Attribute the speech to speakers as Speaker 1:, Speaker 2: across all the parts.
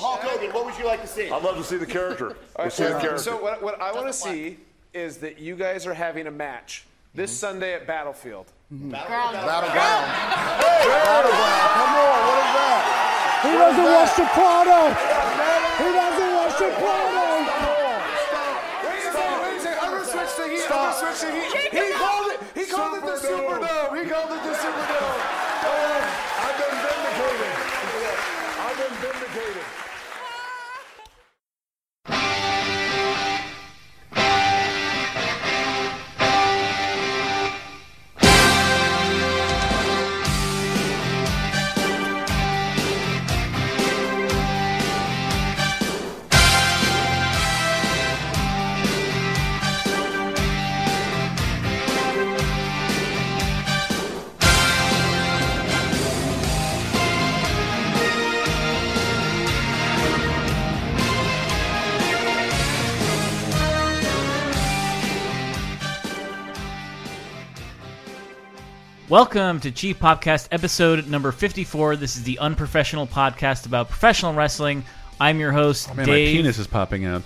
Speaker 1: David, what would you like to see?
Speaker 2: I'd love to see the character. Let's see the character.
Speaker 3: So what, what I want to see is that you guys are having a match this Sunday at Battlefield.
Speaker 4: Battleground.
Speaker 5: Battleground. Come on, what is that? He doesn't watch the product. He doesn't watch the product.
Speaker 3: Wait a second, wait a second. I'm gonna switch the heat. I'm gonna switch the heat. He called it. He called it the Superdome. He called it the Superdome.
Speaker 6: I've been vindicated. I've been vindicated.
Speaker 7: Welcome to Cheap Podcast episode number 54. This is the unprofessional podcast about professional wrestling. I'm your host,
Speaker 8: Oh, Man,
Speaker 7: Dave.
Speaker 8: my penis is popping out.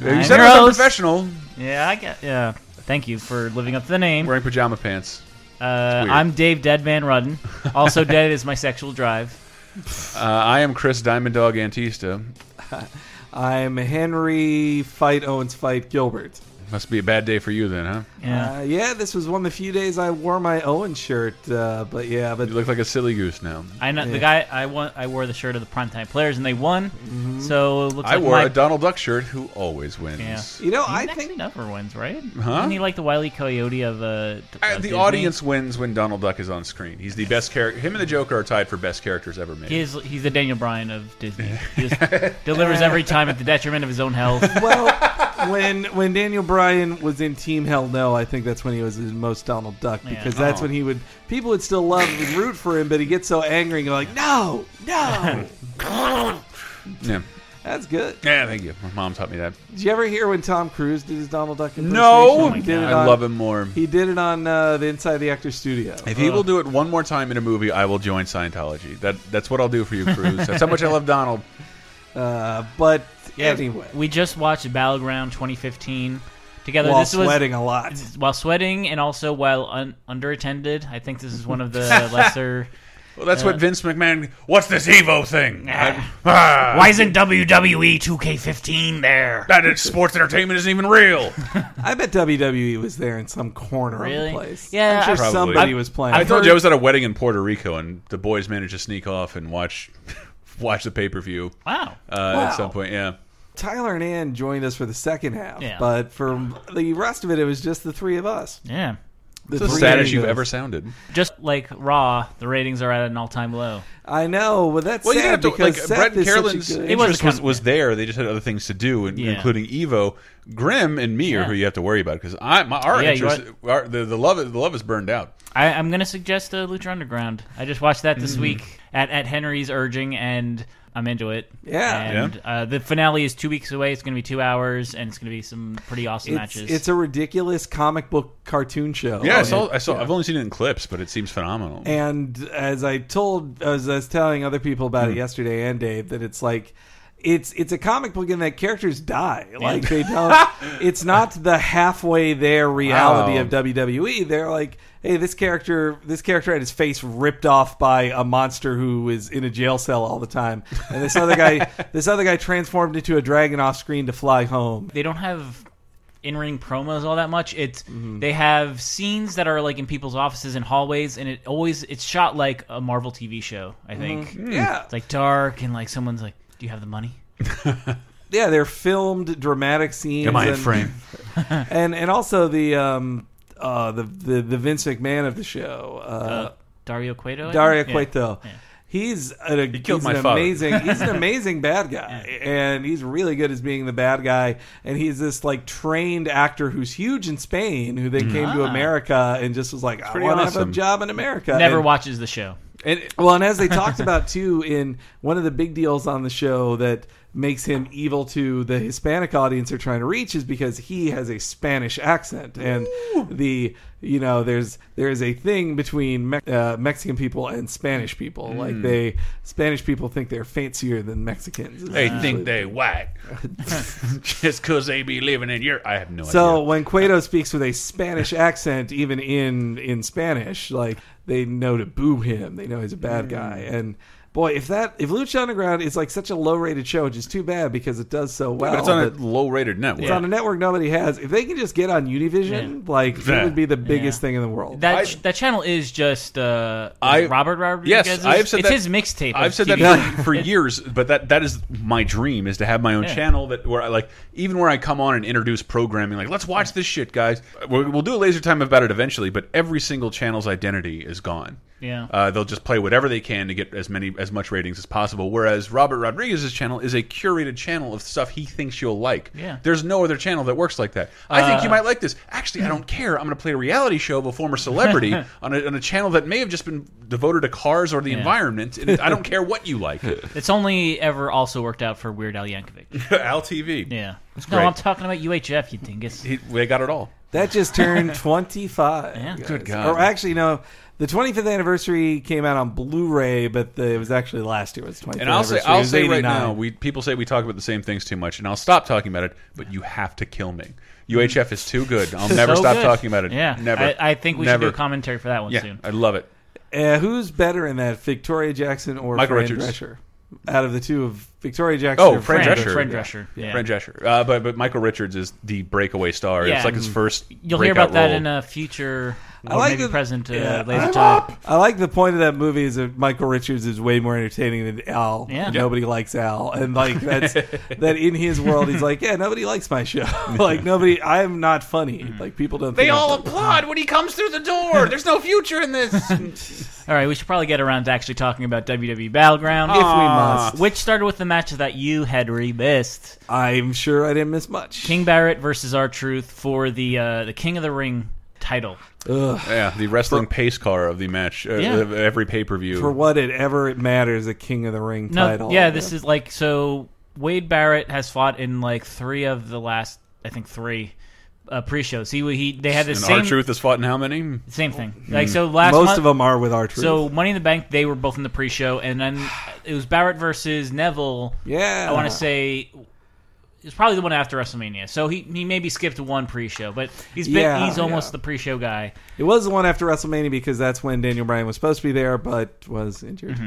Speaker 7: I'm
Speaker 8: you said
Speaker 7: your
Speaker 8: I was
Speaker 7: host.
Speaker 8: unprofessional.
Speaker 7: Yeah, I get. Yeah, thank you for living up to the name.
Speaker 8: Wearing pajama pants.
Speaker 7: Uh,
Speaker 8: weird.
Speaker 7: I'm Dave Deadman Rudden. Also, dead is my sexual drive.
Speaker 8: Uh, I am Chris Diamond Dog Antista.
Speaker 9: I'm Henry Fight Owens Fight Gilbert.
Speaker 8: Must be a bad day for you then, huh?
Speaker 7: Yeah,
Speaker 9: Uh, yeah, this was one of the few days I wore my Owen shirt. Uh, but yeah, but
Speaker 8: You look like a silly goose now.
Speaker 7: I know the guy. I won. I wore the shirt of the primetime players, and they won. So it looks
Speaker 8: Mm-hmm. I
Speaker 7: like
Speaker 8: wore
Speaker 7: my,
Speaker 8: a Donald Duck shirt. Who always wins?
Speaker 7: Yeah.
Speaker 9: you know,
Speaker 7: He
Speaker 9: I
Speaker 7: actually
Speaker 9: think
Speaker 7: never wins, right?
Speaker 8: Huh?
Speaker 7: Isn't he like the Wiley Coyote of uh, d-
Speaker 8: Uh,
Speaker 7: of
Speaker 8: the
Speaker 7: Disney?
Speaker 8: audience wins when Donald Duck is on screen. He's the best character. Him and the Joker are tied for best characters ever made.
Speaker 7: He is, he's the Daniel Bryan of Disney. He just delivers every time at the detriment of his own health.
Speaker 9: well, when when Daniel Bryan was in Team Hell No, I think that's when he was his most Donald Duck because that's
Speaker 8: Oh.
Speaker 9: when he would people would still love and root for him, but he gets so angry and go like, no, no,
Speaker 8: yeah.
Speaker 9: that's good.
Speaker 8: yeah, thank you. My mom taught me that.
Speaker 9: Did you ever hear when Tom Cruise did his Donald Duck impersonation?
Speaker 7: oh
Speaker 8: No, Oh
Speaker 9: He did it
Speaker 8: I
Speaker 9: on-
Speaker 8: love him more.
Speaker 9: He did it on uh, the Inside the Actor Studio.
Speaker 8: If he will do it one more time in a movie, I will join Scientology. That that's what I'll do for you, Cruz. that's how much I love Donald.
Speaker 9: Uh, but anyway,
Speaker 7: We just watched Battleground 2015 together.
Speaker 9: while
Speaker 7: this was
Speaker 9: sweating a lot.
Speaker 7: while sweating and also while un- underattended. I think this is one of the lesser.
Speaker 8: Well, that's what Vince McMahon. What's this Evo thing? I-
Speaker 9: Uh,
Speaker 7: Why isn't E WWE 2K15 there?
Speaker 8: that is- sports entertainment isn't even real.
Speaker 9: I bet WWE was there in some corner of
Speaker 7: Really?
Speaker 9: the place.
Speaker 7: Yeah,
Speaker 9: I'm sure
Speaker 7: Probably.
Speaker 9: somebody
Speaker 7: I've-
Speaker 9: was playing.
Speaker 8: I
Speaker 7: I've
Speaker 8: told
Speaker 7: heard-
Speaker 8: you I was at a wedding in Puerto Rico, and the boys managed to sneak off and watch watch the pay per view
Speaker 7: Wow.
Speaker 8: uh, at some point. Yeah,
Speaker 9: Tyler and Ann joined us for the second half,
Speaker 7: Yeah.
Speaker 9: but for the rest of it, it was just the three of us.
Speaker 7: Yeah.
Speaker 9: The
Speaker 8: it's the
Speaker 9: three
Speaker 8: saddest you've
Speaker 9: of us.
Speaker 8: ever sounded.
Speaker 7: Just like Raw, the ratings are at an all-time low.
Speaker 9: I know, but that's
Speaker 8: Well, you
Speaker 9: sad
Speaker 8: didn't have to
Speaker 9: because
Speaker 8: like
Speaker 9: Seth
Speaker 8: Brett and
Speaker 9: is such a
Speaker 8: Carolyn's
Speaker 9: good-
Speaker 7: It was
Speaker 8: interest was,
Speaker 7: kind of-
Speaker 8: was there. They just had other things to do, and,
Speaker 7: Yeah.
Speaker 8: including Evo, Grim, and me are who
Speaker 7: Yeah.
Speaker 8: you have to worry about because I my our
Speaker 7: Yeah, you're
Speaker 8: interest our, the the love the love is burned out.
Speaker 7: I, I'm going to suggest uh, Lucha Underground. I just watched that
Speaker 9: Mm.
Speaker 7: this week at, at Henry's urging, and I'm into it.
Speaker 9: Yeah.
Speaker 7: And Uh, the finale is two weeks away. It's going to be two hours, and it's going to be some pretty awesome
Speaker 9: it's,
Speaker 7: matches.
Speaker 9: it's a ridiculous comic book cartoon show.
Speaker 8: Oh, Yeah, I
Speaker 9: And-
Speaker 8: saw. I saw. I've only seen it in clips, but it seems phenomenal.
Speaker 9: And as I told, as I was telling other people about
Speaker 8: Hmm.
Speaker 9: it yesterday and Dave, that it's like, it's it's a comic book and that characters die. Like they don't. it's not the halfway there reality
Speaker 8: Wow.
Speaker 9: of WWE. They're like, hey, this character, this character had his face ripped off by a monster who is in a jail cell all the time, and this other guy, this other guy transformed into a dragon off screen to fly home.
Speaker 7: they don't have in-ring promos all that much. It's
Speaker 9: Mm-hmm.
Speaker 7: they have scenes that are like in people's offices and hallways, and it always it's shot like a Marvel TV show. I think
Speaker 9: Mm-hmm.
Speaker 8: Hmm.
Speaker 9: Yeah,
Speaker 7: it's like dark and like someone's like, "Do you have the money?"
Speaker 9: yeah, they're filmed dramatic scenes.
Speaker 8: Am I in
Speaker 9: and-
Speaker 8: frame?
Speaker 9: and and also the um uh the the, the Vince McMahon of the show, uh,
Speaker 7: Dario Cueto. I
Speaker 9: Dario
Speaker 7: think? Yeah.
Speaker 9: Cueto. He's an,
Speaker 8: killed
Speaker 9: he's
Speaker 8: my
Speaker 9: an
Speaker 8: father.
Speaker 9: amazing he's an amazing bad guy and he's really good as being the bad guy and he's this like trained actor who's huge in Spain who then came to America and just was like
Speaker 8: Mm-hmm.
Speaker 9: I
Speaker 8: Ah. pretty
Speaker 9: want to have
Speaker 8: awesome.
Speaker 9: a job in America
Speaker 7: Never
Speaker 9: And-
Speaker 7: watches the show.
Speaker 8: And it-
Speaker 9: Well, and as they talked about too, in one of the big deals on the show that makes him evil to the Hispanic audience they're trying to reach is because he has a Spanish accent, and the you know there's there is a thing between Me- uh, Mexican people and Spanish people. Like they Spanish people think they're fancier than Mexicans. Uh,
Speaker 8: they think they white just because they be living in Europe. I have no
Speaker 9: So
Speaker 8: idea.
Speaker 9: when Cueto speaks with a Spanish accent, even in in Spanish, like they know to boo him. They know he's a bad guy.
Speaker 8: Mm.
Speaker 9: And boy, if that if Lucha Underground is like such a low rated show, which is too bad because it does so well.
Speaker 8: But it's on a
Speaker 9: oh, but
Speaker 8: low rated network.
Speaker 9: it's on a network nobody has. If they can just get on Univision, like it
Speaker 8: Yeah.
Speaker 9: would be the biggest
Speaker 7: Yeah.
Speaker 9: thing in the world.
Speaker 7: That ch- that channel is just uh, is
Speaker 8: I-
Speaker 7: it Robert Rodriguez.
Speaker 8: Yes, I've said
Speaker 7: it's
Speaker 8: that-
Speaker 7: his mixtape.
Speaker 8: I've
Speaker 7: of
Speaker 8: said
Speaker 7: TV.
Speaker 8: that for, for years, but that that is my dream is to have my own
Speaker 7: Yeah.
Speaker 8: channel that where I like even where I come on and introduce programming, like let's watch this shit, guys. We'll, we'll do a laser time about it eventually, but every single channel's identity is gone.
Speaker 7: Yeah.
Speaker 8: uh, they'll just play whatever they can to get as many as much ratings as possible. Whereas Robert Rodriguez's channel is a curated channel of stuff he thinks you'll like.
Speaker 7: Yeah.
Speaker 8: there's no other channel that works like that. I think you
Speaker 7: Uh,
Speaker 8: might like this. Actually, I don't care. I'm going to play a reality show of a former celebrity on, a, on a channel that may have just been devoted to cars or the environment. And I don't care what you like.
Speaker 7: It's only ever also worked out for Weird Al Yankovic.
Speaker 8: Al TV.
Speaker 7: Yeah. no,
Speaker 8: great.
Speaker 7: I'm talking about UHF, you dingus.
Speaker 8: He, they got it all.
Speaker 9: That just turned 25.
Speaker 7: Yeah.
Speaker 9: guys.
Speaker 8: Good God.
Speaker 9: Or actually, no, the 25th anniversary came out on Blu-ray, but the, it was actually last year. It was 25th
Speaker 8: And I'll say,
Speaker 9: anniversary. It
Speaker 8: I'll
Speaker 9: was
Speaker 8: say right
Speaker 9: 89.
Speaker 8: now, we people say we talk about the same things too much, and I'll stop talking about it. But you have to kill me. UHF is too good. I'll never
Speaker 7: So
Speaker 8: stop
Speaker 7: good.
Speaker 8: talking about it.
Speaker 7: Yeah.
Speaker 8: never.
Speaker 7: I, I think we
Speaker 8: never.
Speaker 7: should do a commentary for that one
Speaker 8: Yeah,
Speaker 7: soon.
Speaker 8: I love it.
Speaker 9: Uh, who's better in that, Victoria Jackson or
Speaker 8: Michael
Speaker 9: Fran
Speaker 8: Richards.
Speaker 9: Drescher? Out of the two of Victoria Jackson,
Speaker 8: Oh,
Speaker 9: or
Speaker 8: Fran
Speaker 7: Fran-
Speaker 8: Drescher.
Speaker 7: Fran Drescher. Yeah.
Speaker 8: Fran Drescher. Uh, but but Michael Richards is the breakaway star.
Speaker 7: Yeah. Mm.
Speaker 8: It's like his first.
Speaker 7: You'll hear about
Speaker 8: breakout
Speaker 7: that
Speaker 8: role.
Speaker 7: in a future or
Speaker 9: I like
Speaker 7: maybe
Speaker 9: that-
Speaker 7: present uh,
Speaker 9: Yeah.
Speaker 7: laser
Speaker 9: I'm
Speaker 7: time.
Speaker 9: I like the point of that movie is that Michael Richards is way more entertaining than Al.
Speaker 7: Yeah.
Speaker 9: nobody likes Al, and like that's that in his world, he's like, yeah, nobody likes my show. like nobody, I am not funny.
Speaker 7: Mm-hmm.
Speaker 9: Like people don't.
Speaker 8: They
Speaker 9: think I'm
Speaker 8: all
Speaker 9: funny.
Speaker 8: applaud when he comes through the door. There's no future in this.
Speaker 7: All right, we should probably get around to actually talking about WWE Battleground. If we
Speaker 9: must.
Speaker 7: Which started with the matches that you had re-missed.
Speaker 9: I'm sure I didn't miss much.
Speaker 7: King Barrett versus R-Truth for the uh, the King of the Ring title.
Speaker 8: yeah, the wrestling pace car of the match. Uh,
Speaker 7: Yeah.
Speaker 8: of Every pay per view.
Speaker 9: for what it ever it matters, a King of the Ring
Speaker 7: No,
Speaker 9: title.
Speaker 7: yeah, this is like so. Wade Barrett has fought in like three of the last, I think three uh, pre-shows. He he they had the
Speaker 8: and
Speaker 7: same
Speaker 8: our truth Mm. has fought in how many?
Speaker 7: same thing. Like so last
Speaker 9: most
Speaker 7: month,
Speaker 9: of them are with our truth.
Speaker 7: So Money in the Bank, they were both in the pre-show, and then it was Barrett versus Neville.
Speaker 9: Yeah.
Speaker 7: I want to say it's probably the one after WrestleMania. So he he maybe skipped one pre-show, but he's been
Speaker 9: Yeah,
Speaker 7: he's almost
Speaker 9: yeah.
Speaker 7: the pre-show guy.
Speaker 9: It was the one after WrestleMania because that's when Daniel Bryan was supposed to be there, but was injured.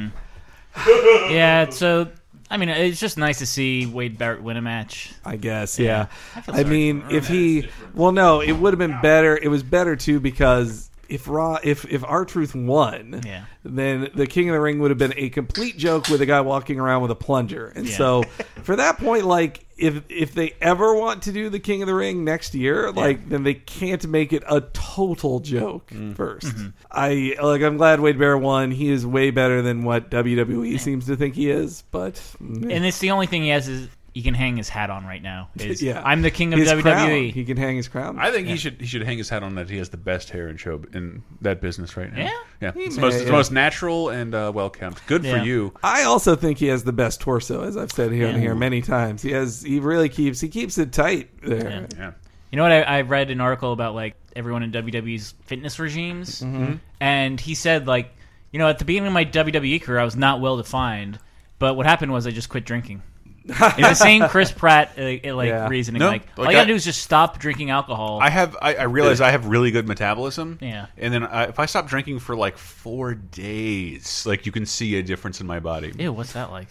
Speaker 7: Yeah, so I mean, it's just nice to see Wade Barrett win a match.
Speaker 9: I guess, yeah.
Speaker 7: feel
Speaker 9: I,
Speaker 7: sorry
Speaker 9: mean, if he, well, no, it would have been better. It was better too because if Raw, if if our truth won,
Speaker 7: Yeah.
Speaker 9: then the King of the Ring would have been a complete joke with a guy walking around with a plunger. And
Speaker 7: Yeah.
Speaker 9: so, for that point, like if if they ever want to do the King of the Ring next year, like then they can't make it a total joke
Speaker 7: Mm-hmm.
Speaker 9: 1st I like I'm glad Wade Bear won. He is way better than what WWE seems to think he is, but
Speaker 7: And it's the only thing he has is he can hang his hat on right now. Is,
Speaker 9: yeah,
Speaker 7: I'm the king of E.
Speaker 9: His
Speaker 7: WWE.
Speaker 9: crown. He can hang his crown.
Speaker 8: I think he should he should hang his hat on that he has the best hair in show in that business right now.
Speaker 7: Yeah?
Speaker 8: yeah, it's
Speaker 9: may,
Speaker 8: most, it's
Speaker 9: yeah.
Speaker 8: most natural and uh, well kept. Good
Speaker 7: Yeah.
Speaker 8: for you.
Speaker 9: I also think he has the best torso, as I've said here and here many times. He has he really keeps he keeps it tight there.
Speaker 8: Yeah,
Speaker 7: You know what? I, I read an article about like everyone in WWE's fitness regimes,
Speaker 9: Mm-hmm.
Speaker 8: Mm-hmm.
Speaker 7: and he said like, you know, at the beginning of my WWE career, I was not well defined, but what happened was I just quit drinking. in the same Chris Pratt uh, uh, like
Speaker 9: Yeah.
Speaker 7: reasoning,
Speaker 8: No,
Speaker 7: like, all
Speaker 8: like
Speaker 7: you gotta
Speaker 8: I-
Speaker 7: do is just stop drinking alcohol.
Speaker 8: I have I, I realize I have really good metabolism.
Speaker 7: Yeah.
Speaker 8: and then I, if I stop drinking for like four days, like you can see a difference in my body.
Speaker 7: Ew, what's that like?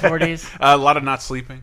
Speaker 7: Forties.
Speaker 8: Uh, a lot of not sleeping.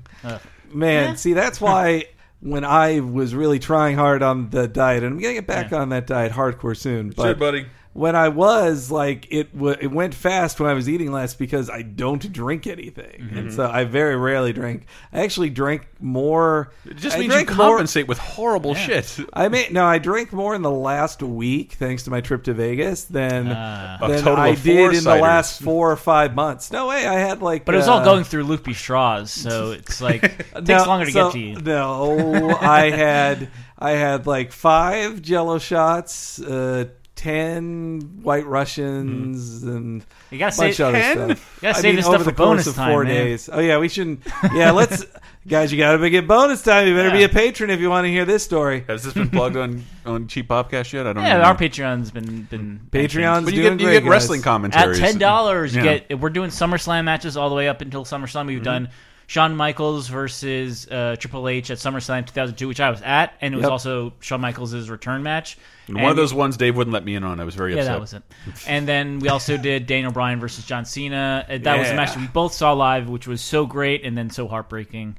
Speaker 9: Man, see that's why when I was really trying hard on the diet, and I'm gonna get back on that diet hardcore soon. But
Speaker 8: buddy.
Speaker 9: when I was like it, w- it went fast when I was eating less because I don't drink anything,
Speaker 7: Mm-hmm.
Speaker 9: and so I very rarely drink. I actually drank more.
Speaker 8: It just
Speaker 9: I
Speaker 8: means you
Speaker 9: drank more-
Speaker 8: compensate with horrible shit.
Speaker 9: I mean, no, I drank more in the last week thanks to my trip to Vegas than
Speaker 7: Uh,
Speaker 8: A
Speaker 9: than
Speaker 8: total
Speaker 9: I
Speaker 8: of
Speaker 9: did
Speaker 8: four
Speaker 9: in the
Speaker 8: ciders.
Speaker 9: last four or five months. No way, I had like,
Speaker 7: But it was all
Speaker 9: uh,
Speaker 7: going through loopy straws, so it's like it takes
Speaker 9: no,
Speaker 7: longer to
Speaker 9: so-
Speaker 7: get to you.
Speaker 9: No, I had I had like five Jello shots, uh, ten White Russians and
Speaker 7: Hmm. You gotta
Speaker 9: a bunch
Speaker 7: save-
Speaker 9: of other
Speaker 7: 10?
Speaker 9: stuff.
Speaker 7: You gotta
Speaker 9: I
Speaker 7: save
Speaker 9: mean,
Speaker 7: this stuff
Speaker 9: over
Speaker 7: for
Speaker 9: the course
Speaker 7: bonus
Speaker 9: of
Speaker 7: time,
Speaker 9: four
Speaker 7: man.
Speaker 9: days. Oh yeah, we shouldn't. Yeah, let's guys. You gotta get bonus time. You better be
Speaker 7: Yeah.
Speaker 9: a patron if you want to hear this story.
Speaker 8: Has this been plugged on on Cheap Popcast yet? I don't.
Speaker 7: Yeah,
Speaker 8: know.
Speaker 7: our Patreon's been been
Speaker 9: Patreon's
Speaker 8: But you
Speaker 9: doing
Speaker 8: get you
Speaker 9: great,
Speaker 8: get wrestling
Speaker 9: guys.
Speaker 8: commentaries
Speaker 7: At ten dollars, you
Speaker 8: Yeah.
Speaker 7: get we're doing SummerSlam matches all the way up until SummerSlam. We've done Shawn Michaels versus uh, Triple H at SummerSlam 2002, which I was at, and it was
Speaker 9: Yep.
Speaker 7: also Shawn Michaels' return match.
Speaker 8: And one of those ones Dave wouldn't let me in on. I was very
Speaker 7: Yeah,
Speaker 8: upset.
Speaker 7: that was it. And then we also did Daniel Bryan versus John Cena. Uh, That was a
Speaker 9: Yeah.
Speaker 7: match that we both saw live, which was so great and then so heartbreaking.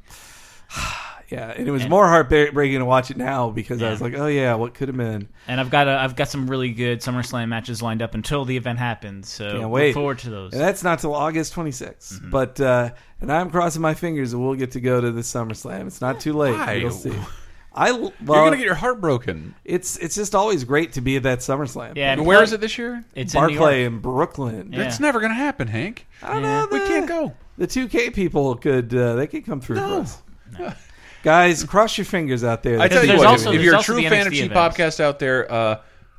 Speaker 9: Yeah, and it was more heartbreaking to watch it now because I
Speaker 7: Yeah.
Speaker 9: was like, oh yeah, what could have been?
Speaker 7: And I've got a, I've got some really good SummerSlam matches lined up until the event happens. So
Speaker 9: Can't
Speaker 7: look
Speaker 9: wait.
Speaker 7: forward to those. Mm-hmm.
Speaker 9: And that's not till August 26th. But uh, and I'm crossing my fingers that we'll get to go to the SummerSlam. It's not too late.
Speaker 8: Why?
Speaker 9: We'll see. I well,
Speaker 8: You're gonna get your heart broken.
Speaker 9: it's it's just always great to be at that SummerSlam.
Speaker 7: Yeah, and
Speaker 8: Where
Speaker 7: plug-
Speaker 8: is it this year?
Speaker 7: It's in New York.
Speaker 9: Barclay in Brooklyn.
Speaker 7: Yeah. Uh,
Speaker 8: It's never gonna happen, Hank.
Speaker 9: I don't know.
Speaker 8: We
Speaker 9: the-
Speaker 8: can't go.
Speaker 9: The 2K people could uh, they could come through for us. Guys, cross your fingers out there.
Speaker 8: I tell you
Speaker 7: there's
Speaker 8: what,
Speaker 7: also-
Speaker 8: if
Speaker 7: there's
Speaker 8: you're a
Speaker 7: also
Speaker 8: true
Speaker 7: the
Speaker 8: fan of
Speaker 7: NXT
Speaker 8: Cheap
Speaker 7: events.
Speaker 8: Podcast out there, uh,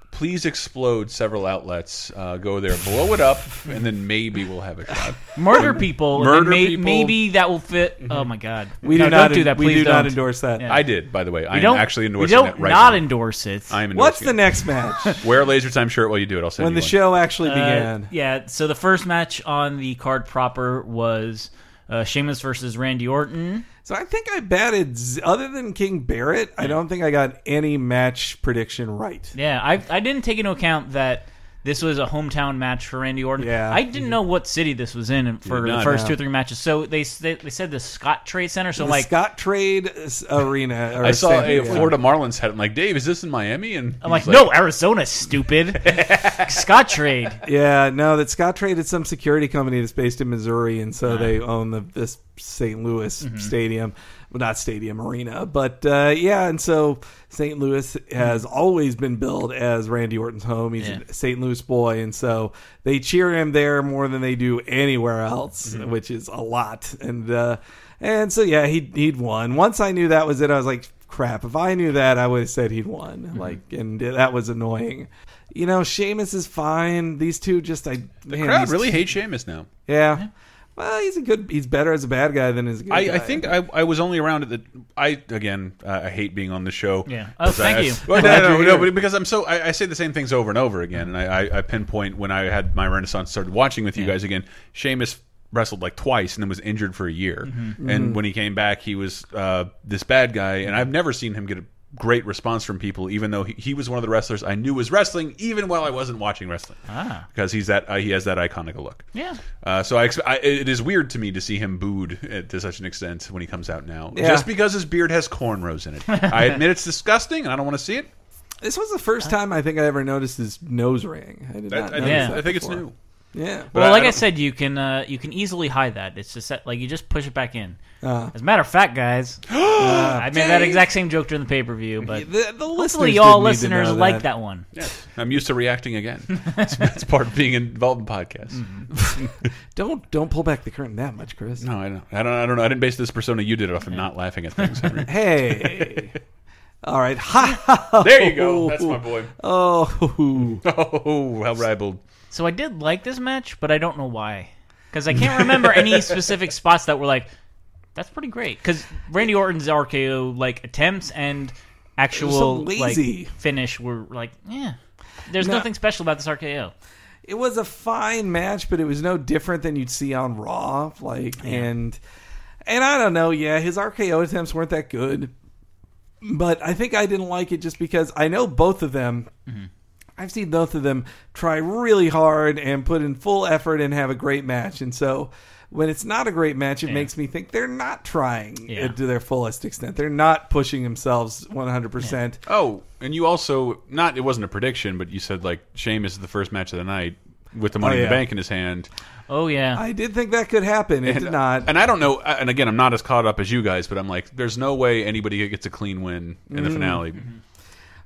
Speaker 8: please explode several outlets. Uh, go there, blow it up, and then maybe we'll have a shot.
Speaker 7: murder people. and
Speaker 8: Murder
Speaker 7: may-
Speaker 8: people.
Speaker 7: Maybe that will fit. Oh my God,
Speaker 9: we
Speaker 7: No,
Speaker 9: do not
Speaker 7: don't do that.
Speaker 9: We
Speaker 7: Please
Speaker 9: do
Speaker 7: don't.
Speaker 9: not endorse that.
Speaker 7: Yeah.
Speaker 8: I did, by the way. I
Speaker 7: We
Speaker 8: am
Speaker 7: don't
Speaker 8: actually
Speaker 7: We
Speaker 8: endorsing
Speaker 7: don't
Speaker 8: that right
Speaker 7: not
Speaker 8: now.
Speaker 7: endorse it.
Speaker 8: I am endorsing
Speaker 9: What's the
Speaker 8: it.
Speaker 9: next match?
Speaker 8: Wear a laser time shirt while you do it. I'll send
Speaker 9: when
Speaker 8: you
Speaker 9: the
Speaker 8: one.
Speaker 9: show actually
Speaker 7: Uh,
Speaker 9: began.
Speaker 7: yeah. So the first match on the card proper was uh, Sheamus versus Randy Orton.
Speaker 9: So I think I batted z- other than King Barrett. I don't think I got any match prediction right.
Speaker 7: Yeah, I I didn't take into account that. This was a hometown match for Randy Orton.
Speaker 9: Yeah.
Speaker 7: I didn't know what city this was in for
Speaker 8: did
Speaker 7: the
Speaker 8: not,
Speaker 7: first
Speaker 9: no.
Speaker 7: two or three matches. So they they, they said the Scott Trade Center. So
Speaker 9: The
Speaker 7: I'm like,
Speaker 9: Scott Trade s- Arena. Or
Speaker 8: I saw a
Speaker 9: stadium.
Speaker 8: Florida Marlins hat. I'm like, Dave, is this in Miami? And
Speaker 7: I'm like, no, Arizona, stupid. Scott Trade.
Speaker 9: Yeah, no, that Scott Trade is some security company that's based in Missouri, and so they own the this St. Louis stadium, well, not stadium arena, but uh, yeah, and so St. Louis has always been billed as Randy Orton's home. He's
Speaker 7: Yeah.
Speaker 9: a St. Louis boy, and so they cheer him there more than they do anywhere else, which is a lot. And uh, and so yeah, he he'd won. Once I knew that was it, I was like. Crap! If I knew that, I would have said he'd won. Like, and that was annoying. You know, Sheamus is fine. These two just I the
Speaker 8: crowd really hates Sheamus now.
Speaker 9: yeah. Well, he's a good. He's better as a bad guy than as a good.
Speaker 8: I,
Speaker 9: guy.
Speaker 8: I think I, I was only around at the I again uh, I hate being on the show.
Speaker 7: Yeah. Oh, thank
Speaker 8: I-
Speaker 7: you.
Speaker 8: Well, no,
Speaker 9: Glad
Speaker 8: no, no,
Speaker 9: you're
Speaker 8: no,
Speaker 9: here.
Speaker 8: but because I'm so I, I say the same things over and over again, and I, I, I pinpoint when I had my renaissance started watching with you guys again. Sheamus wrestled like twice and then was injured for a year,
Speaker 9: Mm-hmm.
Speaker 8: and when he came back, he was uh, this bad guy, and I've never seen him get a great response from people, even though he, he was one of the wrestlers I knew was wrestling, even while I wasn't watching wrestling, ah. because he's that uh, he has that iconic look.
Speaker 7: Yeah.
Speaker 8: Uh, so I, expe- I, it is weird to me to see him booed at, to such an extent when he comes out now,
Speaker 9: Yeah.
Speaker 8: just because his beard has cornrows in it. I admit it's disgusting, and I don't want to see it.
Speaker 9: this was the first time I think I ever noticed his nose ring. I did
Speaker 8: I, I
Speaker 9: not.
Speaker 8: think,
Speaker 9: notice
Speaker 7: Yeah.
Speaker 8: I
Speaker 9: that
Speaker 8: think it's
Speaker 9: before.
Speaker 8: new.
Speaker 9: Yeah.
Speaker 7: Well,
Speaker 8: I-
Speaker 7: like
Speaker 8: I
Speaker 7: I,
Speaker 8: don't-
Speaker 7: said, you can uh, you can easily hide that. It's just that, like you just push it back in.
Speaker 9: Uh-huh.
Speaker 7: As a matter of fact, guys, uh, I made that exact same joke during the pay per view, but
Speaker 9: the the
Speaker 7: hopefully,
Speaker 9: listeners
Speaker 7: y'all
Speaker 9: did need to
Speaker 7: listeners
Speaker 9: know that.
Speaker 7: like that one.
Speaker 8: I'm used to reacting again. It's, it's part of being involved in podcasts.
Speaker 9: Mm-hmm. Don't don't pull back the curtain that much, Chris.
Speaker 8: No, I don't. I don't. I don't know. I didn't base this persona you did it off of not laughing at things. Henry.
Speaker 9: Hey. All right. Ha.
Speaker 8: there you go. That's my boy.
Speaker 9: Oh.
Speaker 8: Oh, how ribald.
Speaker 7: So I did like this match, but I don't know why, because I can't remember any specific spots that were like, that's pretty great. Because Randy Orton's RKO like attempts and actual
Speaker 9: lazy.
Speaker 7: like finish were like, yeah, there's
Speaker 9: No.
Speaker 7: nothing special about this RKO.
Speaker 9: it was a fine match, but it was no different than you'd see on Raw. Like and and I don't know, yeah, his RKO attempts weren't that good. But I think I didn't like it just because I know both of them
Speaker 7: Mm-hmm.
Speaker 9: I've seen both of them try really hard and put in full effort and have a great match. And so when it's not a great match, it makes me think they're not trying
Speaker 7: Yeah.
Speaker 9: uh, to their fullest extent. They're not pushing themselves 100%.
Speaker 8: Oh, and you also not. It wasn't a prediction, but you said like Sheamus is the first match of the night with the money in
Speaker 9: yeah.
Speaker 8: the bank in his hand.
Speaker 7: Oh yeah,
Speaker 9: I did think that could happen. It did not.
Speaker 8: And I don't know. uh, And again, I'm not as caught up as you guys, but I'm like, there's
Speaker 7: Mm.
Speaker 8: no way anybody gets a clean win in the finale.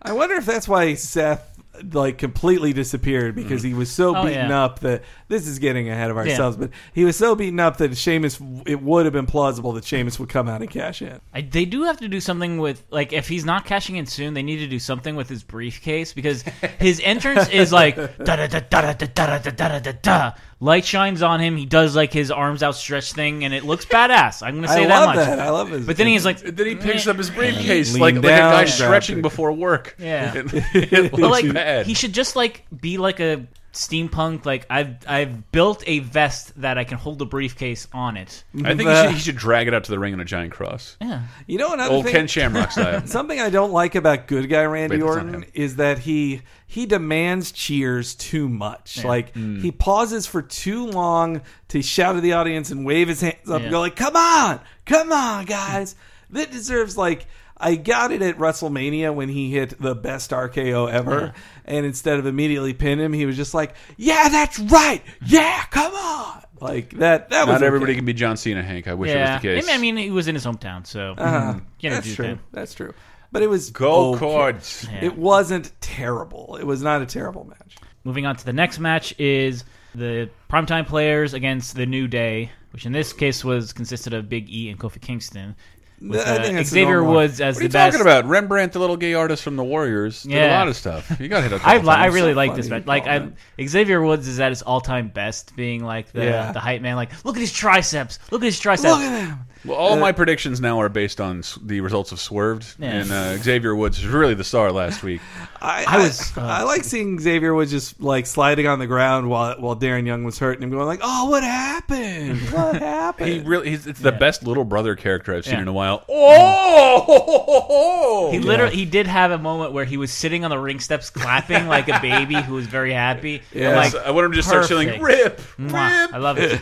Speaker 9: I wonder if that's why Seth like completely disappeared because he was so
Speaker 7: Oh,
Speaker 9: beaten
Speaker 7: yeah.
Speaker 9: up that this is getting ahead of ourselves. But he was so beaten up that Sheamus, it would have been plausible that Sheamus would come out and cash in.
Speaker 7: I, they do have to do something with like if he's not cashing in soon, they need to do something with his briefcase because his entrance is like da da da da da da da da da da da. Light shines on him. He does like his arms outstretched thing, and it looks badass. I'm gonna say
Speaker 9: I
Speaker 7: that
Speaker 9: love
Speaker 7: much.
Speaker 9: that. I love his
Speaker 7: But then he's like,
Speaker 8: Then he picks
Speaker 7: "Meh."
Speaker 8: up his briefcase
Speaker 9: Lean
Speaker 8: like, like a
Speaker 9: down,
Speaker 8: guy
Speaker 9: grabs
Speaker 8: stretching
Speaker 9: it.
Speaker 8: before work.
Speaker 7: Yeah.
Speaker 8: And it
Speaker 7: But
Speaker 8: looks
Speaker 7: like
Speaker 8: bad.
Speaker 7: he should just like be like a steampunk. Like I've I've built a vest that I can hold the briefcase on it.
Speaker 8: I think he should, he should drag it out to the ring on a giant cross.
Speaker 7: Yeah.
Speaker 9: You know another
Speaker 8: Old
Speaker 9: thing?
Speaker 8: Ken Shamrock style.
Speaker 9: Something I don't like about good guy Randy
Speaker 8: Wait, that's not
Speaker 9: Orton
Speaker 8: him.
Speaker 9: is that he he demands cheers too much. Like
Speaker 8: Hmm.
Speaker 9: he pauses for too long to shout at the audience and wave his hands up
Speaker 7: Yeah.
Speaker 9: and go like, "Come on, come on, guys!" that deserves like. I got it at WrestleMania when he hit the best RKO ever, and instead of immediately pin him, he was just like, "Yeah, that's right. Yeah, come on!" Like that. That was
Speaker 8: Not
Speaker 9: okay.
Speaker 8: everybody can be John Cena, Hank. I wish
Speaker 7: Yeah.
Speaker 8: it was the case.
Speaker 7: I mean, he was in his hometown, so can't
Speaker 9: Uh-huh. That's
Speaker 7: do
Speaker 9: true.
Speaker 7: that.
Speaker 9: That's true. But it was
Speaker 8: Hmm. Go
Speaker 9: okay.
Speaker 8: Cords.
Speaker 9: It wasn't terrible. It was not a terrible match.
Speaker 7: Moving on to the next match is the primetime players against the New Day, which in this case was consisted of Big E and Kofi Kingston. With,
Speaker 9: I
Speaker 7: uh,
Speaker 9: think that's the
Speaker 7: Xavier
Speaker 9: normal.
Speaker 7: Woods as
Speaker 8: What are you
Speaker 7: the best.
Speaker 8: talking about? Rembrandt, the little gay artist from the Warriors, did a
Speaker 7: Yeah.
Speaker 8: lot of stuff. You got hit up.
Speaker 7: I, li- I
Speaker 8: times.
Speaker 7: really
Speaker 9: So
Speaker 7: like
Speaker 9: funny
Speaker 7: this
Speaker 9: you
Speaker 7: match. Like
Speaker 9: call
Speaker 7: I, Xavier Woods is at his all time best, being like the
Speaker 9: Yeah.
Speaker 7: the hype man. Like, look at his triceps. Look at his triceps.
Speaker 9: Look at him.
Speaker 8: Well, all my predictions now are based on s- the results of Swerved,
Speaker 7: Yeah.
Speaker 8: and uh, Xavier Woods is really the star last week.
Speaker 9: I,
Speaker 7: I
Speaker 9: I
Speaker 7: was,
Speaker 9: was.
Speaker 7: uh,
Speaker 9: I like seeing Xavier was just like sliding on the ground while while Darren Young was hurt, and him going like, "Oh, what happened? What happened?"
Speaker 8: He really, he's, it's the best little brother character I've seen
Speaker 7: Yeah.
Speaker 8: in a while. Oh,
Speaker 7: He literally he did have a moment where he was sitting on the ring steps clapping like a baby who was very happy. Yeah,
Speaker 8: Yes, I want him to just start
Speaker 7: perfect.
Speaker 8: chilling. Rip, rip.
Speaker 7: I love it.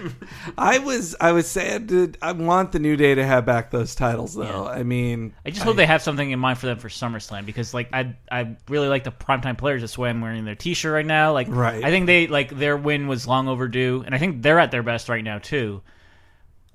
Speaker 9: I was. I was sad. To, I want the New Day to have back those titles, though. I mean,
Speaker 7: I just hope they have something in mind for them for SummerSlam because like I I really like the primetime players. That's why I'm wearing their T-shirt right now. Like
Speaker 9: Right.
Speaker 7: I think they like their win was long overdue, and I think they're at their best right now too.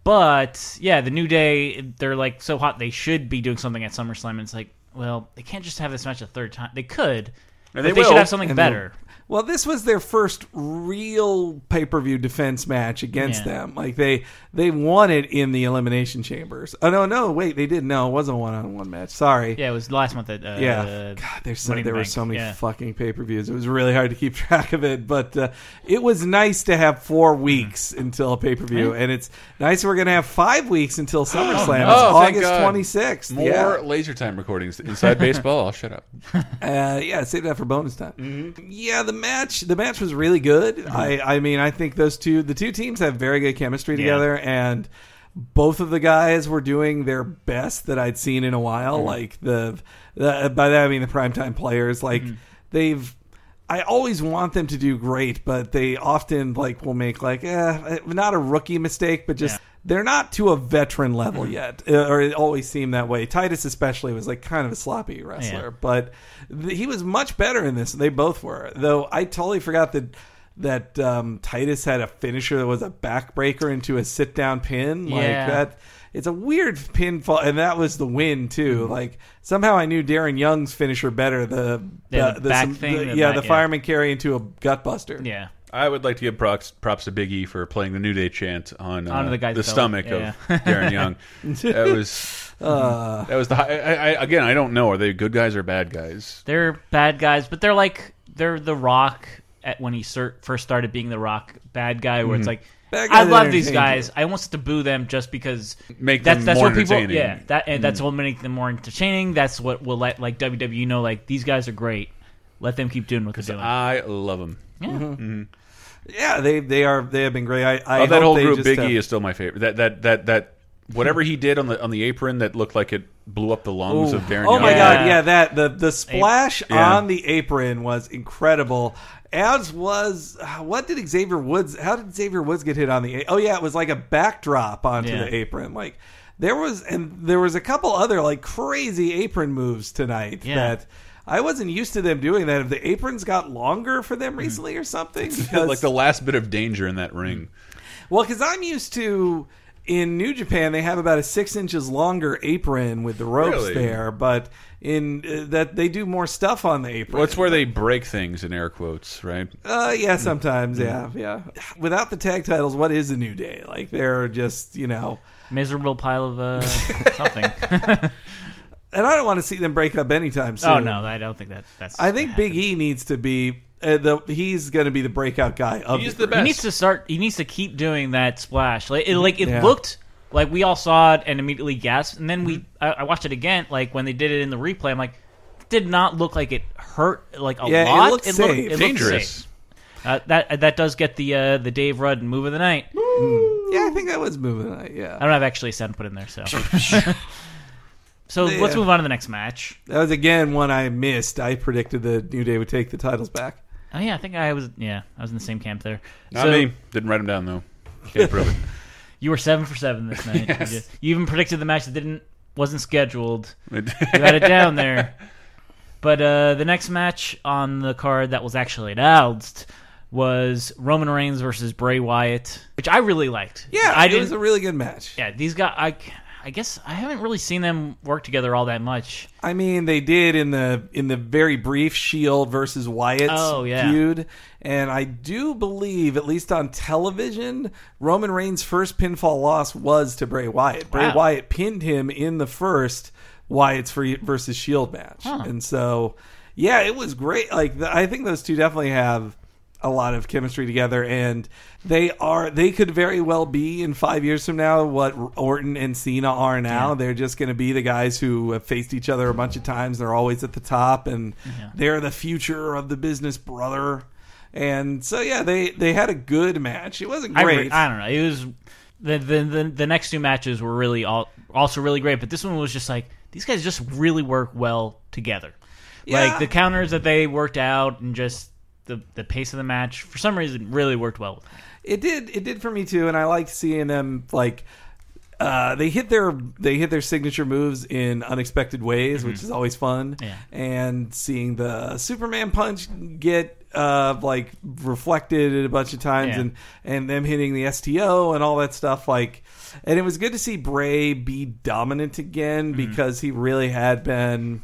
Speaker 7: But yeah, the New Day they're like so hot they should be doing something at SummerSlam. And it's like well they can't just have this match a third time. They could, but
Speaker 8: they
Speaker 7: they should
Speaker 8: will.
Speaker 7: have something
Speaker 9: And
Speaker 7: better.
Speaker 9: Well, this was their first real pay per view defense match against
Speaker 7: Yeah.
Speaker 9: them. Like they they won it in the elimination chambers. Oh no, no, wait, they did. No, it wasn't one on one match. Sorry.
Speaker 7: Yeah, it was last month that uh,
Speaker 9: Yeah,
Speaker 7: uh,
Speaker 9: God, there's so,
Speaker 7: Money in the
Speaker 9: there were
Speaker 7: Bank.
Speaker 9: so many
Speaker 7: Yeah.
Speaker 9: fucking pay per views. It was really hard to keep track of it, but uh, it was nice to have four
Speaker 7: Mm-hmm.
Speaker 9: weeks until a pay per view, and it's nice we're gonna have five weeks until SummerSlam.
Speaker 8: Oh, thank
Speaker 9: it's August
Speaker 8: God.
Speaker 9: 26th.
Speaker 8: More
Speaker 9: yeah.
Speaker 8: laser time recordings inside baseball. I'll shut up.
Speaker 9: Uh, yeah, save that for bonus time. Yeah, the match the match was really good. I I mean, I think those two the two teams have very good chemistry together, and both of the guys were doing their best that I'd seen in a while. Like the, the by that I mean the primetime players. Like they've. I always want them to do great, but they often like will make like eh, not a rookie mistake, but just they're not to a veteran level yet, uh, or it always seemed that way. Titus especially was like kind of a sloppy wrestler, but th- he was much better in this. They both were, though. I totally forgot that that um, Titus had a finisher that was a backbreaker into a sit down pin like
Speaker 7: Yeah.
Speaker 9: that. It's a weird pinfall, and that was the win too.
Speaker 7: Mm-hmm.
Speaker 9: Like somehow I knew Darren Young's finisher better. The
Speaker 7: Yeah, the back
Speaker 9: some-
Speaker 7: thing, the
Speaker 9: yeah,
Speaker 7: back-
Speaker 9: the
Speaker 7: yeah.
Speaker 9: fireman carry into a gut buster.
Speaker 7: yeah.
Speaker 8: I would like to give props, props to Big E for playing the New Day chant on uh,
Speaker 7: Onto the guy's belt.
Speaker 8: stomach
Speaker 7: Yeah.
Speaker 8: of Darren Young. that was that was the high, I, I, again. I don't know. Are they good guys or bad guys?
Speaker 7: They're bad guys, but they're like they're the Rock at when he cer- first started being the Rock bad guy,
Speaker 8: Mm-hmm.
Speaker 7: where it's like
Speaker 9: Bad guy
Speaker 7: I
Speaker 9: that
Speaker 7: love these
Speaker 9: entertains
Speaker 7: guys. I want to boo them just because
Speaker 8: Make
Speaker 7: that's
Speaker 8: them
Speaker 7: that's
Speaker 8: more
Speaker 7: what people
Speaker 8: entertaining. Mm-hmm.
Speaker 7: yeah that and that's what make them more entertaining. That's what will let like WWE know like these guys are great. Let them keep doing what they're doing.
Speaker 8: I Mm-hmm. love them.
Speaker 9: Yeah, they they are they have been great. I, I
Speaker 8: Of Oh, that
Speaker 9: hope
Speaker 8: whole
Speaker 9: they
Speaker 8: group,
Speaker 9: just
Speaker 8: Big
Speaker 9: have-
Speaker 8: E is still my favorite. That that that that whatever he did on the on the apron that looked like it blew up the lungs of Darren.
Speaker 9: Oh my
Speaker 8: Young.
Speaker 7: Yeah.
Speaker 9: god, yeah, that the the splash
Speaker 8: Yeah.
Speaker 9: on the apron was incredible. As was uh, what did Xavier Woods? How did Xavier Woods get hit on the? a- Oh yeah, it was like a backdrop onto
Speaker 7: Yeah.
Speaker 9: the apron. Like there was, and there was a couple other like crazy apron moves tonight
Speaker 7: Yeah.
Speaker 9: that. I wasn't used to them doing that. If the aprons got longer for them recently or something, because
Speaker 8: Like the last bit of danger in that ring.
Speaker 9: well, because I'm used to in New Japan, they have about a six inches longer apron with the ropes
Speaker 8: Really?
Speaker 9: there, but in uh, that they do more stuff on the apron.
Speaker 8: What's where they break things in air quotes, right?
Speaker 9: Uh, yeah, sometimes, yeah, yeah. Without the tag titles, what is a new day? Like they're just, you know,
Speaker 7: Miserable pile of uh, something.
Speaker 9: and I don't want to see them break up anytime soon.
Speaker 7: oh no, I don't think that. That's.
Speaker 9: I think Big E needs to be uh, the he's going to be the breakout guy of
Speaker 8: He's the
Speaker 9: the group.
Speaker 7: he
Speaker 8: best.
Speaker 7: needs to start. He needs to keep doing that splash. Like it, like it
Speaker 9: Yeah.
Speaker 7: looked like we all saw it and immediately gasped, and then we
Speaker 9: Mm-hmm.
Speaker 7: I, I watched it again. Like when they did it in the replay, I'm like, it did not look like it hurt like a
Speaker 9: Yeah, it
Speaker 7: lot.
Speaker 9: looked safe.
Speaker 8: Dangerous.
Speaker 7: safe. Uh, that that does get the uh, the Dave Rudd move of the night. I
Speaker 9: Yeah, I think that was moving. Like, yeah,
Speaker 7: don't have actually a sound put in there, so. so let's
Speaker 9: Yeah.
Speaker 7: move on to the next match.
Speaker 9: that was again one I missed. I predicted the New Day would take the titles back.
Speaker 7: Oh yeah, I think I was yeah I was in the same camp there.
Speaker 8: Not
Speaker 7: so
Speaker 8: me. Didn't write them down though. Can't prove it.
Speaker 7: You were seven for seven this night. You just- you even predicted the match that didn't wasn't scheduled.
Speaker 8: It-
Speaker 7: You had it down there. But uh, the next match on the card that was actually announced was Roman Reigns versus Bray Wyatt, which I really liked.
Speaker 9: Yeah,
Speaker 7: I
Speaker 9: it was
Speaker 7: didn't.
Speaker 9: a really good match.
Speaker 7: yeah, these guys. I, I guess I haven't really seen them work together all that much.
Speaker 9: I mean, they did in the in the very brief Shield versus Wyatt
Speaker 7: Oh, yeah.
Speaker 9: feud, and I do believe, at least on television, Roman Reigns' first pinfall loss was to Bray Wyatt. Bray
Speaker 7: Wow.
Speaker 9: Wyatt pinned him in the first Wyatt's free versus Shield E match, and so yeah, it was great. Like the, I think those two definitely have a lot of chemistry together and they are they could very well be in 5 years from now what Orton and Cena are now they're just going to be the guys who have faced each other a bunch of times they're always at the top and they're the future of the business brother and so yeah they they had a good match it wasn't
Speaker 7: I, re-
Speaker 9: great
Speaker 7: I don't know. It was the, the the the next two matches were really all also really great, but this one was just like these guys just really work well together.
Speaker 9: Yeah.
Speaker 7: Like the counters that they worked out and just the the pace of the match for some reason really worked well. With me.
Speaker 9: it did it did for me too and i liked seeing them like uh, they hit their they hit their signature moves in unexpected ways which is always fun
Speaker 7: Mm-hmm. Yeah.
Speaker 9: and seeing the superman punch get uh, like reflected a bunch of times
Speaker 7: Yeah.
Speaker 9: and and them hitting the sto and all that stuff like and it was good to see bray be dominant again
Speaker 7: Mm-hmm.
Speaker 9: because he really had been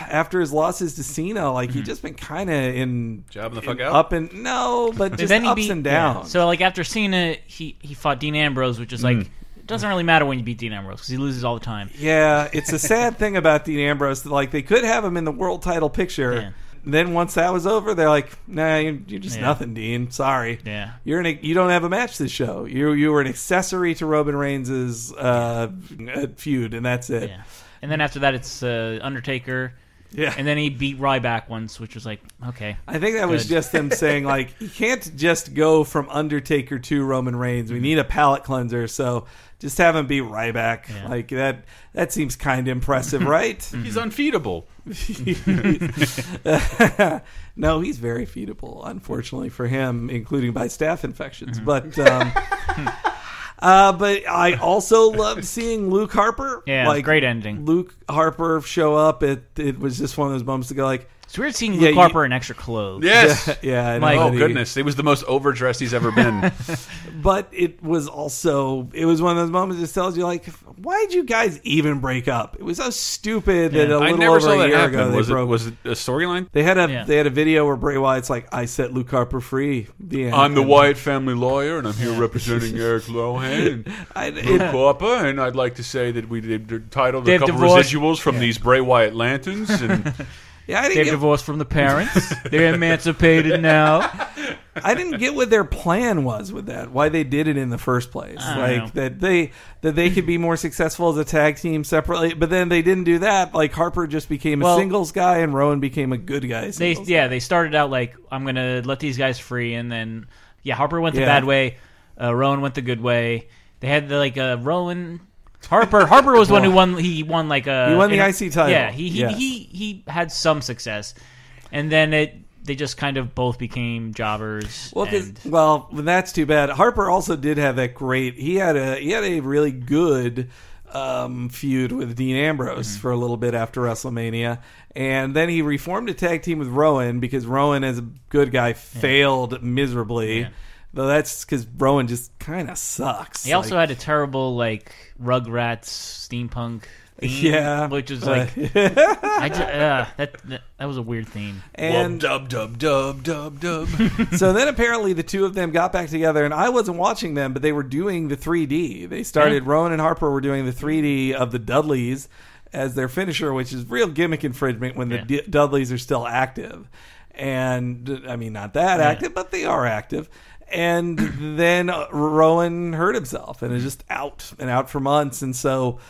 Speaker 9: after his losses to Cena, like
Speaker 7: Mm-hmm.
Speaker 9: he just been kind of in
Speaker 8: Jobbing the
Speaker 9: in
Speaker 8: fuck out?
Speaker 9: up and no, but just
Speaker 7: then he
Speaker 9: ups
Speaker 7: beat,
Speaker 9: and
Speaker 7: yeah.
Speaker 9: downs. Mm.
Speaker 7: So like after Cena, he he fought Dean Ambrose, which is like it doesn't really matter when you beat Dean Ambrose because he loses all the time.
Speaker 9: Yeah, it's a sad thing about Dean Ambrose that like they could have him in the world title picture.
Speaker 7: Yeah.
Speaker 9: Then once that was over, they're like, "Nah, you're, you're just
Speaker 7: Yeah.
Speaker 9: nothing, Dean. Sorry,
Speaker 7: Yeah.
Speaker 9: you're an, you don't have a match this show. You you were an accessory to Roman Reigns' uh, uh, feud, and that's it.
Speaker 7: Yeah. And then after that, it's uh, Undertaker.
Speaker 9: Yeah.
Speaker 7: And then he beat Ryback once, which was like okay.
Speaker 9: I think that was
Speaker 7: Good.
Speaker 9: just them saying like you can't just go from Undertaker to Roman Reigns.
Speaker 7: Mm-hmm.
Speaker 9: We need a palate cleanser, so just have him be Ryback. Like that that seems kind of impressive, right?
Speaker 8: He's unfeedable.
Speaker 9: no, he's very feedable, unfortunately for him, including by staph infections.
Speaker 7: Mm-hmm.
Speaker 9: But um, uh, but I also loved seeing Luke Harper.
Speaker 7: Yeah, it was a great ending.
Speaker 9: Luke Harper show up. It it was just one of those moments to go like,
Speaker 7: It's weird seeing Luke
Speaker 9: Yeah, you-
Speaker 7: Harper in extra clothes.
Speaker 8: Yes.
Speaker 9: yeah, I know
Speaker 7: Like-
Speaker 8: Oh
Speaker 9: that he-
Speaker 8: goodness! It was the most overdressed he's ever been.
Speaker 9: But it was also it was one of those moments that tells you like, why'd you guys even break up? It was so stupid that a
Speaker 8: I
Speaker 9: little
Speaker 8: never
Speaker 9: over
Speaker 8: saw
Speaker 9: a
Speaker 8: that
Speaker 9: year
Speaker 8: happen.
Speaker 9: ago
Speaker 8: Was
Speaker 9: they
Speaker 8: it,
Speaker 9: broke.
Speaker 8: was it a storyline?
Speaker 9: they had a
Speaker 7: Yeah.
Speaker 9: they had a video where Bray Wyatt's like, I set Luke Harper free. The end.
Speaker 8: I'm the
Speaker 9: And-
Speaker 8: Wyatt family lawyer, and I'm here representing Eric Lohan
Speaker 9: I-
Speaker 8: and
Speaker 9: it-
Speaker 8: Luke Harper, uh, and I'd like to say that we did entitled a
Speaker 7: They've
Speaker 8: couple
Speaker 7: divorced-
Speaker 8: residuals from these Bray Wyatt lanterns, and
Speaker 9: Yeah, I didn't
Speaker 7: They've
Speaker 9: get
Speaker 7: divorced from the parents. They're emancipated now.
Speaker 9: I didn't get what their plan was with that. Why they did it in the first place?
Speaker 7: don't
Speaker 9: Like
Speaker 7: know.
Speaker 9: that they that they could be more successful as a tag team separately, but then they didn't do that. Like Harper just became a
Speaker 7: Well-
Speaker 9: singles guy, and Rowan became a good guy.
Speaker 7: They
Speaker 9: singles
Speaker 7: yeah, they started out like I'm gonna let these guys free, and then yeah, Harper went the
Speaker 9: Yeah.
Speaker 7: bad way. Uh, Rowan went the good way. They had the, like uh, Rowan Harper. Harper was the one who won. He won like a
Speaker 9: He won the IC title.
Speaker 7: Yeah, he he,
Speaker 9: Yeah.
Speaker 7: he he had some success, and then it they just kind of both became jobbers.
Speaker 9: Well, 'cause-
Speaker 7: and,
Speaker 9: well, that's too bad. Harper also did have that great. He had a he had a really good um, feud with Dean Ambrose
Speaker 7: Mm-hmm.
Speaker 9: for a little bit after WrestleMania, and then he reformed a tag team with Rowan because Rowan, as a good guy, failed miserably. Though that's because Rowan just kind of sucks.
Speaker 7: He also had a terrible like Rugrats steampunk. Theme,
Speaker 9: Yeah. Uh,
Speaker 7: which is like, I just, uh, that, that that was a weird theme.
Speaker 9: and
Speaker 8: dub dub dub dub dub.
Speaker 9: so then apparently the two of them got back together, and I wasn't watching them, but they were doing the 3D. They started Rowan and Harper were doing the 3D of the Dudleys as their finisher, which is real gimmick infringement when the
Speaker 7: Yeah.
Speaker 9: D- Dudleys are still active, and I mean not that active, but they are active. And then uh, Rowan hurt himself and is just out and out for months, and so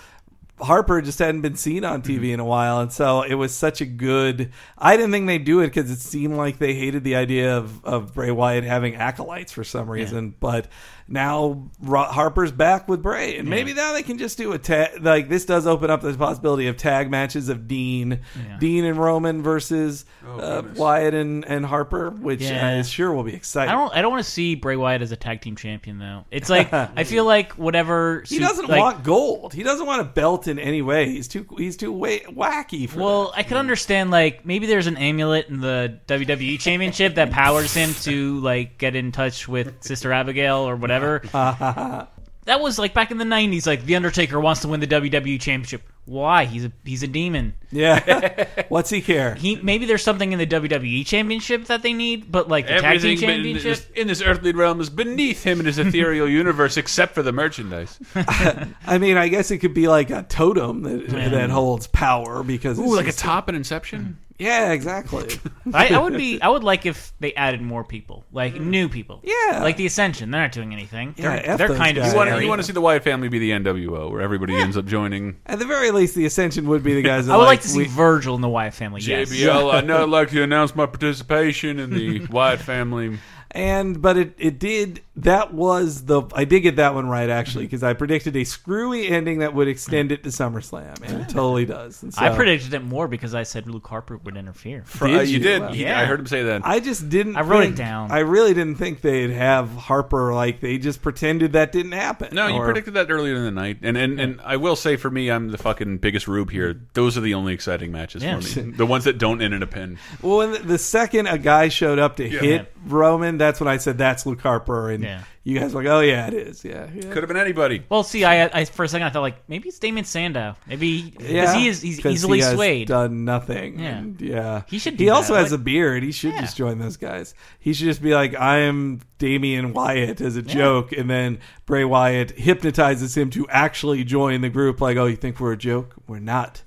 Speaker 9: Harper just hadn't been seen on TV
Speaker 7: Mm-hmm.
Speaker 9: in a while, and so it was such a good. I didn't think they'd do it because it seemed like they hated the idea of, of Bray Wyatt having acolytes for some reason. But now Ro- Harper's back with Bray, and maybe now they can just do a tag. Like this does open up the possibility of tag matches of Dean, Dean and Roman versus uh, Wyatt and, and Harper, which
Speaker 7: Yeah.
Speaker 9: I sure will be
Speaker 7: I
Speaker 9: exciting.
Speaker 7: don't. I don't want to see Bray Wyatt as a tag team champion though. It's like I feel like whatever
Speaker 9: he doesn't want gold. He doesn't want a belt in any way. He's too he's too way, wacky for
Speaker 7: Well, I could understand like maybe there's an amulet in the WWE Championship that powers him to like get in touch with Sister Abigail or whatever. that was like back in the '90s. Like the Undertaker wants to win the WWE Championship. Why? He's a he's a demon.
Speaker 9: that. Yeah, what's he care?
Speaker 7: He maybe there's something in the WWE Championship that they need, but like the
Speaker 8: Everything
Speaker 7: tag team
Speaker 8: in
Speaker 7: championship.
Speaker 8: this, in this earthly realm is beneath him in his ethereal universe, except for the merchandise.
Speaker 9: I mean, I guess it could be like a totem that, that holds power because it's
Speaker 8: Ooh, like a
Speaker 9: just-
Speaker 8: top in Inception.
Speaker 9: yeah, exactly.
Speaker 7: I, I would be. I would like if they added more people, like new people.
Speaker 9: Mm. Yeah.
Speaker 7: like the Ascension. They're not doing anything.
Speaker 9: Yeah,
Speaker 7: they're
Speaker 9: F
Speaker 7: they're
Speaker 9: those
Speaker 7: kind
Speaker 9: guys.
Speaker 7: of
Speaker 8: You want, to,
Speaker 7: scary.
Speaker 8: you want to see the Wyatt family be the NWO, where everybody ends up joining
Speaker 9: At the very least, the ascension would be the guys. That
Speaker 7: I would like to see
Speaker 9: we-
Speaker 7: Virgil in the Wyatt family. Yes.
Speaker 8: JBL. I'd now like to announce my participation in the Wyatt family.
Speaker 9: and but it it did. That was the I did get that one right actually
Speaker 7: Mm-hmm.
Speaker 9: because I predicted a screwy ending that would extend it to SummerSlam, and it totally does. And so,
Speaker 7: I predicted it more because I said Luke Harper would interfere.
Speaker 8: Fr- uh,
Speaker 9: Did
Speaker 8: you
Speaker 9: you?
Speaker 8: did.
Speaker 9: Wow.
Speaker 8: He-
Speaker 7: Yeah.
Speaker 8: I heard him say that.
Speaker 9: I just didn't.
Speaker 7: I wrote it
Speaker 9: think-
Speaker 7: down.
Speaker 9: I really didn't think they'd have Harper like they just pretended that didn't happen.
Speaker 8: no, you
Speaker 9: or-
Speaker 8: predicted that earlier in the night, and and, and I will say for me, I'm the fucking biggest rube here. Those are the only exciting matches
Speaker 7: Yeah.
Speaker 8: for me. The ones that don't end in a pin.
Speaker 9: Well, when the- the second a guy showed up to hit Roman, that's when I said that's Luke Harper, and
Speaker 7: Yeah.
Speaker 9: you guys were like, "Oh yeah, it is, yeah." yeah.
Speaker 8: Could have been anybody.
Speaker 7: Well, see, I, I for a second I thought like maybe it's Damon Sandow. Maybe because
Speaker 9: Yeah,
Speaker 7: he is he's
Speaker 9: 'cause
Speaker 7: easily
Speaker 9: he has
Speaker 7: swayed.
Speaker 9: Done nothing.
Speaker 7: Yeah.
Speaker 9: and, yeah.
Speaker 7: He should
Speaker 9: He
Speaker 7: do
Speaker 9: also
Speaker 7: that,
Speaker 9: has
Speaker 7: like-
Speaker 9: a beard. He should
Speaker 7: Yeah.
Speaker 9: just join those guys. He should just be like, "I am Damian Wyatt" as a joke, and then Bray Wyatt hypnotizes him to actually join the group. Like, "Oh, you think we're a joke? We're not."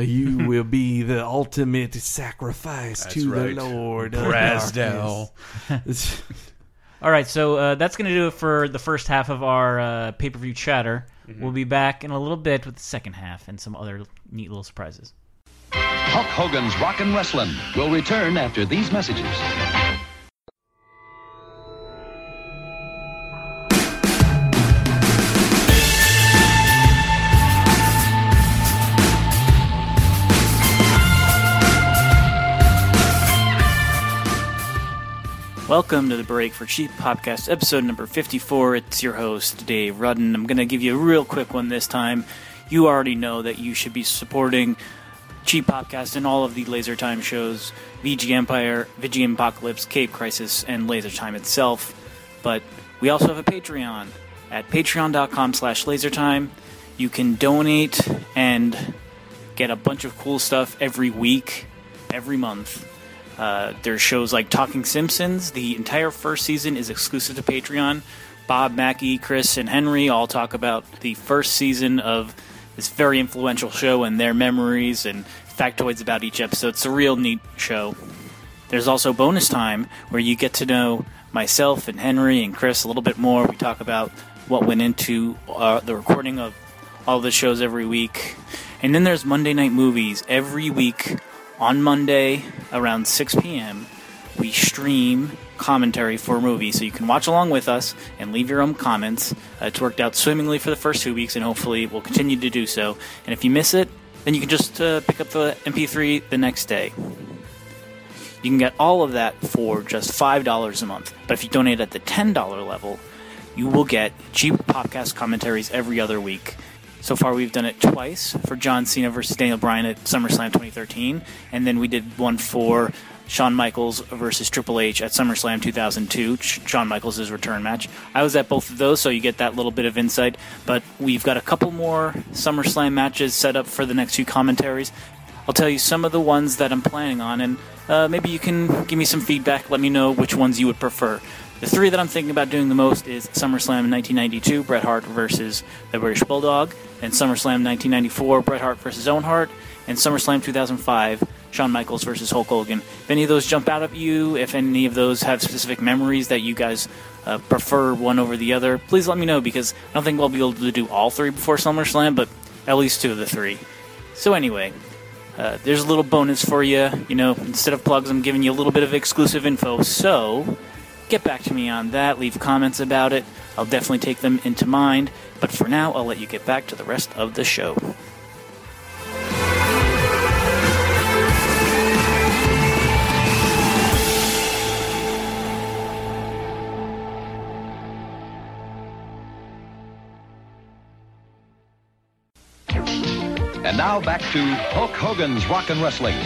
Speaker 9: you will be the ultimate sacrifice to
Speaker 8: right.
Speaker 9: the Lord. of
Speaker 8: Brasdell.
Speaker 9: darkness."
Speaker 7: All right, so uh, that's going to do it for the first half of our uh, pay per view chatter.
Speaker 8: Mm-hmm.
Speaker 7: We'll be back in a little bit with the second half and some other neat little surprises.
Speaker 1: Hulk Hogan's Rockin' Wrestling will return after these messages.
Speaker 10: Welcome to the Break for Cheap podcast, episode number 54. It's your host, Dave Rudden. I'm going to give you a real quick one this time. You already know that you should be supporting Cheap Podcast and all of the Laser Time shows VG Empire, VG Apocalypse, Cape Crisis, and Laser Time itself. But we also have a Patreon at patreon.com slash lasertime. You can donate and get a bunch of cool stuff every week, every month. Uh, there's shows like Talking Simpsons. The entire first season is exclusive to Patreon. Bob, Mackey, Chris, and Henry all talk about the first season of this very influential show and their memories and factoids about each episode. It's a real neat show. There's also bonus time where you get to know myself and Henry and Chris a little bit more. We talk about what went into uh, the recording of all the shows every week. And then there's Monday Night Movies. Every week on Monday around 6 p.m., we stream commentary for a movie. So you can watch along with us and leave your own comments. Uh, it's worked out swimmingly for the first two weeks, and hopefully it will continue to do so. And if you miss it, then you can just uh, pick up the MP3 the next day. You can get all of that for just $5 a month. But if you donate at the $10 level, you will get cheap podcast commentaries every other week. So far, we've done it twice for John Cena versus Daniel Bryan at SummerSlam 2013, and then we did one for Shawn Michaels versus Triple H at SummerSlam 2002, Sh- Shawn Michaels' return match. I was at both of those, so you get that little bit of insight. But we've got a couple more SummerSlam matches set up for the next few commentaries. I'll tell you some of the ones that I'm planning on, and uh, maybe you can give me some feedback. Let me know which ones you would prefer. The three that I'm thinking about doing the most is SummerSlam 1992, Bret Hart versus the British Bulldog, and SummerSlam 1994, Bret Hart versus Owen Hart, and SummerSlam 2005, Shawn Michaels versus Hulk Hogan. If any of those jump out at you, if any of those have specific memories that you guys uh, prefer one over the other, please let me know because I don't think we'll be able to do all three before SummerSlam, but at least two of the three. So anyway, uh, there's a little bonus for you. You know, instead of plugs, I'm giving you a little bit of exclusive info. So get back to me on that. Leave comments about it. I'll definitely take them into mind. But for now, I'll let you get back to the rest of the show.
Speaker 1: And now back to Hulk Hogan's Rockin' Wrestling.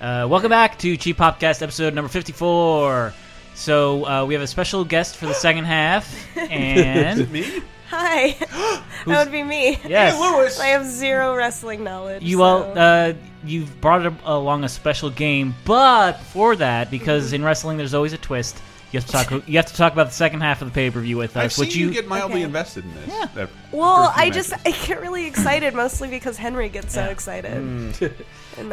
Speaker 7: Uh, welcome back to Cheap Popcast episode number 54. So, uh, we have a special guest for the second half. And.
Speaker 8: Me?
Speaker 4: Hi. that would be me.
Speaker 7: Yes. Hey,
Speaker 4: I have zero wrestling knowledge.
Speaker 7: You
Speaker 4: so.
Speaker 7: well, uh, you've brought ab- along a special game, but before that, because
Speaker 8: Mm-hmm.
Speaker 7: in wrestling there's always a twist, you have to talk. You have to talk about the second half of the pay per view with us.
Speaker 8: I've
Speaker 7: which
Speaker 8: seen you,
Speaker 7: you
Speaker 8: get mildly
Speaker 4: Okay.
Speaker 8: invested in this. that
Speaker 4: Well,
Speaker 8: first few
Speaker 4: I just
Speaker 8: matches.
Speaker 4: I get really excited mostly because Henry gets so excited,
Speaker 7: Mm.
Speaker 4: and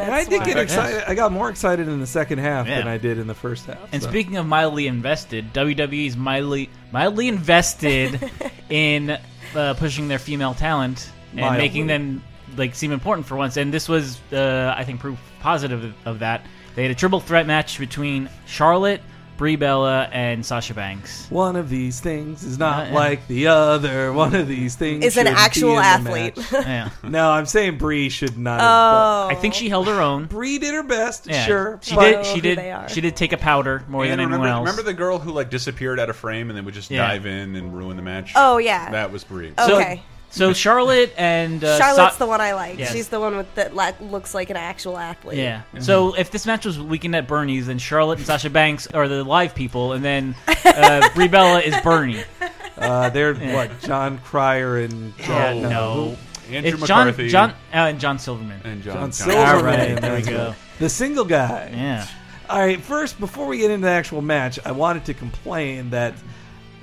Speaker 9: And
Speaker 4: that's
Speaker 9: I did
Speaker 4: why.
Speaker 9: get excited. I got more excited in the second half
Speaker 7: Yeah.
Speaker 9: than I did in the first half.
Speaker 7: And
Speaker 9: so.
Speaker 7: speaking of mildly invested, WWE's mildly mildly invested in uh, pushing their female talent and
Speaker 9: Mildly.
Speaker 7: making them like seem important for once. And this was, uh, I think, proof positive of- of that. They had a triple threat match between Charlotte, Brie Bella, and Sasha Banks.
Speaker 9: one of these things is not
Speaker 7: Uh, yeah.
Speaker 9: like the other. One of these things
Speaker 4: Is an
Speaker 9: shouldn't be
Speaker 4: actual
Speaker 9: in the
Speaker 4: athlete.
Speaker 9: match.
Speaker 7: Yeah,
Speaker 9: no, I'm saying Bree should not. have,
Speaker 4: Oh,
Speaker 7: I think she held her own.
Speaker 9: but Bree did her best.
Speaker 7: Yeah.
Speaker 9: Sure,
Speaker 7: she
Speaker 9: but
Speaker 7: did.
Speaker 4: know
Speaker 7: She
Speaker 4: who they are.
Speaker 7: did. She did take a powder more
Speaker 8: And
Speaker 7: than anyone
Speaker 8: remember,
Speaker 7: else.
Speaker 8: remember the girl who like disappeared out of frame and then would just
Speaker 7: Yeah.
Speaker 8: dive in and ruin the match?
Speaker 4: Oh, yeah.
Speaker 8: that was Brie.
Speaker 4: Oh.
Speaker 7: so,
Speaker 4: Okay.
Speaker 7: So Charlotte and uh,
Speaker 4: Charlotte's
Speaker 7: Sa-
Speaker 4: the one I like.
Speaker 7: Yes.
Speaker 4: She's the one with that la- looks like an actual athlete.
Speaker 7: Yeah. So if this match was weekend at Bernie's, then Charlotte and Sasha Banks are the live people, and then uh, Brie Bella is Bernie.
Speaker 9: uh, they're what John Cryer and
Speaker 7: Yeah,
Speaker 9: John,
Speaker 7: no.
Speaker 8: Oh. Andrew
Speaker 7: it's John,
Speaker 8: McCarthy
Speaker 7: John, uh, and John Silverman.
Speaker 8: and John,
Speaker 9: John
Speaker 8: Connor.
Speaker 9: Silverman.
Speaker 7: All right, there we
Speaker 9: that's
Speaker 7: go.
Speaker 9: right. The single guy.
Speaker 7: yeah.
Speaker 9: All right, first, before we get into the actual match, I wanted to complain that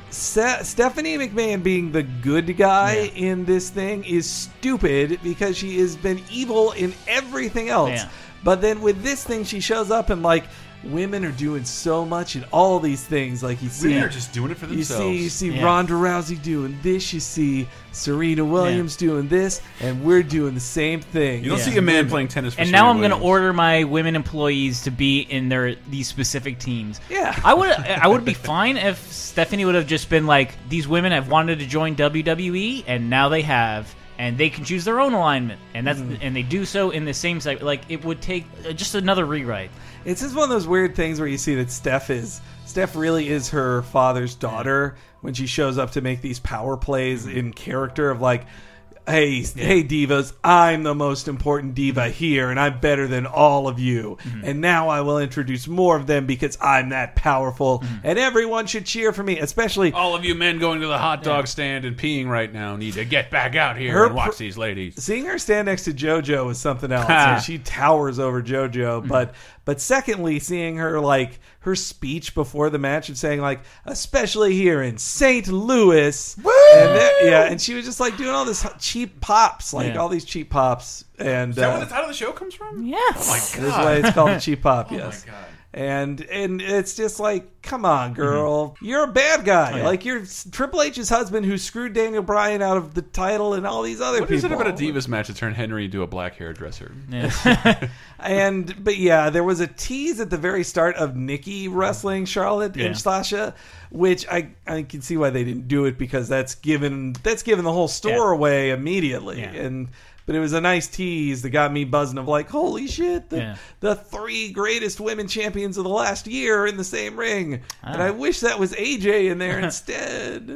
Speaker 9: Se- Stephanie McMahon being the good guy in this thing is stupid because she has been evil in everything else.
Speaker 7: Yeah.
Speaker 9: But then with this thing, she shows up and, like, women are doing so much in all these things. Like, you see.
Speaker 8: Women are just doing it for
Speaker 9: you
Speaker 8: themselves.
Speaker 9: see, you see
Speaker 7: Yeah.
Speaker 9: Ronda Rousey doing this. You see Serena Williams doing this, and we're doing the same thing.
Speaker 8: You don't
Speaker 7: Yeah.
Speaker 8: see a man playing tennis. For
Speaker 7: And now I'm
Speaker 8: going
Speaker 7: going to order my women employees to be in their these specific teams.
Speaker 9: Yeah.
Speaker 7: I would I would be fine if Stephanie would have just been like, these women have wanted to join WWE, and now they have, and they can choose their own alignment, and that's and they do so in the same site. Like it would take uh, just another rewrite.
Speaker 9: It's just one of those weird things where you see that Steph is Steph really is her father's daughter when she shows up to make these power plays in character of like hey hey divas I'm the most important diva here and I'm better than all of you and now I will introduce more of them because I'm that powerful and everyone should cheer for me especially
Speaker 8: All of you men going to the hot dog stand and peeing right now need to get back out here
Speaker 9: Her
Speaker 8: and watch
Speaker 9: pr-
Speaker 8: these ladies.
Speaker 9: seeing her stand next to JoJo is something else. And she towers over JoJo, but but secondly, seeing her like her speech before the match and saying like, especially here in St. Louis, And that- yeah, and she was just like doing all this cheap pops, like
Speaker 7: Yeah.
Speaker 9: all these cheap pops. And
Speaker 8: Is that where
Speaker 9: uh,
Speaker 8: the title of the show comes from?
Speaker 4: Yes.
Speaker 8: Oh my
Speaker 9: That's
Speaker 8: god!
Speaker 9: why it's called a cheap pop.
Speaker 8: Oh my
Speaker 9: yes.
Speaker 8: God.
Speaker 9: And and it's just like, come on, girl, you're a bad guy. Like you're Triple H's husband who screwed Daniel Bryan out of the title and all these other
Speaker 8: What
Speaker 9: people.
Speaker 8: is it about a divas match to turn Henry into a black hairdresser?
Speaker 9: And but yeah, there was a tease at the very start of Nikki wrestling Charlotte
Speaker 7: Yeah.
Speaker 9: and Sasha, which I I can see why they didn't do it because that's given that's given the whole store
Speaker 7: Yeah.
Speaker 9: away immediately.
Speaker 7: Yeah.
Speaker 9: And but it was a nice tease that got me buzzing of like, holy shit, the
Speaker 7: Yeah.
Speaker 9: the three greatest women champions of the last year are in the same ring.
Speaker 7: Ah.
Speaker 9: And I wish that was AJ in there instead.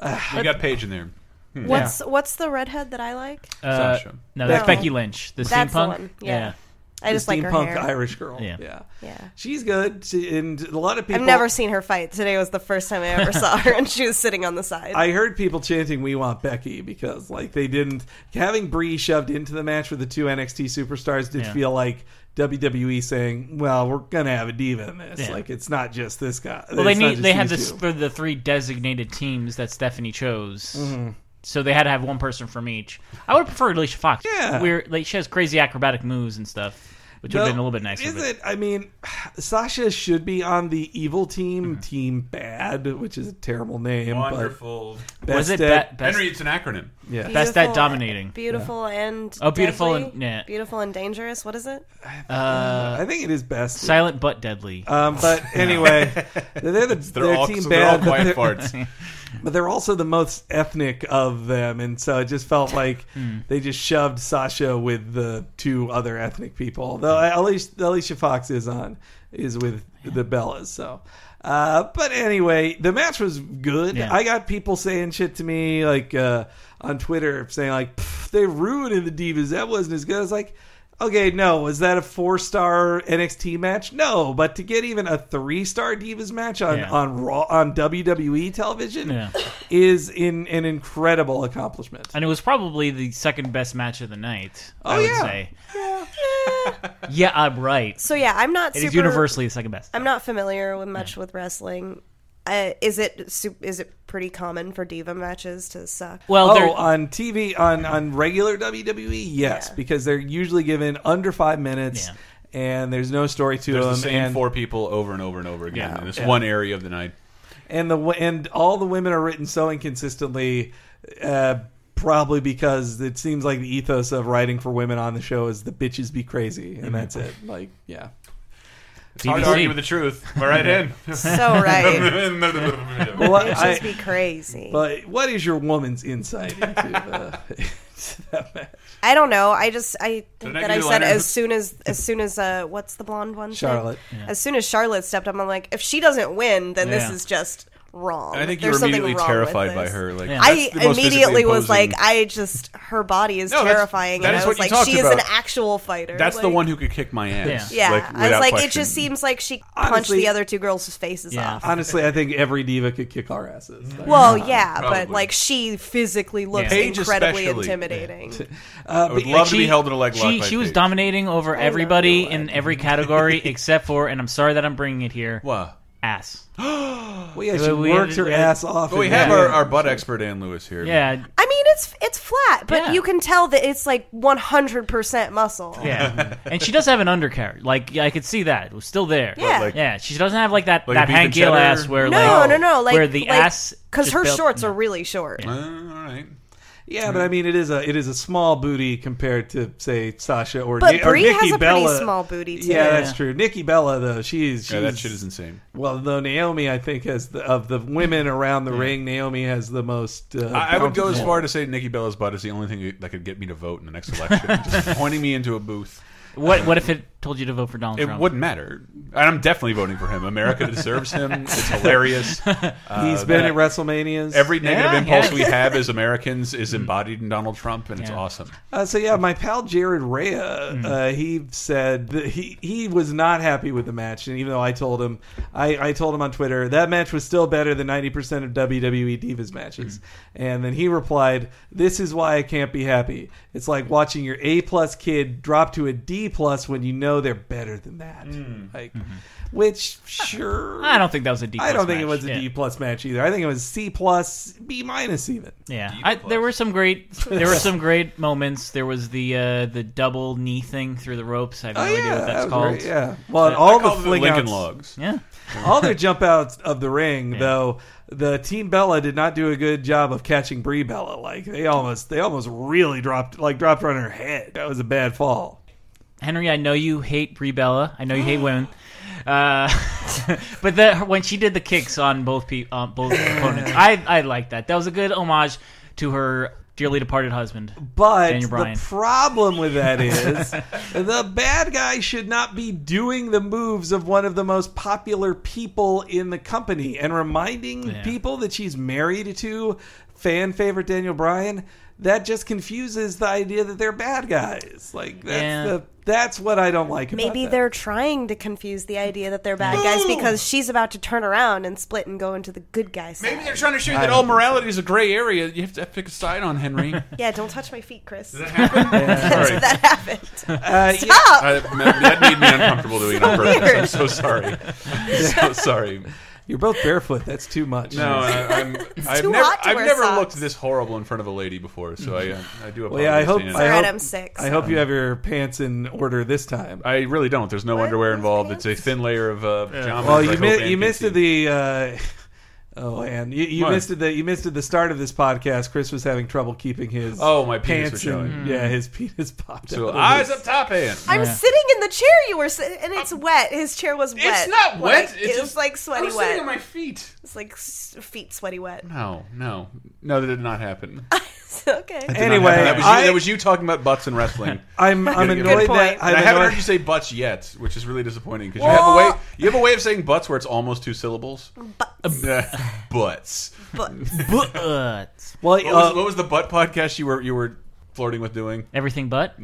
Speaker 9: Uh,
Speaker 8: We got Paige in there.
Speaker 4: What's what's the redhead that I like?
Speaker 7: Uh,
Speaker 8: Sasha.
Speaker 7: no, that's
Speaker 4: No.
Speaker 7: Becky Lynch, the
Speaker 4: That's the
Speaker 7: steampunk.
Speaker 4: one, yeah. I
Speaker 9: the
Speaker 4: just like her
Speaker 9: steampunk
Speaker 4: hair.
Speaker 9: Irish girl.
Speaker 7: Yeah.
Speaker 9: yeah.
Speaker 4: Yeah.
Speaker 9: She's good, She- and a lot of people.
Speaker 4: I've never seen her fight. Today was the first time I ever saw her, and she was sitting on the side.
Speaker 9: I heard people chanting "We want Becky" because like they didn't having Bree shoved into the match with the two NXT superstars did
Speaker 7: Yeah.
Speaker 9: feel like WWE saying, "Well, we're gonna have a diva in this.
Speaker 7: Yeah.
Speaker 9: Like it's not just this guy."
Speaker 7: Well, they need they had this for the three designated teams that Stephanie chose.
Speaker 9: Mm-hmm.
Speaker 7: So they had to have one person from each. I would prefer Alicia Fox.
Speaker 9: Yeah.
Speaker 7: We're, like, she has crazy acrobatic moves and stuff, which would have been a little bit nicer.
Speaker 9: Is
Speaker 7: but-
Speaker 9: it? I mean, Sasha should be on the evil team,
Speaker 7: Mm-hmm.
Speaker 9: Team Bad, which is a terrible name.
Speaker 8: Wonderful.
Speaker 9: But
Speaker 7: was it
Speaker 9: best
Speaker 7: that
Speaker 9: at-
Speaker 7: best?
Speaker 8: Henry, it's an acronym.
Speaker 9: yeah.
Speaker 7: Best at
Speaker 4: Beautiful-
Speaker 7: dominating.
Speaker 4: Beautiful and
Speaker 7: Oh, beautiful
Speaker 4: deadly?
Speaker 7: and- yeah.
Speaker 4: beautiful and dangerous. What is it?
Speaker 7: uh,
Speaker 9: I think it is best.
Speaker 7: Silent but deadly.
Speaker 9: um, but anyway, they're the
Speaker 8: They're,
Speaker 9: they're
Speaker 8: all,
Speaker 9: team
Speaker 8: so they're all
Speaker 9: bad. but
Speaker 8: quiet
Speaker 9: they're-
Speaker 8: parts.
Speaker 9: but they're also the most ethnic of them, and so it just felt like
Speaker 7: Hmm.
Speaker 9: they just shoved Sasha with the two other ethnic people. Though Alicia, Alicia Fox is on is with the Bellas, so. Uh, but anyway, the match was good.
Speaker 7: Yeah.
Speaker 9: I got people saying shit to me like uh, on Twitter saying like "Pff, they ruined the divas. That wasn't as good. I was like. Okay, no. Was that a four star NXT match? No, but to get even a three star Divas match on,
Speaker 7: Yeah.
Speaker 9: on Raw on WWE television,
Speaker 7: Yeah.
Speaker 9: is in an incredible accomplishment.
Speaker 7: and it was probably the second best match of the night.
Speaker 9: Oh,
Speaker 7: I would
Speaker 9: yeah.
Speaker 7: say. Yeah. I'm right.
Speaker 4: So yeah, I'm not.
Speaker 7: It is
Speaker 4: super,
Speaker 7: universally the second best.
Speaker 4: I'm not familiar with much with wrestling. Uh, is it su- is it pretty common for diva matches to suck?
Speaker 7: Well,
Speaker 9: Oh,
Speaker 7: there-
Speaker 9: on TV, on on regular WWE, yes,
Speaker 4: Yeah.
Speaker 9: because they're usually given under five minutes,
Speaker 7: Yeah.
Speaker 9: and there's no story to
Speaker 8: There's
Speaker 9: them.
Speaker 8: the same
Speaker 9: and,
Speaker 8: four people over and over and over again
Speaker 9: Yeah.
Speaker 8: in this one area of the night.
Speaker 9: and the w- and all the women are written so inconsistently. Uh, Probably because it seems like the ethos of writing for women on the show is the bitches be crazy,
Speaker 7: Mm-hmm.
Speaker 9: and that's it. Like, yeah,
Speaker 8: It's hard to
Speaker 7: BBC.
Speaker 8: argue with the truth. We're right in.
Speaker 4: So right,
Speaker 9: Well, I-
Speaker 4: it just be crazy.
Speaker 9: but what is your woman's insight into, uh, into that match?
Speaker 4: I don't know. I just I think
Speaker 8: I
Speaker 4: that
Speaker 8: give
Speaker 4: I
Speaker 8: you
Speaker 4: said
Speaker 8: Leonard?
Speaker 4: as soon as as soon as uh what's the blonde one?
Speaker 9: Charlotte.
Speaker 4: As soon as Charlotte stepped up, I'm like, if she doesn't win, then this
Speaker 7: Yeah.
Speaker 4: is just wrong.
Speaker 8: I think you
Speaker 4: There's
Speaker 8: were
Speaker 4: something
Speaker 8: immediately
Speaker 4: wrong with
Speaker 8: terrified by
Speaker 4: this.
Speaker 8: her. Like
Speaker 7: Yeah.
Speaker 4: I
Speaker 8: that's the most physically
Speaker 4: immediately was like,
Speaker 8: imposing-
Speaker 4: I just her body is
Speaker 8: No, that's-
Speaker 4: terrifying,
Speaker 8: that
Speaker 4: and
Speaker 8: is
Speaker 4: I
Speaker 8: what
Speaker 4: was
Speaker 8: you
Speaker 4: like,
Speaker 8: talked
Speaker 4: she is
Speaker 8: about.
Speaker 4: an actual fighter.
Speaker 8: That's the
Speaker 4: Like,
Speaker 8: one who could kick my ass.
Speaker 7: Yeah.
Speaker 4: Yeah,
Speaker 8: like,
Speaker 4: I was
Speaker 8: without
Speaker 4: like, it
Speaker 8: question.
Speaker 4: just seems like she punched
Speaker 9: Honestly-
Speaker 4: the other two girls' faces
Speaker 7: Yeah.
Speaker 4: off.
Speaker 9: Honestly, I think every diva could kick our asses.
Speaker 4: Well, yeah, but
Speaker 8: Probably.
Speaker 4: like she physically looks
Speaker 7: Yeah.
Speaker 8: Paige
Speaker 4: incredibly
Speaker 8: especially.
Speaker 4: intimidating.
Speaker 9: uh,
Speaker 8: I would love to be held in a leg lock.
Speaker 7: She,
Speaker 8: by
Speaker 7: she was
Speaker 8: Paige.
Speaker 7: dominating
Speaker 9: Oh,
Speaker 7: over everybody in every category except for, and I'm sorry that I'm bringing it here,
Speaker 8: What?
Speaker 7: ass.
Speaker 9: Well, yeah, she
Speaker 7: we-
Speaker 9: worked her
Speaker 7: we-
Speaker 9: ass off.
Speaker 8: But we
Speaker 9: in
Speaker 8: have
Speaker 9: that.
Speaker 8: our, our butt expert Dan Lewis here.
Speaker 7: Yeah,
Speaker 4: I mean, it's it's flat, but
Speaker 7: Yeah.
Speaker 4: you can tell that it's like 100 percent muscle.
Speaker 7: yeah. and she does have an undercarriage. Like yeah, I could see that. It was still there.
Speaker 4: Yeah. Like-
Speaker 7: yeah. She doesn't have like that
Speaker 8: Like a
Speaker 7: that
Speaker 8: beef
Speaker 7: Hank
Speaker 8: and
Speaker 7: Gill
Speaker 8: cheddar?
Speaker 7: ass where
Speaker 4: No,
Speaker 7: like
Speaker 4: no, no. Like
Speaker 7: where the
Speaker 4: like,
Speaker 7: ass
Speaker 4: because
Speaker 7: just
Speaker 4: her
Speaker 7: built-
Speaker 4: shorts are really short.
Speaker 8: Uh, all right.
Speaker 9: Yeah, but I mean, it is a it is a small booty compared to say Sasha or
Speaker 4: But
Speaker 9: Ni- or
Speaker 4: Brie
Speaker 9: Nikki
Speaker 4: has a pretty
Speaker 9: Bella.
Speaker 4: small booty, too.
Speaker 9: Yeah, that's
Speaker 7: Yeah.
Speaker 9: true. Nikki Bella though, she's, she's
Speaker 8: Yeah, that shit is insane.
Speaker 9: well, though Naomi, I think has the, of the women around the ring, Naomi has the most. Uh,
Speaker 8: I, I would go as far to say Nikki Bella's butt is the only thing that could get me to vote in the next election. Just pointing me into a booth.
Speaker 7: What what if it told you to vote for Donald
Speaker 8: It
Speaker 7: Trump?
Speaker 8: wouldn't matter. And I'm definitely voting for him. America deserves him. It's hilarious. Uh,
Speaker 9: He's been at WrestleManias.
Speaker 8: Every negative
Speaker 7: Yeah,
Speaker 8: impulse
Speaker 7: yeah.
Speaker 8: we have as Americans is embodied in Donald Trump, and it's
Speaker 7: Yeah.
Speaker 8: awesome.
Speaker 9: Uh, so yeah, my pal Jared Rea,
Speaker 7: Mm-hmm.
Speaker 9: uh, he said that he he was not happy with the match, and even though I told him, I, I told him on Twitter that match was still better than ninety percent of WWE divas matches,
Speaker 7: Mm-hmm.
Speaker 9: and then he replied, "This is why I can't be happy. It's like watching your A plus kid drop to a D plus when you know they're better than that." Like, which sure
Speaker 7: Mm. Mm-hmm. I don't think that was a D.
Speaker 9: I don't
Speaker 7: plus
Speaker 9: think it
Speaker 7: match.
Speaker 9: was a D
Speaker 7: yeah.
Speaker 9: plus match either. I think it was C plus B minus even.
Speaker 7: Yeah, I, there were some great there were some great moments. There was the uh, the double knee thing through the ropes. I have no
Speaker 9: Oh
Speaker 7: idea
Speaker 9: yeah,
Speaker 7: what
Speaker 9: that
Speaker 7: that's
Speaker 9: was
Speaker 7: called.
Speaker 9: great, yeah. Well, and all the
Speaker 8: Call them
Speaker 9: fling
Speaker 8: Lincoln
Speaker 9: outs-
Speaker 8: Logs.
Speaker 7: Yeah.
Speaker 9: all their jump outs of the ring, though, the team Bella did not do a good job of catching Brie Bella. Like they almost, they almost really dropped, like dropped her on her head. That was a bad fall.
Speaker 7: Henry, I know you hate Brie Bella. I know you hate women. Uh, but the, when she did the kicks on both pe- on both opponents, I I liked that. That was a good homage to her dearly departed husband.
Speaker 9: But
Speaker 7: Daniel
Speaker 9: the
Speaker 7: Bryan.
Speaker 9: problem with that is the bad guy should not be doing the moves of one of the most popular people in the company and reminding people that she's married to fan favorite Daniel Bryan. That just confuses the idea that they're bad guys. Like that's
Speaker 7: Yeah.
Speaker 9: the, that's what I don't like. about
Speaker 4: Maybe
Speaker 9: that.
Speaker 4: they're trying to confuse the idea that they're bad guys because she's about to turn around and split and go into the good guy side.
Speaker 8: Maybe they're trying to show you that all morality is a gray area. You have to pick a side on Henry.
Speaker 4: Yeah, don't touch my feet, Chris. That,
Speaker 8: sorry.
Speaker 4: happened.
Speaker 9: Uh, yeah.
Speaker 8: I, that made me uncomfortable doing it on purpose.
Speaker 4: weird.
Speaker 8: I'm so sorry. so sorry.
Speaker 9: You're both barefoot. That's too much.
Speaker 8: No, I, I'm, I've
Speaker 4: too
Speaker 8: never,
Speaker 4: hot to
Speaker 8: I've
Speaker 4: wear
Speaker 8: never
Speaker 4: socks.
Speaker 8: looked this horrible in front of a lady before, so I, uh, I do apologize.
Speaker 9: Mm-hmm. Well, yeah, I hope.
Speaker 8: to Anna.
Speaker 9: I hope,
Speaker 4: Alright, I'm six.
Speaker 9: I hope you have your pants in order this time.
Speaker 8: I really don't. There's no underwear
Speaker 4: Those
Speaker 8: involved.
Speaker 4: pants?
Speaker 8: It's a thin layer of uh, pajamas.
Speaker 9: Well,
Speaker 8: I
Speaker 9: you
Speaker 8: hope
Speaker 9: mi-
Speaker 8: Ann
Speaker 9: you
Speaker 8: can
Speaker 9: missed
Speaker 8: see.
Speaker 9: it the. Uh, oh, and you, you
Speaker 8: What?
Speaker 9: missed it. The you missed it. The start of this podcast. Chris was having trouble keeping his.
Speaker 8: Oh, my penis was
Speaker 9: pants and-
Speaker 4: Hmm.
Speaker 8: showing.
Speaker 9: Yeah, his penis popped
Speaker 8: So
Speaker 9: out.
Speaker 8: eyes up top, Ann.
Speaker 4: I'm sitting in the chair you were sitting, and it's wet. His chair was wet.
Speaker 8: It's not wet.
Speaker 4: Like,
Speaker 8: it's
Speaker 4: it was
Speaker 8: just-
Speaker 4: like
Speaker 8: I
Speaker 4: sweaty
Speaker 8: was
Speaker 4: wet.
Speaker 8: sitting on my feet.
Speaker 4: it's like s- feet sweaty wet.
Speaker 9: Oh,
Speaker 8: No, no, no. That did not happen.
Speaker 4: okay.
Speaker 8: Did not
Speaker 9: Anyway,
Speaker 8: happen. that was,
Speaker 9: I-
Speaker 8: you, that was you talking about butts and wrestling.
Speaker 9: I'm I'm
Speaker 8: Good
Speaker 9: annoyed
Speaker 4: point.
Speaker 9: that
Speaker 8: And
Speaker 9: I'm
Speaker 8: I haven't
Speaker 9: annoyed-
Speaker 8: heard you say butts yet, which is really disappointing because you have a way you have a way of saying butts where it's almost two syllables. Butts. butts.
Speaker 4: But
Speaker 7: But
Speaker 9: Well,
Speaker 8: What was,
Speaker 9: uh,
Speaker 8: what was the butt podcast you were you were flirting with doing?
Speaker 7: everything but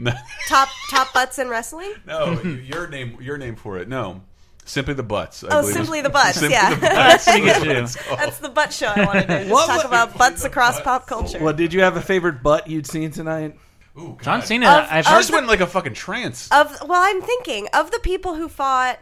Speaker 4: top top butts in wrestling.
Speaker 8: No, you- your name your name for it. No, simply the butts. I
Speaker 4: Oh,
Speaker 8: believe it was-
Speaker 4: simply the butts.
Speaker 8: Simply
Speaker 4: yeah,
Speaker 8: the butts.
Speaker 7: pretty good too.
Speaker 8: That's called.
Speaker 4: that's the butt show I want to do. Just
Speaker 9: What
Speaker 4: talk
Speaker 9: was-
Speaker 4: about butts across pop culture.
Speaker 9: well, did you have a favorite butt you'd seen tonight?
Speaker 8: Ooh, God.
Speaker 7: John Cena,
Speaker 4: Of-
Speaker 7: I've
Speaker 8: I
Speaker 7: heard
Speaker 8: just went in like a fucking trance.
Speaker 4: Of well, I'm thinking of the people who fought,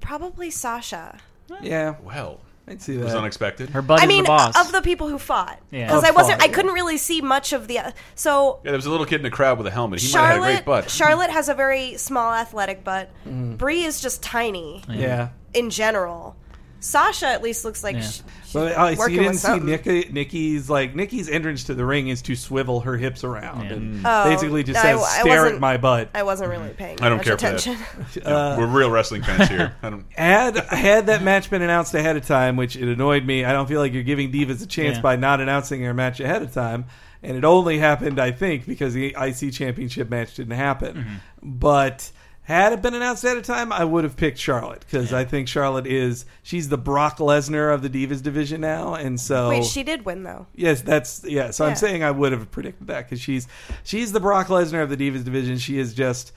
Speaker 4: probably Sasha.
Speaker 9: Yeah,
Speaker 8: Well,
Speaker 9: I'd see
Speaker 8: it was
Speaker 9: that.
Speaker 8: unexpected.
Speaker 7: her buddy's
Speaker 4: I mean,
Speaker 7: the boss.
Speaker 4: of the people who fought,
Speaker 7: Yeah.
Speaker 4: because
Speaker 9: Of
Speaker 4: I wasn't,
Speaker 9: fought,
Speaker 4: I couldn't really see much of the. uh, So
Speaker 8: yeah, there was a little kid in a crowd with a helmet. He might have had a great
Speaker 4: Charlotte,
Speaker 8: butt.
Speaker 4: Charlotte has a very small, athletic butt. Bree is just tiny
Speaker 9: Yeah.
Speaker 4: in general. Sasha at least looks like
Speaker 7: Yeah.
Speaker 4: sh- she's
Speaker 9: But oh, so
Speaker 4: working
Speaker 9: you didn't
Speaker 4: with
Speaker 9: see
Speaker 4: something.
Speaker 9: Nikki, Nikki's like Nikki's entrance to the ring is to swivel her hips around and
Speaker 4: Oh,
Speaker 9: basically just
Speaker 4: I-
Speaker 9: says
Speaker 4: I
Speaker 9: stare at
Speaker 4: wasn't-
Speaker 9: my butt.
Speaker 4: I wasn't really paying.
Speaker 8: I don't
Speaker 4: much
Speaker 8: care for that.
Speaker 4: attention.
Speaker 8: Yeah, we're real wrestling fans here. I don't.
Speaker 9: had had that match been announced ahead of time, which it annoyed me. I don't feel like you're giving divas a chance
Speaker 7: Yeah.
Speaker 9: by not announcing their match ahead of time. And it only happened, I think, because the IC Championship match didn't happen. But had it been announced ahead of time, I would have picked Charlotte because I think Charlotte is she's the Brock Lesnar of the divas division now, and so
Speaker 4: Wait, she did win though.
Speaker 9: Yes, that's yeah. So
Speaker 4: Yeah.
Speaker 9: I'm saying I would have predicted that because she's she's the Brock Lesnar of the Divas division. She is just.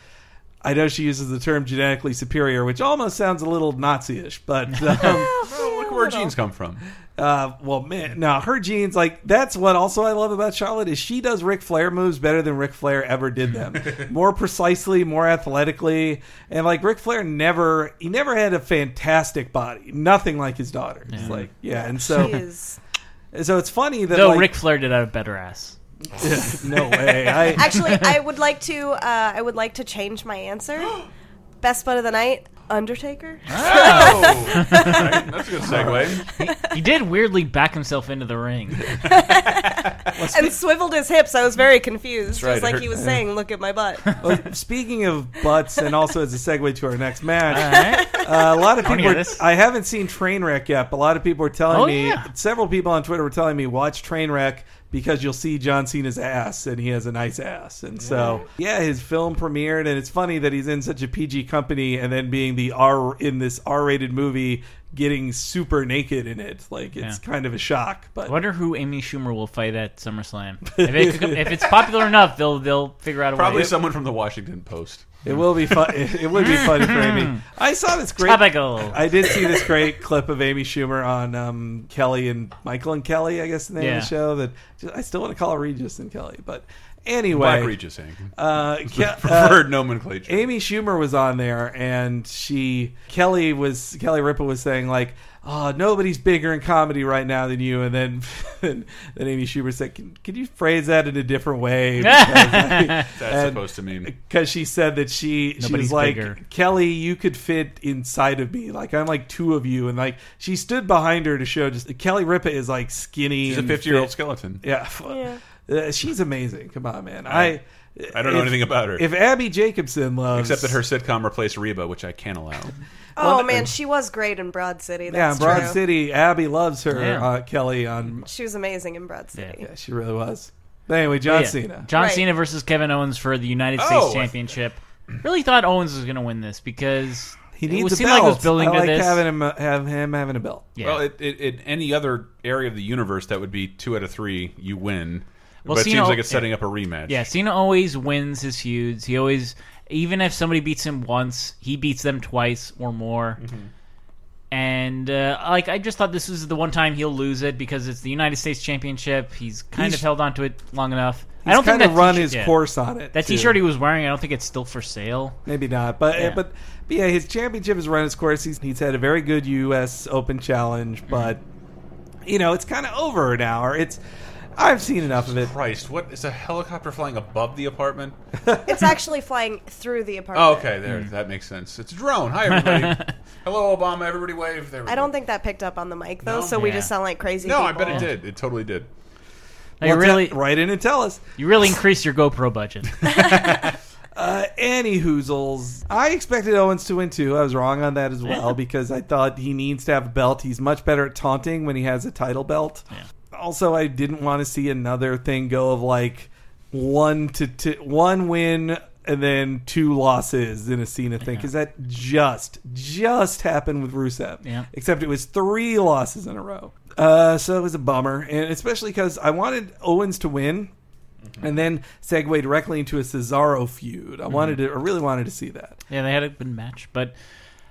Speaker 9: I know she uses the term genetically superior, which almost sounds a little Nazi-ish, but um,
Speaker 8: Oh, look where her jeans come from.
Speaker 9: uh, well, man, now her jeans, like that's what also I love about Charlotte is she does Ric Flair moves better than Ric Flair ever did them, more precisely, more athletically, and like Ric Flair never he never had a fantastic body, nothing like his daughter's, like yeah, and
Speaker 4: She
Speaker 9: so
Speaker 4: is
Speaker 9: so it's funny that
Speaker 7: Though
Speaker 9: like,
Speaker 7: Ric Flair did have a better ass.
Speaker 9: no way, I,
Speaker 4: actually. I would like to. Uh, I would like to change my answer. Best butt of the night, Undertaker.
Speaker 8: Oh, that's a good segue.
Speaker 7: He did weirdly back himself into the ring.
Speaker 4: and swiveled his hips. I was very confused.
Speaker 8: right,
Speaker 4: Just like
Speaker 8: her-
Speaker 4: he was saying, "Look at my butt."
Speaker 9: Well, Oh, speaking of butts, and also as a segue to our next
Speaker 7: All
Speaker 9: match,
Speaker 7: right.
Speaker 9: uh, a lot of
Speaker 7: Wanna
Speaker 9: people.
Speaker 7: hear
Speaker 9: Are,
Speaker 7: this?
Speaker 9: I haven't seen Trainwreck yet, but a lot of people are telling
Speaker 7: Oh,
Speaker 9: me.
Speaker 7: yeah.
Speaker 9: Several people on Twitter were telling me watch Trainwreck because you'll see John Cena's ass, and he has a nice ass. And so, yeah, his film premiered, and it's funny that he's in such a PG company, and then being the R in this R-rated movie, getting super naked in it. Like it's
Speaker 7: Yeah.
Speaker 9: kind of a shock, but.
Speaker 7: I wonder who Amy Schumer will fight at SummerSlam. If, it, if it's popular enough, they'll they'll figure out a
Speaker 8: Probably
Speaker 7: way.
Speaker 8: someone from the Washington Post.
Speaker 9: It will be fun. It would be fun for
Speaker 7: Mm.
Speaker 9: Amy. I saw this great.
Speaker 7: Topical.
Speaker 9: I did see this great clip of Amy Schumer on um, Kelly and Michael and Kelly. I guess the name
Speaker 7: Yeah.
Speaker 9: of the show that I still want to call her Regis and Kelly, but Anyway,
Speaker 8: Black Regis, Hank.
Speaker 9: Uh,
Speaker 8: The
Speaker 9: Ke- uh,
Speaker 8: preferred nomenclature.
Speaker 9: Amy Schumer was on there, and she Kelly was Kelly Ripa was saying like, "Oh, nobody's bigger in comedy right now than you." And then then, then Amy Schumer said, can, "Can you phrase that in a different way?"
Speaker 8: That's supposed to mean-
Speaker 9: because she said that she she
Speaker 7: Nobody's
Speaker 9: was like
Speaker 7: bigger.
Speaker 9: Kelly, you could fit inside of me. Like I'm like two of you, and like she stood behind her to show. Just Kelly Ripa is like skinny.
Speaker 8: She's a
Speaker 9: and
Speaker 8: 50-year-old
Speaker 9: fit.
Speaker 8: skeleton.
Speaker 9: Yeah. Uh, she's amazing. Come on, man. I
Speaker 8: I don't know anything about her.
Speaker 9: If Abby Jacobson loves,
Speaker 8: Except that her sitcom replaced Reba, which I can't allow.
Speaker 4: Oh man, she was great in Broad City.
Speaker 9: yeah, in
Speaker 4: That's
Speaker 9: Broad
Speaker 4: true.
Speaker 9: City, Abby loves her.
Speaker 7: Yeah.
Speaker 9: Uh, Kelly on
Speaker 4: She was amazing in Broad City.
Speaker 9: yeah, she really was. But anyway, John
Speaker 7: Yeah.
Speaker 9: Cena.
Speaker 7: John
Speaker 4: Right.
Speaker 7: Cena versus Kevin Owens for the United
Speaker 8: Oh, I-
Speaker 7: States Championship. Really thought Owens was going to win this because
Speaker 9: He
Speaker 7: it
Speaker 9: needs a
Speaker 7: seemed
Speaker 9: belt.
Speaker 7: like it was building
Speaker 9: I like
Speaker 7: to this.
Speaker 9: having him uh, have him having a belt.
Speaker 7: yeah.
Speaker 8: Well, it, it, it, any other area of the universe, that would be two out of three, you win.
Speaker 7: Well,
Speaker 8: but it
Speaker 7: Cena-
Speaker 8: seems like it's setting up a rematch.
Speaker 7: Yeah, Cena always wins his feuds. He always, even if somebody beats him once, he beats them twice or more.
Speaker 9: Mm-hmm.
Speaker 7: And uh, like, I just thought this was the one time he'll lose it because it's the United States Championship. He's kind
Speaker 9: He's-
Speaker 7: of held onto it long enough. I
Speaker 9: He's
Speaker 7: don't think
Speaker 9: kinda
Speaker 7: that
Speaker 9: run
Speaker 7: t-shirt-
Speaker 9: his
Speaker 7: yeah.
Speaker 9: course on it.
Speaker 7: That
Speaker 9: too.
Speaker 7: T-shirt he was wearing, I don't think it's still for sale.
Speaker 9: Maybe not, but
Speaker 7: Yeah.
Speaker 9: but but yeah, his championship has run its course. He's, he's had a very good U.S. Open challenge,
Speaker 7: Mm-hmm.
Speaker 9: but you know it's kind of over an hour. It's I've seen enough of it.
Speaker 8: Christ, what is a helicopter flying above the apartment?
Speaker 4: It's actually flying through the apartment.
Speaker 8: Oh, okay, there.
Speaker 7: Mm.
Speaker 8: That makes sense. It's a drone. Hi, everybody. Hello, Obama. Everybody wave. There we
Speaker 4: I
Speaker 8: go.
Speaker 4: don't think that picked up on the mic though,
Speaker 8: Oh. No?
Speaker 4: so we
Speaker 7: Yeah.
Speaker 4: just sound like crazy.
Speaker 8: No, I
Speaker 4: people.
Speaker 8: bet it did. It totally did.
Speaker 7: Like,
Speaker 9: Well,
Speaker 7: really,
Speaker 9: te- write in and tell us.
Speaker 7: you really increased your GoPro budget.
Speaker 9: Any hoozles. Uh, I expected Owens to win too. I was wrong on that as well because I thought he needs to have a belt. He's much better at taunting when he has a title belt. Also, I didn't want to see another thing go of like one to t- one win and then two losses in a Cena thing because that just just happened with Rusev.
Speaker 7: Yeah.
Speaker 9: Except it was three losses in a row. Uh, so it was a bummer, and especially because I wanted Owens to win
Speaker 7: Mm-hmm.
Speaker 9: and then segue directly into a Cesaro feud. I wanted to, I really wanted to see that.
Speaker 7: Yeah, they had a good match, but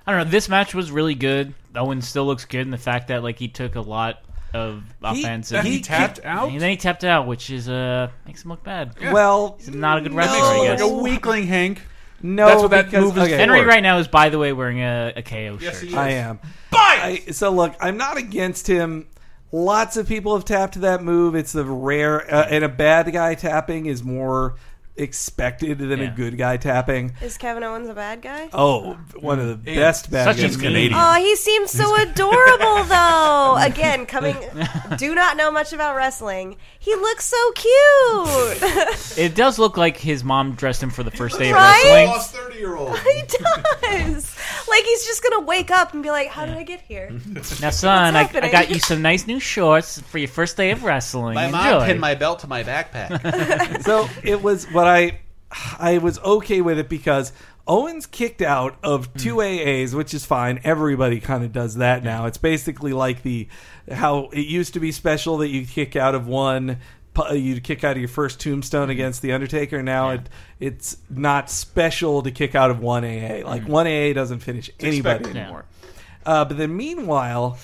Speaker 7: I don't know. This match was really good. Owen still looks good in the fact that like he took a lot of offense. and
Speaker 8: he tapped out?
Speaker 7: and then he tapped out, which is uh makes him look bad.
Speaker 9: Well,
Speaker 7: He's not a good wrestler,
Speaker 8: Makes
Speaker 7: I
Speaker 8: him
Speaker 7: guess.
Speaker 8: look like a weakling, Hank.
Speaker 9: no,
Speaker 8: That's what that
Speaker 9: because,
Speaker 8: move is
Speaker 9: okay,
Speaker 7: Henry
Speaker 8: Lord.
Speaker 7: right now is, by the way, wearing a, a KO
Speaker 8: Yes,
Speaker 7: shirt.
Speaker 8: he is.
Speaker 9: I am. I, so look, I'm not against him. Lots of people have tapped to that move. It's a rare, uh, and a bad guy tapping is more expected than
Speaker 7: Yeah.
Speaker 9: a good guy tapping.
Speaker 4: Is Kevin Owens a bad guy? Oh,
Speaker 9: Oh, one of the best bad
Speaker 7: such a
Speaker 9: guys.
Speaker 7: mean-
Speaker 8: Canadian.
Speaker 4: he seems so adorable though. Again, coming do not know much about wrestling. He looks so cute.
Speaker 7: It does look like his mom dressed him for the first day
Speaker 4: Right?
Speaker 7: of wrestling.
Speaker 8: Lost 30 year old.
Speaker 4: he does. Like he's just gonna wake up and be like, "How did I get here?"
Speaker 7: Now, son, I,
Speaker 4: What's
Speaker 7: I got
Speaker 4: happening?
Speaker 7: you some nice new shorts for your first day of wrestling. Enjoy.
Speaker 8: belt to my backpack.
Speaker 9: so it was what I I was okay with it because Owens kicked out of two AAs, which is fine. Everybody kind of does that now. It's basically like the how it used to be special that you kick out of one. pu- uh, You'd kick out of your first tombstone against the Undertaker. Now it it's not special to kick out of one AA. Like one AA doesn't finish anybody
Speaker 8: expected.
Speaker 9: anymore. Uh, but then meanwhile,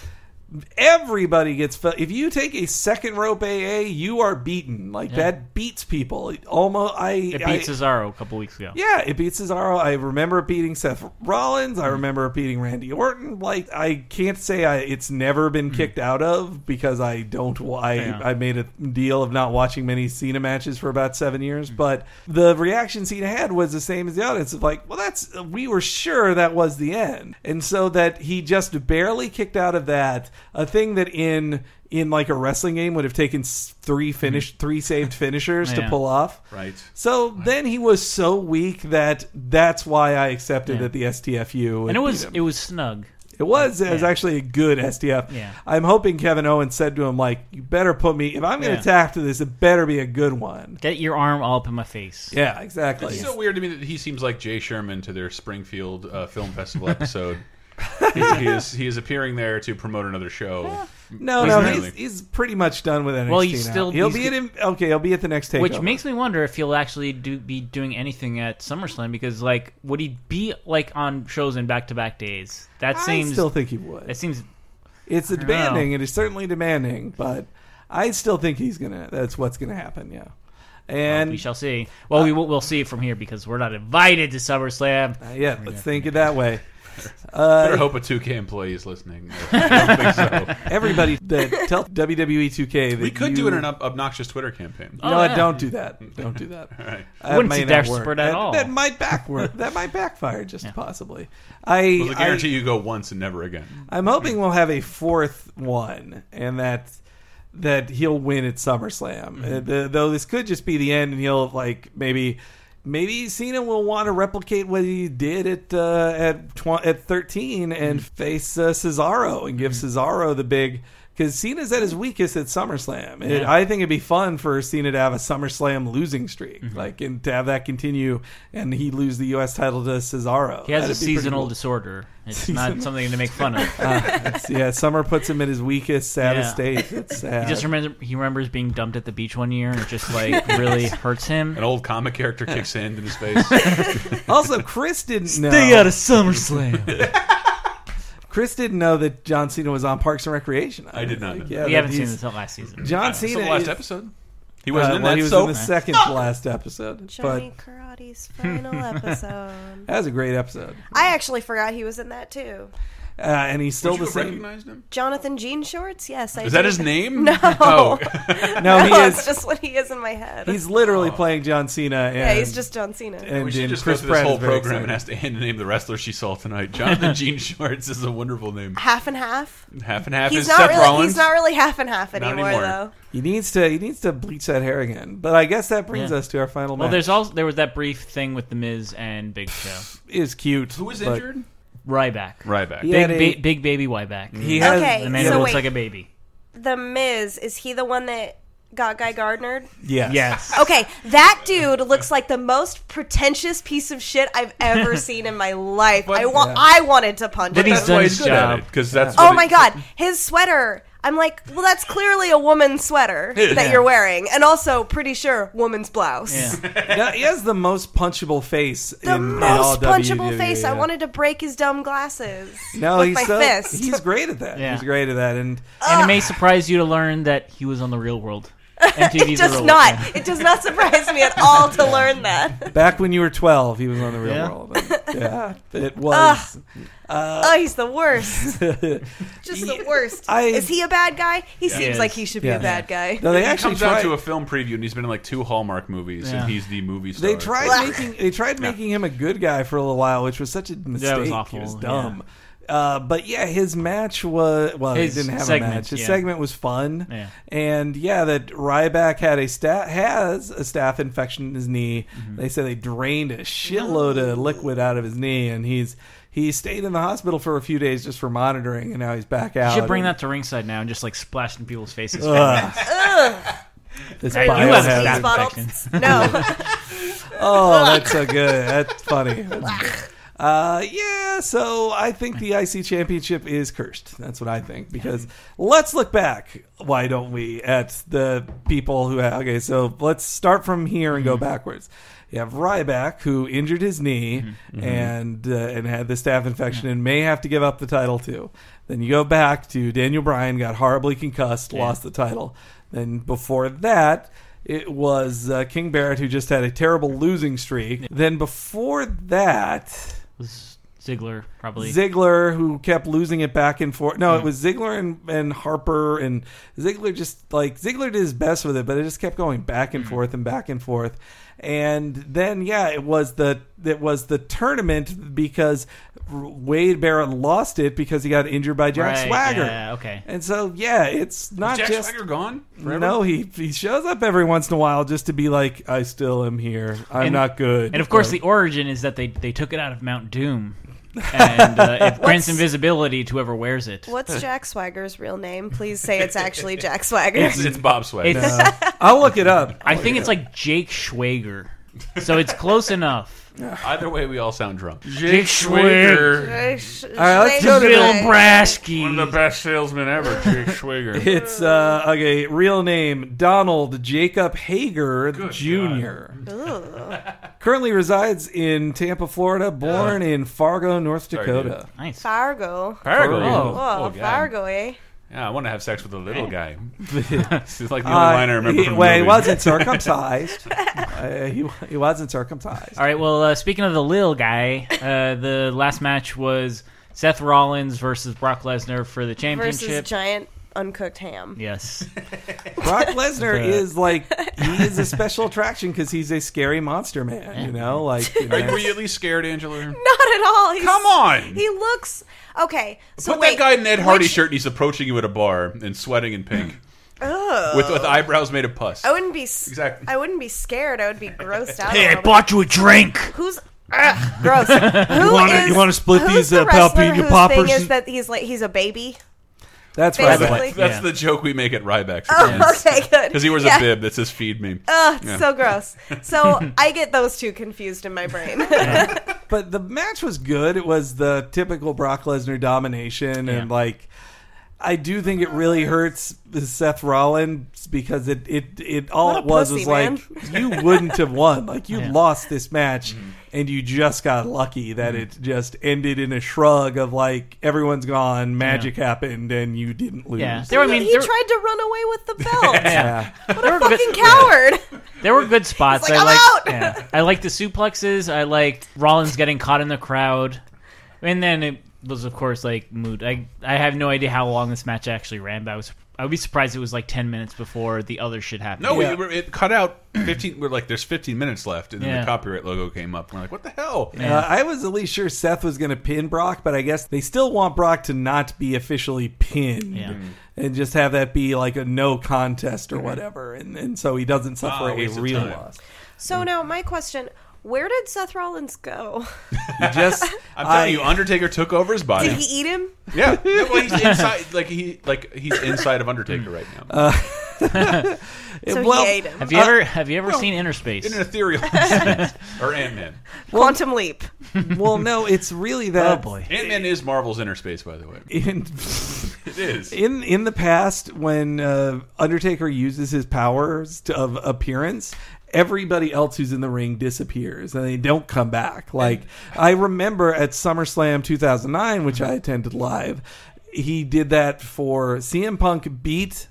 Speaker 9: everybody gets. fe- If you take a second rope AA, you are beaten. Like that beats people. It almost I
Speaker 7: It beat
Speaker 9: I,
Speaker 7: Cesaro a couple weeks ago.
Speaker 9: yeah, it beats Cesaro. I remember it beating Seth Rollins. I remember it beating Randy Orton. Like I can't say I, it's never been kicked out of because I don't. I I made a deal of not watching many Cena matches for about seven years. But the reaction Cena had was the same as the audience of like, well, that's we were sure that was the end, and so that he just barely kicked out of that a thing that in in like a wrestling game would have taken s- three finish three saved finishers to
Speaker 7: Yeah.
Speaker 9: pull off.
Speaker 8: Right.
Speaker 9: So then he was so weak that that's why I accepted that the STFU. would
Speaker 7: And it
Speaker 9: beat
Speaker 7: was
Speaker 9: him.
Speaker 7: it was snug.
Speaker 9: it was it was actually a good STF.
Speaker 7: Yeah.
Speaker 9: I'm hoping Kevin Owens said to him like, "You better put me if I'm going to
Speaker 7: Yeah.
Speaker 9: tap to this, it better be a good one."
Speaker 7: Get your arm all up in my face.
Speaker 9: Yeah, exactly.
Speaker 8: It's so weird to me that he seems like Jay Sherman to their Springfield uh, Film Festival episode. he, he is he is appearing there to promote another show.
Speaker 9: No, no,
Speaker 8: Apparently.
Speaker 9: he's, he's pretty much done with NXT
Speaker 7: Well, he's
Speaker 9: now.
Speaker 7: still-
Speaker 9: he'll
Speaker 7: he's
Speaker 9: be
Speaker 7: get-
Speaker 9: at him. Okay, he'll be at the next takeover.
Speaker 7: Which makes me wonder if he'll actually do be doing anything at SummerSlam because like would he be like on shows in back to back days? That
Speaker 9: I
Speaker 7: seems
Speaker 9: still think he would.
Speaker 7: that seems
Speaker 9: It's
Speaker 7: know.
Speaker 9: demanding. It is certainly demanding, but I still think he's gonna. That's what's gonna happen. Yeah. And
Speaker 7: we shall see. Well, we will, we'll see from here because we're not invited to SummerSlam.
Speaker 9: yeah, let's think it that way. Uh,
Speaker 8: Better hope a 2K employee is listening. I don't think so.
Speaker 9: Everybody that tell WWE 2K that
Speaker 8: We could
Speaker 9: you, Uh,
Speaker 8: do an ob- obnoxious Twitter campaign.
Speaker 9: No,
Speaker 7: Oh, yeah.
Speaker 9: don't do that. Don't do that.
Speaker 8: All right.
Speaker 9: That
Speaker 7: Wouldn't
Speaker 9: may
Speaker 7: be
Speaker 9: not
Speaker 7: desperate
Speaker 9: work.
Speaker 7: at
Speaker 9: that,
Speaker 7: all.
Speaker 9: That might backfire. that might backfire, just possibly. I,
Speaker 8: Well, I
Speaker 9: I-
Speaker 8: guarantee you go once and never again.
Speaker 9: I'm hoping we'll have a fourth one, and that that he'll win at SummerSlam.
Speaker 7: Mm-hmm.
Speaker 9: Uh, the- though this could just be the end, and he'll like maybe maybe Cena will want to replicate what he did at uh, at tw- at 13 and
Speaker 7: Mm-hmm.
Speaker 9: face uh, Cesaro and give Cesaro the big. Because Cena's at his weakest at SummerSlam. It, I think it'd be fun for Cena to have a SummerSlam losing streak,
Speaker 7: Mm-hmm.
Speaker 9: like, and to have that continue, and he lose the U.S. title to Cesaro.
Speaker 7: He has
Speaker 9: That'd
Speaker 7: a
Speaker 9: be pretty
Speaker 7: seasonal
Speaker 9: cool.
Speaker 7: disorder. It's
Speaker 9: Seasonal.
Speaker 7: not something to make fun of.
Speaker 9: yeah, summer puts him in his weakest, saddest
Speaker 7: Yeah.
Speaker 9: state. It's sad.
Speaker 7: He just remembers he remembers being dumped at the beach one year, and it just like really hurts him.
Speaker 8: An old comic character kicks sand in his face.
Speaker 9: also, Chris didn't know.
Speaker 7: of SummerSlam.
Speaker 9: Chris didn't know that John Cena was on Parks and Recreation.
Speaker 8: I did not know.
Speaker 9: Yeah,
Speaker 7: we
Speaker 9: that
Speaker 7: haven't seen
Speaker 9: he's-
Speaker 7: this until last season.
Speaker 9: John
Speaker 8: That's the
Speaker 9: Cena.
Speaker 8: last
Speaker 9: is-
Speaker 8: episode. He
Speaker 9: uh,
Speaker 8: wasn't in
Speaker 9: well,
Speaker 8: that
Speaker 9: he was
Speaker 8: soap.
Speaker 9: in the second to last episode.
Speaker 4: Johnny
Speaker 9: But
Speaker 4: Karate's final episode.
Speaker 9: that was a great episode,
Speaker 4: I actually forgot he was in that too.
Speaker 9: uh, and he's still
Speaker 8: Would you
Speaker 9: the
Speaker 8: have
Speaker 9: same.
Speaker 8: recognized him?
Speaker 4: Jonathan Jean Shorts? Yes, I
Speaker 8: Is that
Speaker 4: did.
Speaker 8: his name?
Speaker 4: No.
Speaker 8: Oh.
Speaker 9: No, he
Speaker 4: That's
Speaker 9: is.
Speaker 4: just what he is in my head.
Speaker 9: He's literally playing John Cena. And,
Speaker 4: yeah, he's just John Cena.
Speaker 9: And
Speaker 8: Oh. We should
Speaker 9: and
Speaker 8: just
Speaker 9: Chris
Speaker 8: go through this
Speaker 9: Pratt
Speaker 8: whole
Speaker 9: is very
Speaker 8: program and
Speaker 9: excited.
Speaker 8: ask to hand the name of the wrestler she saw tonight. Jonathan Gene Schwartz is a wonderful name.
Speaker 4: Half and half.
Speaker 8: Half and half
Speaker 4: He's
Speaker 8: is
Speaker 4: not
Speaker 8: Seth
Speaker 4: really.
Speaker 8: Rollins.
Speaker 4: He's not really half and half
Speaker 8: Not
Speaker 4: anymore,
Speaker 8: anymore.
Speaker 4: though.
Speaker 9: He needs to. He needs to bleach that hair again. But I guess that brings
Speaker 7: Yeah.
Speaker 9: us to our final
Speaker 7: Well,
Speaker 9: match.
Speaker 7: there's also there was that brief thing with the Miz and Big Show.
Speaker 9: Is cute.
Speaker 8: Who was
Speaker 9: but
Speaker 8: injured?
Speaker 7: Ryback,
Speaker 8: Ryback.
Speaker 9: He
Speaker 7: big
Speaker 9: had a-
Speaker 7: ba- big baby Ryback.
Speaker 9: He has.
Speaker 4: Okay.
Speaker 7: the man who
Speaker 4: So
Speaker 7: looks
Speaker 4: wait.
Speaker 7: like a baby.
Speaker 4: The Miz is he the one that got Guy Gardner?
Speaker 9: Yes.
Speaker 7: Yes.
Speaker 4: Okay, that dude looks like the most pretentious piece of shit I've ever seen in my life. I want.
Speaker 9: yeah.
Speaker 4: I wanted to punch
Speaker 7: But
Speaker 4: him.
Speaker 7: he's
Speaker 8: That's why
Speaker 7: done
Speaker 8: he's
Speaker 7: his
Speaker 8: good at
Speaker 7: job.
Speaker 8: it because that's.
Speaker 4: Oh
Speaker 8: what
Speaker 4: my
Speaker 8: he-
Speaker 4: god, his sweater. I'm like, well, that's clearly a woman's sweater that you're wearing, and also pretty sure woman's blouse.
Speaker 7: Yeah.
Speaker 9: Yeah, he has the most punchable face.
Speaker 4: The
Speaker 9: in, in all
Speaker 4: most punchable
Speaker 9: WWE,
Speaker 4: face. I
Speaker 9: yeah.
Speaker 4: wanted to break his dumb glasses
Speaker 9: No,
Speaker 4: with
Speaker 9: he's
Speaker 4: my
Speaker 9: so,
Speaker 4: fist.
Speaker 9: he's great at that.
Speaker 7: Yeah.
Speaker 9: He's great at that. And
Speaker 7: and it may surprise you to learn that he was on the Real World.
Speaker 4: it
Speaker 7: MTV's The
Speaker 4: does
Speaker 7: Real
Speaker 4: not.
Speaker 7: World.
Speaker 4: It does not surprise me at all to learn that.
Speaker 9: back when you were twelve, he was on the Real
Speaker 7: Yeah.
Speaker 9: World. And, yeah, it was.
Speaker 4: oh, he's the worst. Just the worst.
Speaker 9: Uh, I-
Speaker 4: is he a bad guy? He seems
Speaker 7: is.
Speaker 4: like he should
Speaker 9: Yeah.
Speaker 4: be a bad guy.
Speaker 9: No, they
Speaker 8: He
Speaker 9: actually
Speaker 8: comes out
Speaker 9: tried.
Speaker 8: to a film preview and he's been in like two Hallmark movies
Speaker 7: Yeah.
Speaker 8: and he's the movie star.
Speaker 9: they tried making they tried making him a good guy for a little while, which was such a mistake.
Speaker 7: awful,
Speaker 9: It was dumb. Uh, but yeah, his match was well.
Speaker 7: His
Speaker 9: he didn't have
Speaker 7: segment,
Speaker 9: a match. His
Speaker 7: yeah.
Speaker 9: segment was fun,
Speaker 7: Yeah.
Speaker 9: and yeah, that Ryback had a sta has a staph infection in his knee.
Speaker 7: Mm-hmm.
Speaker 9: They said they drained a shitload of liquid out of his knee, and he's he stayed in the hospital for a few days just for monitoring, and now he's back out.
Speaker 7: Should bring
Speaker 9: and
Speaker 7: that to ringside now and just like splash in people's faces.
Speaker 9: this
Speaker 7: you have
Speaker 9: biohazard-
Speaker 4: These
Speaker 7: that
Speaker 4: bottles-
Speaker 7: infection.
Speaker 4: No.
Speaker 9: Oh, that's so good. That's funny. That's good. Uh, yeah, so I think the IC championship is cursed. That's what I think. Because let's look back, why don't we, at the people who have. Okay, so let's start from here and go backwards. You have Ryback, who injured his knee and uh, and had the staph infection and may have to give up the title to. Then you go back to Daniel Bryan, got horribly concussed, lost the title. Then before that, it was uh, King Barrett who just had a terrible losing streak. Then before that,
Speaker 7: was Ziggler probably.
Speaker 9: Ziggler who kept losing it back and forth. No, it was Ziggler and, and Harper and Ziggler just like Ziggler did his best with it, but it just kept going back
Speaker 7: Mm-hmm.
Speaker 9: and forth and back and forth. And then yeah, it was the it was the tournament because Wade Barrett lost it because he got injured by Jack
Speaker 7: Right,
Speaker 9: Swagger.
Speaker 7: yeah, okay.
Speaker 9: And so yeah, it's not
Speaker 8: Jack
Speaker 9: just
Speaker 8: Swagger gone? Forever?
Speaker 9: no, he he shows up every once in a while just to be like, I still am here. I'm
Speaker 7: And-
Speaker 9: not good.
Speaker 7: And of course,
Speaker 9: But-
Speaker 7: the origin is that they they took it out of Mount Doom, and uh, it grants invisibility to whoever wears it.
Speaker 4: What's Jack Swagger's real name? Please say it's actually Jack Swagger.
Speaker 8: It's, it's Bob Swagger.
Speaker 7: It's
Speaker 9: I'll look it up.
Speaker 7: I think it's like Jake Schwager, so it's close enough.
Speaker 8: Either way, we all sound drunk.
Speaker 7: Jake Schwager,
Speaker 4: All
Speaker 9: right, let's go to
Speaker 7: Bill
Speaker 9: the-
Speaker 7: Brasky.
Speaker 8: best salesman ever, Jake Schwager.
Speaker 9: It's uh okay, real name Donald Jacob Hager Jr. Currently resides in Tampa, Florida, born in Fargo, North
Speaker 8: Sorry,
Speaker 9: Dakota.
Speaker 7: Nice.
Speaker 4: Fargo.
Speaker 8: Fargo.
Speaker 9: Oh.
Speaker 4: Oh,
Speaker 8: God.
Speaker 4: Fargo, eh?
Speaker 8: Yeah, I want to have sex with a little guy. this is like the only
Speaker 9: Uh,
Speaker 8: line I remember.
Speaker 9: he-
Speaker 8: from the
Speaker 9: well, he
Speaker 8: movie.
Speaker 9: wasn't circumcised. Uh, he, he wasn't circumcised.
Speaker 7: All right. Well, uh, speaking of the Lil guy, uh, the last match was Seth Rollins versus Brock Lesnar for the
Speaker 4: versus
Speaker 7: championship.
Speaker 4: giant uncooked ham.
Speaker 7: yes.
Speaker 9: Brock Lesnar
Speaker 7: The-
Speaker 9: is like he is a special attraction because he's a scary monster man. You know, like you
Speaker 8: Are you,
Speaker 9: know,
Speaker 8: were you at least scared, Angela?
Speaker 4: Not at all. He's,
Speaker 8: Come on.
Speaker 4: He looks okay. So
Speaker 8: Put that
Speaker 4: wait,
Speaker 8: guy in an Ed Hardy
Speaker 4: which-
Speaker 8: shirt and he's approaching you at a bar and sweating in pink
Speaker 4: Ugh.
Speaker 8: with, with eyebrows made of pus.
Speaker 4: I wouldn't be s-
Speaker 8: Exactly.
Speaker 4: I wouldn't be scared. I would be grossed out. a
Speaker 7: Hey, I
Speaker 4: little
Speaker 7: bought you a drink.
Speaker 4: bit. Who's ugh, gross? Who you
Speaker 5: wanna- you wanna split
Speaker 4: who's
Speaker 5: these,
Speaker 4: the
Speaker 5: uh,
Speaker 4: wrestler
Speaker 5: Palpatine
Speaker 4: whose
Speaker 5: poppers?
Speaker 4: Thing is that he's like he's a baby.
Speaker 9: that's
Speaker 4: basically-
Speaker 9: right.
Speaker 8: That's, that's
Speaker 7: Yeah.
Speaker 8: the joke we make at Ryback.
Speaker 4: Oh, okay, good.
Speaker 8: Because he wears
Speaker 4: Yeah. Oh.
Speaker 8: a bib that says feed me.
Speaker 4: Ugh, it's so gross. So I get those two confused in my brain.
Speaker 9: But the match was good. It was the typical Brock Lesnar domination, and
Speaker 7: Yeah.
Speaker 9: like I do think it really hurts Seth Rollins because it it it all
Speaker 4: What a
Speaker 9: it was
Speaker 4: pussy,
Speaker 9: was like you wouldn't have won. Like you
Speaker 7: Yeah. Mm-hmm.
Speaker 9: lost this match, and you just got lucky that it just ended in a shrug of like everyone's gone, magic happened, and you didn't lose.
Speaker 7: Yeah. There, were- I mean,
Speaker 4: he
Speaker 7: there,
Speaker 4: tried to run away with the belt.
Speaker 9: Yeah.
Speaker 4: What a fucking coward!
Speaker 7: there were good spots.
Speaker 4: He's like,
Speaker 7: I
Speaker 4: "I'm
Speaker 7: like.
Speaker 4: out!"
Speaker 7: Yeah. I liked the suplexes. I liked Rollins getting caught in the crowd, and then it was of course like mood. I I have no idea how long this match actually ran, but I was I would be surprised it was like ten minutes before the other shit happened.
Speaker 8: No, we, were- it cut out 15. We're like, there's 15 minutes left. And then
Speaker 7: Yeah.
Speaker 8: the copyright logo came up. We're like, what the hell?
Speaker 9: Uh, I was at least sure Seth was going to pin Brock, but I guess they still want Brock to not be officially pinned
Speaker 7: Yeah.
Speaker 9: and just have that be like a no contest or whatever, and, and so he doesn't suffer
Speaker 8: Ah,
Speaker 9: a
Speaker 8: waste of
Speaker 9: real
Speaker 8: time.
Speaker 9: loss.
Speaker 4: So now my question: Where did Seth Rollins go?
Speaker 9: He just,
Speaker 8: I'm telling
Speaker 9: I-
Speaker 8: you, Undertaker took over his body.
Speaker 4: Did he eat him?
Speaker 8: yeah. No, well, he's inside. Like, he, like, he's inside of Undertaker right now.
Speaker 7: Uh.
Speaker 4: So
Speaker 9: Eh, well,
Speaker 4: he ate him.
Speaker 7: Have you
Speaker 8: Uh,
Speaker 7: ever have you ever seen Interspace?
Speaker 8: in an ethereal sense. Or Ant Man.
Speaker 4: Quantum leap.
Speaker 9: well, no, it's really
Speaker 7: oh
Speaker 9: that.
Speaker 7: boy.
Speaker 8: Ant Man is Marvel's inner space, by the way.
Speaker 9: In,
Speaker 8: It is.
Speaker 9: in in the past, when uh, Undertaker uses his powers to, of appearance, everybody else who's in the ring disappears and they don't come back. Like I remember at SummerSlam 2009, which I attended live, he did that for CM Punk. Beat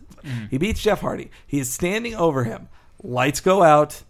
Speaker 9: he beats Jeff Hardy. He is standing over him. Lights go out.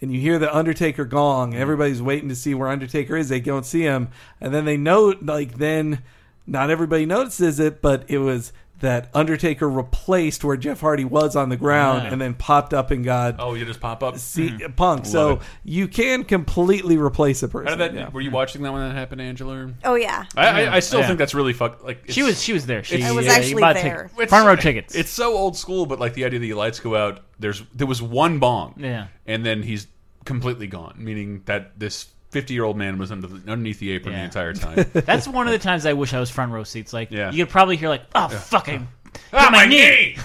Speaker 9: And you hear the Undertaker gong,
Speaker 8: Mm.
Speaker 9: and everybody's waiting to see where Undertaker is. They don't see him, and then they know, like, then not everybody notices it, but it was that Undertaker replaced where Jeff Hardy was on the ground and then popped up and got
Speaker 8: Oh, you just pop up.
Speaker 9: see, Punk. So
Speaker 8: it.
Speaker 9: you can completely replace a person.
Speaker 8: How did that?
Speaker 9: yeah.
Speaker 8: Were you watching that when that happened, Angela?
Speaker 4: Oh yeah.
Speaker 8: I, I, I still
Speaker 7: Yeah.
Speaker 8: think that's really fucked. Like it's-
Speaker 7: She was she was there. She
Speaker 8: It's- I
Speaker 4: was
Speaker 7: yeah, you
Speaker 4: actually
Speaker 7: bought
Speaker 4: there.
Speaker 7: tickets.
Speaker 8: it's-
Speaker 7: Front row tickets.
Speaker 8: It's so old school, but like the idea that the lights go out. There's there was one bong.
Speaker 7: Yeah.
Speaker 8: and then he's completely gone, meaning that this. Fifty-year-old man was under the, underneath the apron
Speaker 7: Yeah.
Speaker 8: the entire time.
Speaker 7: That's one of the times I wish I was front row seats. Like
Speaker 8: Yeah.
Speaker 7: you could probably hear like, oh fuck, I
Speaker 8: ah,
Speaker 7: my knee!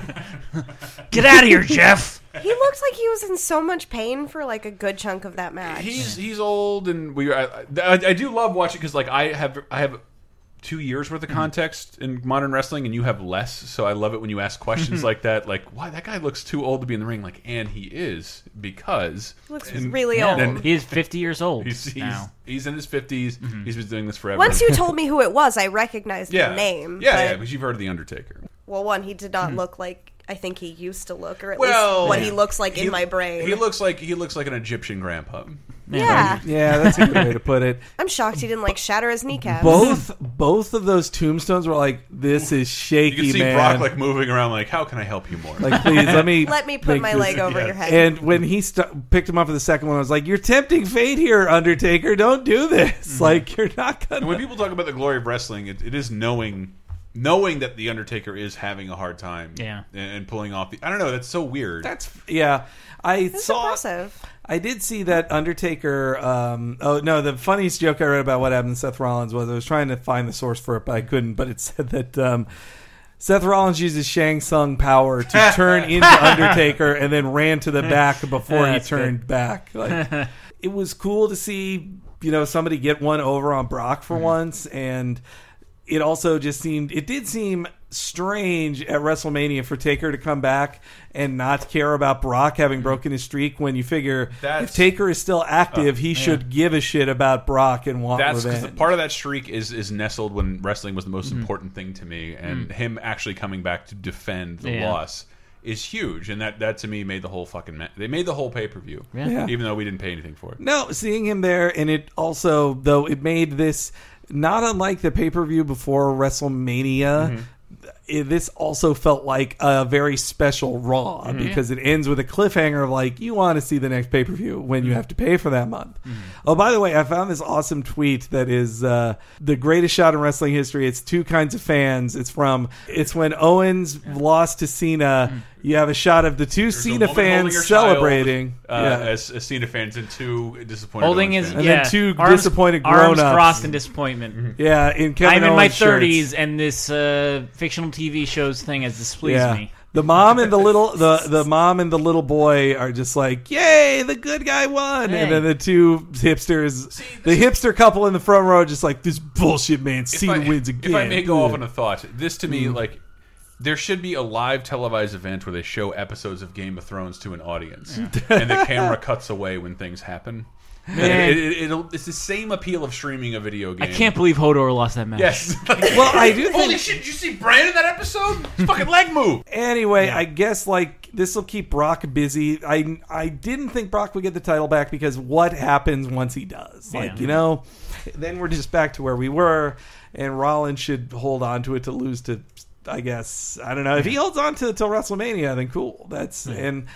Speaker 7: get out of here, Jeff.
Speaker 4: He looked like he was in so much pain for like a good chunk of that match.
Speaker 8: He's he's old, and we. I, I, I do love watching because like I have I have two years worth of
Speaker 4: Mm-hmm.
Speaker 8: context in modern wrestling, and you have less. So I love it when you ask
Speaker 4: Mm-hmm.
Speaker 8: questions like that, like why that guy looks too old to be in the ring. Like, and he is because
Speaker 4: looks
Speaker 8: and
Speaker 4: really old.
Speaker 8: then-
Speaker 7: he is fifty years old
Speaker 8: he's he's,
Speaker 7: now.
Speaker 8: he's in his 50s He's been doing this forever.
Speaker 4: Once you told me who it was, I recognized
Speaker 8: yeah
Speaker 4: the name.
Speaker 8: yeah,
Speaker 4: but-
Speaker 8: yeah, because you've heard of the Undertaker.
Speaker 4: Well, one, he did not look like I think he used to look, or at
Speaker 8: Well,
Speaker 4: least what he looks like
Speaker 8: He-
Speaker 4: in my brain.
Speaker 8: he looks like he looks like an Egyptian grandpa.
Speaker 4: yeah.
Speaker 9: Yeah, that's a good way to put it.
Speaker 4: I'm shocked he didn't like shatter his kneecaps.
Speaker 9: Both both of those tombstones were like, this is
Speaker 8: You can
Speaker 9: shaky,
Speaker 8: see
Speaker 9: man.
Speaker 8: Brock like moving around, like how can I help you more?
Speaker 9: Like, please let me
Speaker 4: Let me put
Speaker 9: make
Speaker 4: my
Speaker 9: this-
Speaker 4: leg over
Speaker 8: yeah.
Speaker 4: your head.
Speaker 9: And when he st- picked him up for the second one, I was like, "You're tempting fate here, Undertaker. Don't do this. Like, you're not gonna."
Speaker 8: Mm-hmm. And when people talk about the glory of wrestling, it, it is knowing knowing that the Undertaker is having a hard time,
Speaker 7: Yeah.
Speaker 8: and, and pulling off the. I don't know. That's so weird.
Speaker 9: That's yeah. I
Speaker 4: It's
Speaker 9: saw.
Speaker 4: impressive.
Speaker 9: I did see that Undertaker. Um, oh no, the funniest joke I read about what happened to Seth Rollins was I was trying to find the source for it, but I couldn't. But it said that um, Seth Rollins uses Shang Tsung power to turn into Undertaker, and then ran to the back before he
Speaker 7: That's good.
Speaker 9: turned back. Like, it was cool to see you know somebody
Speaker 8: Mm-hmm.
Speaker 9: get one over on Brock for once, and it also just seemed it did seem strange at WrestleMania for Taker to come back and not care about Brock having broken his streak when you figure
Speaker 8: Mm-hmm. That's- Oh,
Speaker 9: if Taker is still active, he should give a shit about Brock and want
Speaker 8: That's because
Speaker 9: revenge.
Speaker 8: part of that streak is is nestled when wrestling was the most
Speaker 7: Mm-hmm.
Speaker 8: important thing to me, and him actually coming back to defend the
Speaker 7: Yeah.
Speaker 8: loss is huge, and that that to me made the whole fucking ma they made the whole pay per view,
Speaker 9: Yeah.
Speaker 8: even though we didn't pay anything for it.
Speaker 9: No, seeing him there, and it also though it made this not unlike the pay per view before WrestleMania.
Speaker 8: Mm-hmm.
Speaker 9: it- this also felt like a very special Raw
Speaker 8: Mm-hmm.
Speaker 9: because it ends with a cliffhanger of like you want to see the next pay per view when
Speaker 8: Mm-hmm.
Speaker 9: you have to pay for that month. Oh, by the way, I found this awesome tweet that is uh, the greatest shot in wrestling history. It's two kinds of fans. It's from it's when Owens lost to Cena. You have a shot of the two
Speaker 8: Mm. There's a
Speaker 9: Cena
Speaker 8: woman holding
Speaker 9: fans
Speaker 8: her child,
Speaker 9: celebrating.
Speaker 8: uh,
Speaker 9: Yeah.
Speaker 8: as, as Cena fans and two disappointed
Speaker 7: Holding
Speaker 8: Owens
Speaker 7: is
Speaker 8: fans.
Speaker 9: then
Speaker 7: yeah,
Speaker 9: two
Speaker 7: arms-
Speaker 9: disappointed
Speaker 7: arms
Speaker 9: grown-ups.
Speaker 7: crossed in disappointment.
Speaker 9: Yeah, in Kevin
Speaker 7: I'm in my
Speaker 9: Owens shirts.
Speaker 7: 30s, and this uh, fictional TV shows thing has displeased me.
Speaker 9: The mom and the little the the mom and the little boy are just like, "Yay, the good guy won!"
Speaker 7: Hey.
Speaker 9: And then the two hipsters, the hipster couple in the front row, are just like, "This bullshit, man.
Speaker 8: If
Speaker 9: Cena
Speaker 8: I-
Speaker 9: wins again."
Speaker 8: If I may go off
Speaker 9: Ugh.
Speaker 8: on a thought, this to me like. There should be a live televised event where they show episodes of Game of Thrones to an audience, and the camera cuts away when things happen. And It, it, it'll, it's the same appeal of streaming a video game.
Speaker 7: I can't believe Hodor lost that match.
Speaker 8: Yes.
Speaker 9: Well, I do
Speaker 8: Holy
Speaker 9: think-
Speaker 8: shit! Did you see Bran in that episode? His fucking leg move.
Speaker 9: Anyway, I guess like this will keep Brock busy. I I didn't think Brock would get the title back because what happens once he does? Like
Speaker 7: Yeah.
Speaker 9: you know, then we're just back to where we were, and Rollins should hold on to it to lose to. I guess I don't know if he holds on to it till WrestleMania, then cool. That's and.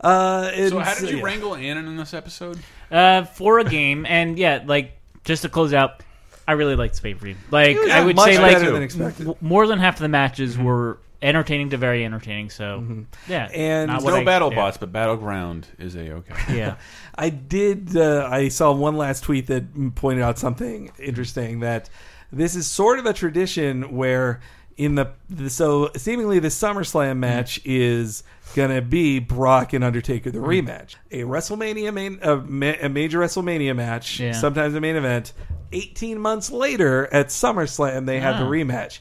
Speaker 9: Uh,
Speaker 8: So
Speaker 9: and
Speaker 8: how did you
Speaker 9: yeah.
Speaker 8: wrangle Annan in this episode?
Speaker 7: Uh, for a game, and yeah, like just to close out, I really liked Space Marine. Like
Speaker 9: It was
Speaker 7: I would
Speaker 9: much
Speaker 7: say, like
Speaker 9: better than expected.
Speaker 7: w- more than half of the
Speaker 8: Mm-hmm.
Speaker 7: matches were entertaining to very entertaining. So yeah,
Speaker 9: And
Speaker 7: not
Speaker 9: There's
Speaker 7: what
Speaker 8: No
Speaker 7: I-
Speaker 8: battle
Speaker 7: yeah.
Speaker 8: bots, but battleground is a okay.
Speaker 7: Yeah,
Speaker 9: I did. Uh, I saw one last tweet that pointed out something interesting that this is sort of a tradition where in the, the so seemingly the SummerSlam match is gonna be Brock and Undertaker the rematch, a WrestleMania main a, ma- a major WrestleMania match,
Speaker 7: Yeah.
Speaker 9: sometimes a main event. Eighteen months later at SummerSlam they had the rematch.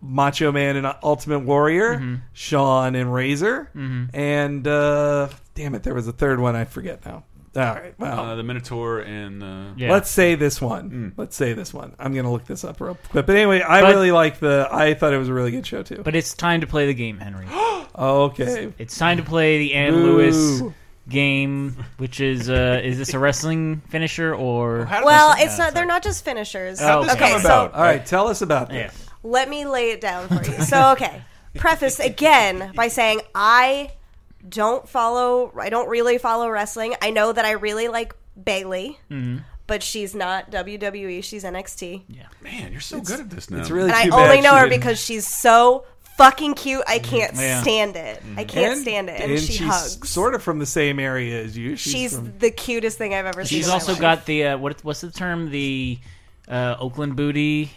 Speaker 9: Macho Man and Ultimate Warrior,
Speaker 7: Mm-hmm.
Speaker 9: Sean and Razor, and uh, damn it, there was a third one I forget now. All right, well,
Speaker 8: Uh, the Minotaur and uh,
Speaker 7: yeah.
Speaker 9: Let's say this one.
Speaker 4: Mm.
Speaker 9: Let's say this one. I'm gonna look this up real quick. But anyway, I
Speaker 7: But-
Speaker 9: really like the. I thought it was a really good show too.
Speaker 7: but it's time to play the game, Henry.
Speaker 9: okay,
Speaker 7: It's time to play the Ann
Speaker 9: Boo.
Speaker 7: Lewis game, which is uh, is this a wrestling finisher or
Speaker 8: How did
Speaker 4: Well,
Speaker 8: this-
Speaker 4: it's not. They're not just finishers.
Speaker 8: how did this
Speaker 4: okay,
Speaker 8: come
Speaker 4: so
Speaker 8: about?
Speaker 9: all right. Tell us about
Speaker 7: yeah.
Speaker 9: this.
Speaker 4: let me lay it down for you. So, okay, preface again by saying I don't follow. I don't really follow wrestling. I know that I really like Bailey,
Speaker 9: Mm-hmm.
Speaker 4: but she's not WWE. She's NXT.
Speaker 8: Man, you're so good at this now.
Speaker 9: It's really.
Speaker 4: and I
Speaker 9: too bad
Speaker 4: only
Speaker 9: she
Speaker 4: know her
Speaker 9: didn't- Mm-hmm.
Speaker 4: because she's so fucking cute. I can't
Speaker 7: Yeah.
Speaker 4: stand it. I can't
Speaker 9: and-
Speaker 4: stand it. And, she
Speaker 9: she's
Speaker 4: hugs.
Speaker 9: Sort of from the same area as you. She's,
Speaker 4: she's
Speaker 9: from-
Speaker 4: the cutest thing I've ever seen.
Speaker 7: She's
Speaker 4: in my
Speaker 7: also
Speaker 4: life.
Speaker 7: got the uh, what what's the term the uh, Oakland booty.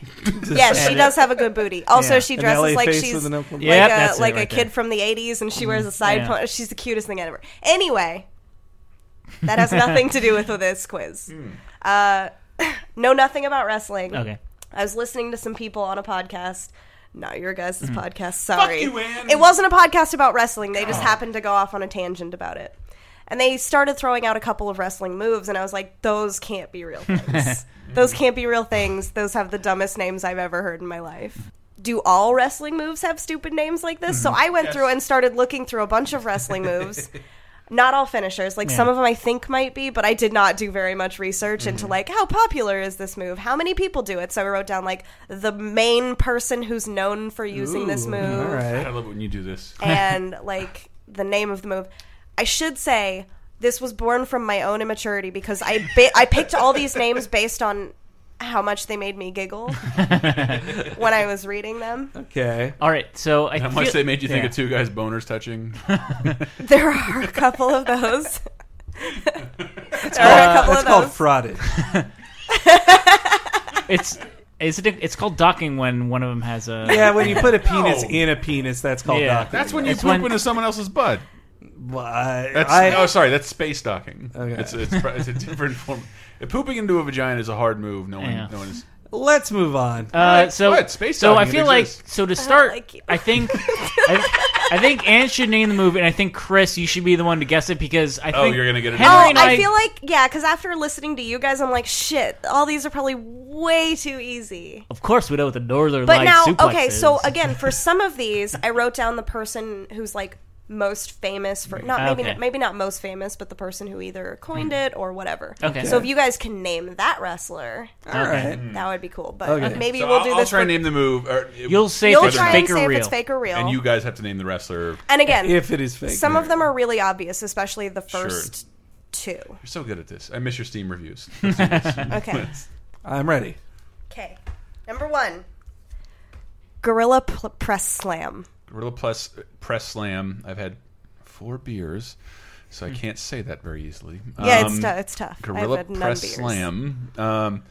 Speaker 4: Yes, she does have a good booty. Also,
Speaker 7: Yeah.
Speaker 4: she
Speaker 9: An
Speaker 4: dresses
Speaker 9: LA
Speaker 4: like
Speaker 9: face
Speaker 4: she's
Speaker 9: with an
Speaker 4: like
Speaker 9: Oakland booty.
Speaker 7: Yep,
Speaker 4: a
Speaker 7: that's it
Speaker 4: like a
Speaker 7: right
Speaker 4: kid
Speaker 7: there.
Speaker 4: from the '80s, and she wears a side
Speaker 7: Yeah.
Speaker 4: ponytail. She's the cutest thing ever. Anyway, that has nothing to do with this quiz. Uh, know nothing about wrestling.
Speaker 7: Hmm. Okay.
Speaker 4: I was listening to some people on a podcast. Not your guys'
Speaker 7: Hmm.
Speaker 4: podcast. Sorry,
Speaker 8: you, Ann.
Speaker 4: it wasn't a podcast about wrestling. They
Speaker 7: Oh.
Speaker 4: just happened to go off on a tangent about it, and they started throwing out a couple of wrestling moves, and I was like, "Those can't be real things. Those can't be real things. Those have the dumbest names I've ever heard in my life." Do all wrestling moves have stupid names like this?
Speaker 9: Mhm.
Speaker 4: So I went through and started looking through a bunch of wrestling moves. Not all finishers. Like some of them I think might be, but I did not do very much research
Speaker 9: Mhm.
Speaker 4: into like how popular is this move? How many people do it? So I wrote down like the main person who's known for using this
Speaker 9: Ooh,
Speaker 4: move
Speaker 9: All right.
Speaker 8: I love it when you do this.
Speaker 4: and like the name of the move. I should say this was born from my own immaturity because I bi- I picked all these names based on how much they made me giggle when I was reading them.
Speaker 9: Okay.
Speaker 7: All right, so I
Speaker 8: How much
Speaker 7: feel-
Speaker 8: they made you think
Speaker 7: yeah.
Speaker 8: of two guys boners touching?
Speaker 4: There are a couple of those. there are a
Speaker 9: Uh,
Speaker 4: couple
Speaker 9: that's
Speaker 4: of
Speaker 9: called
Speaker 4: those.
Speaker 9: frauded.
Speaker 7: It's is it a, it's called docking when one of them has a
Speaker 9: Yeah, when you put a penis
Speaker 8: No.
Speaker 9: in a penis, that's called
Speaker 7: Yeah.
Speaker 9: docking.
Speaker 8: That's when you
Speaker 7: It's
Speaker 8: poop
Speaker 7: when-
Speaker 8: into someone else's butt.
Speaker 9: Well, I-
Speaker 8: That's
Speaker 9: I-
Speaker 8: oh, sorry, that's space docking.
Speaker 9: Okay.
Speaker 8: It's, it's, it's a different form. Pooping into a vagina is a hard move. No one,
Speaker 7: Yeah.
Speaker 8: no one is.
Speaker 9: Let's move on.
Speaker 7: Uh, so,
Speaker 8: What? Space
Speaker 7: so I
Speaker 8: dogging, it
Speaker 7: feel like
Speaker 8: exists.
Speaker 7: so to start, I,
Speaker 4: like you.
Speaker 7: think I, I think Anne should name the movie, and I think Chris, you should be the one to guess it because I
Speaker 8: Oh,
Speaker 7: think
Speaker 8: you're gonna get it
Speaker 7: Henry
Speaker 8: wrong.
Speaker 4: Oh,
Speaker 7: and I,
Speaker 4: I feel like yeah, because after listening to you guys, I'm like, shit, all these are probably way too easy.
Speaker 7: of course we know what the Northern
Speaker 4: But
Speaker 7: Light
Speaker 4: now,
Speaker 7: suplex
Speaker 4: okay, so uh,
Speaker 7: is.
Speaker 4: again, for some of these, I wrote down the person who's like most famous for not maybe
Speaker 7: Okay.
Speaker 4: maybe not most famous, but the person who either coined it or whatever.
Speaker 7: Okay.
Speaker 4: So if you guys can name that wrestler,
Speaker 9: All right.
Speaker 4: that would be cool. But
Speaker 9: Okay.
Speaker 4: maybe
Speaker 8: Mm. So
Speaker 4: we'll
Speaker 8: I'll,
Speaker 4: do
Speaker 8: I'll
Speaker 4: this.
Speaker 8: try and
Speaker 4: for-
Speaker 8: name the move. Or,
Speaker 7: you'll say
Speaker 4: You'll
Speaker 7: if it's
Speaker 4: try
Speaker 7: fake
Speaker 4: and
Speaker 7: or
Speaker 4: say
Speaker 7: real.
Speaker 4: if it's fake or real.
Speaker 8: and you guys have to name the wrestler.
Speaker 4: And again,
Speaker 9: If it is fake.
Speaker 4: some of them are really obvious, especially the first two.
Speaker 8: You're so good at this. I miss your Steam reviews.
Speaker 4: Okay.
Speaker 9: I'm ready.
Speaker 4: Okay. Number one Gorilla pl- Press Slam.
Speaker 8: Gorilla Plus Press Slam. I've had four beers, so I
Speaker 7: Hmm.
Speaker 8: can't say that very easily.
Speaker 4: Yeah, it's,
Speaker 8: Um,
Speaker 4: tou- it's tough. I've
Speaker 8: Gorilla
Speaker 4: had none
Speaker 8: Press
Speaker 4: beers.
Speaker 8: Slam. Um,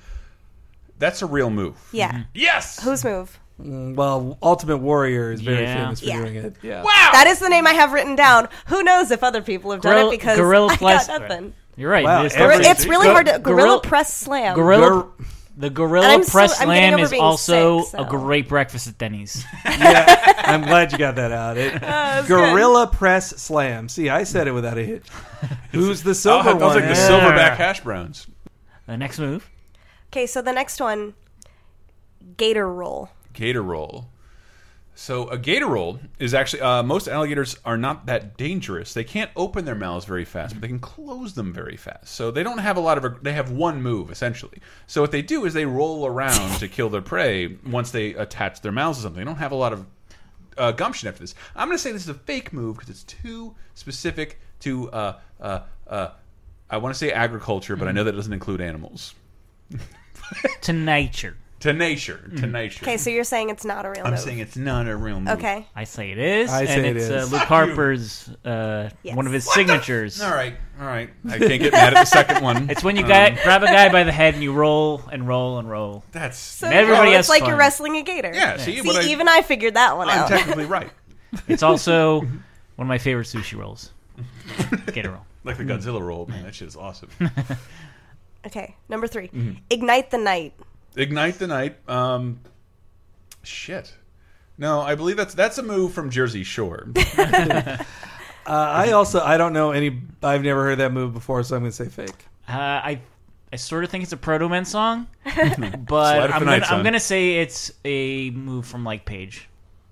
Speaker 8: that's a real move.
Speaker 4: Yeah.
Speaker 8: Yes.
Speaker 4: Whose move?
Speaker 9: Well, Ultimate Warrior is very
Speaker 7: Yeah.
Speaker 9: famous for
Speaker 4: Yeah.
Speaker 9: doing it. Yeah.
Speaker 4: That is the name I have written down. Who knows if other people have done
Speaker 7: Gorilla-
Speaker 4: it because
Speaker 7: Gorilla
Speaker 4: I
Speaker 7: Press-
Speaker 4: got nothing.
Speaker 7: You're right.
Speaker 9: Wow,
Speaker 7: There's
Speaker 9: every-
Speaker 7: somebody-
Speaker 4: It's really
Speaker 7: Go-
Speaker 4: hard to Gorilla,
Speaker 7: Gorilla-
Speaker 4: Press Slam.
Speaker 7: Gorilla.
Speaker 9: Gor-
Speaker 7: the Gorilla
Speaker 4: And I'm so-
Speaker 7: Press
Speaker 4: I'm getting
Speaker 7: Slam
Speaker 4: over
Speaker 7: is
Speaker 4: being
Speaker 7: also
Speaker 4: sick, so.
Speaker 7: a great breakfast at Denny's.
Speaker 9: I'm glad you got that out. It,
Speaker 4: Uh, good.
Speaker 9: Gorilla Press Slam. See, I said it without a hit. Who's the
Speaker 8: Oh,
Speaker 9: silver
Speaker 8: that was
Speaker 9: one?
Speaker 8: like the silverback hash browns.
Speaker 7: the next move.
Speaker 4: Okay, so the next one Gator Roll.
Speaker 8: Gator roll. So a gator roll is actually uh, most alligators are not that dangerous. They can't open their mouths very fast, but they can close them very fast. So they don't have a lot of. They have one move essentially. So what they do is they roll around to kill their prey once they attach their mouths to something. They don't have a lot of uh, gumption after this. I'm going to say this is a fake move because it's too specific to. Uh, uh, uh, I want to say agriculture,
Speaker 9: Mm-hmm.
Speaker 8: but I know that doesn't include animals.
Speaker 7: To nature.
Speaker 8: To nature, to
Speaker 7: Mm-hmm.
Speaker 8: nature.
Speaker 4: Okay, so you're saying it's not a real
Speaker 8: I'm
Speaker 4: move.
Speaker 8: saying it's not a real move.
Speaker 4: okay.
Speaker 7: I say it is.
Speaker 9: I say
Speaker 7: and
Speaker 9: it
Speaker 7: it's
Speaker 9: is.
Speaker 7: Uh, Luke Harper's uh,
Speaker 4: Yes.
Speaker 7: one of his signatures.
Speaker 8: All right, all right. I can't get mad at the second one.
Speaker 7: It's when you guy, grab a guy by the head and you roll and roll and roll.
Speaker 8: That's
Speaker 4: So
Speaker 7: And everybody
Speaker 4: it's
Speaker 7: has
Speaker 4: like
Speaker 7: fun.
Speaker 4: you're wrestling a gator.
Speaker 8: yeah. See,
Speaker 4: See,
Speaker 8: but I,
Speaker 4: even I figured that one
Speaker 8: I'm
Speaker 4: out.
Speaker 8: technically right,
Speaker 7: It's also one of my favorite sushi rolls. Get a roll.
Speaker 8: like the
Speaker 7: Mm-hmm.
Speaker 8: Godzilla roll. Man, that shit is awesome.
Speaker 4: okay, number 3
Speaker 7: Mm-hmm.
Speaker 4: Ignite the Night.
Speaker 8: Ignite the night. Um, shit. No, I believe that's that's a move from Jersey Shore.
Speaker 9: Uh, I also I don't know any. I've never heard that move before, so I'm going to say fake.
Speaker 7: Uh, I I sort of think it's a Proto Men song,
Speaker 8: Slide
Speaker 7: but
Speaker 8: of the
Speaker 7: I'm
Speaker 8: night,
Speaker 7: gonna, I'm
Speaker 8: son.
Speaker 7: gonna say it's a move from like Page.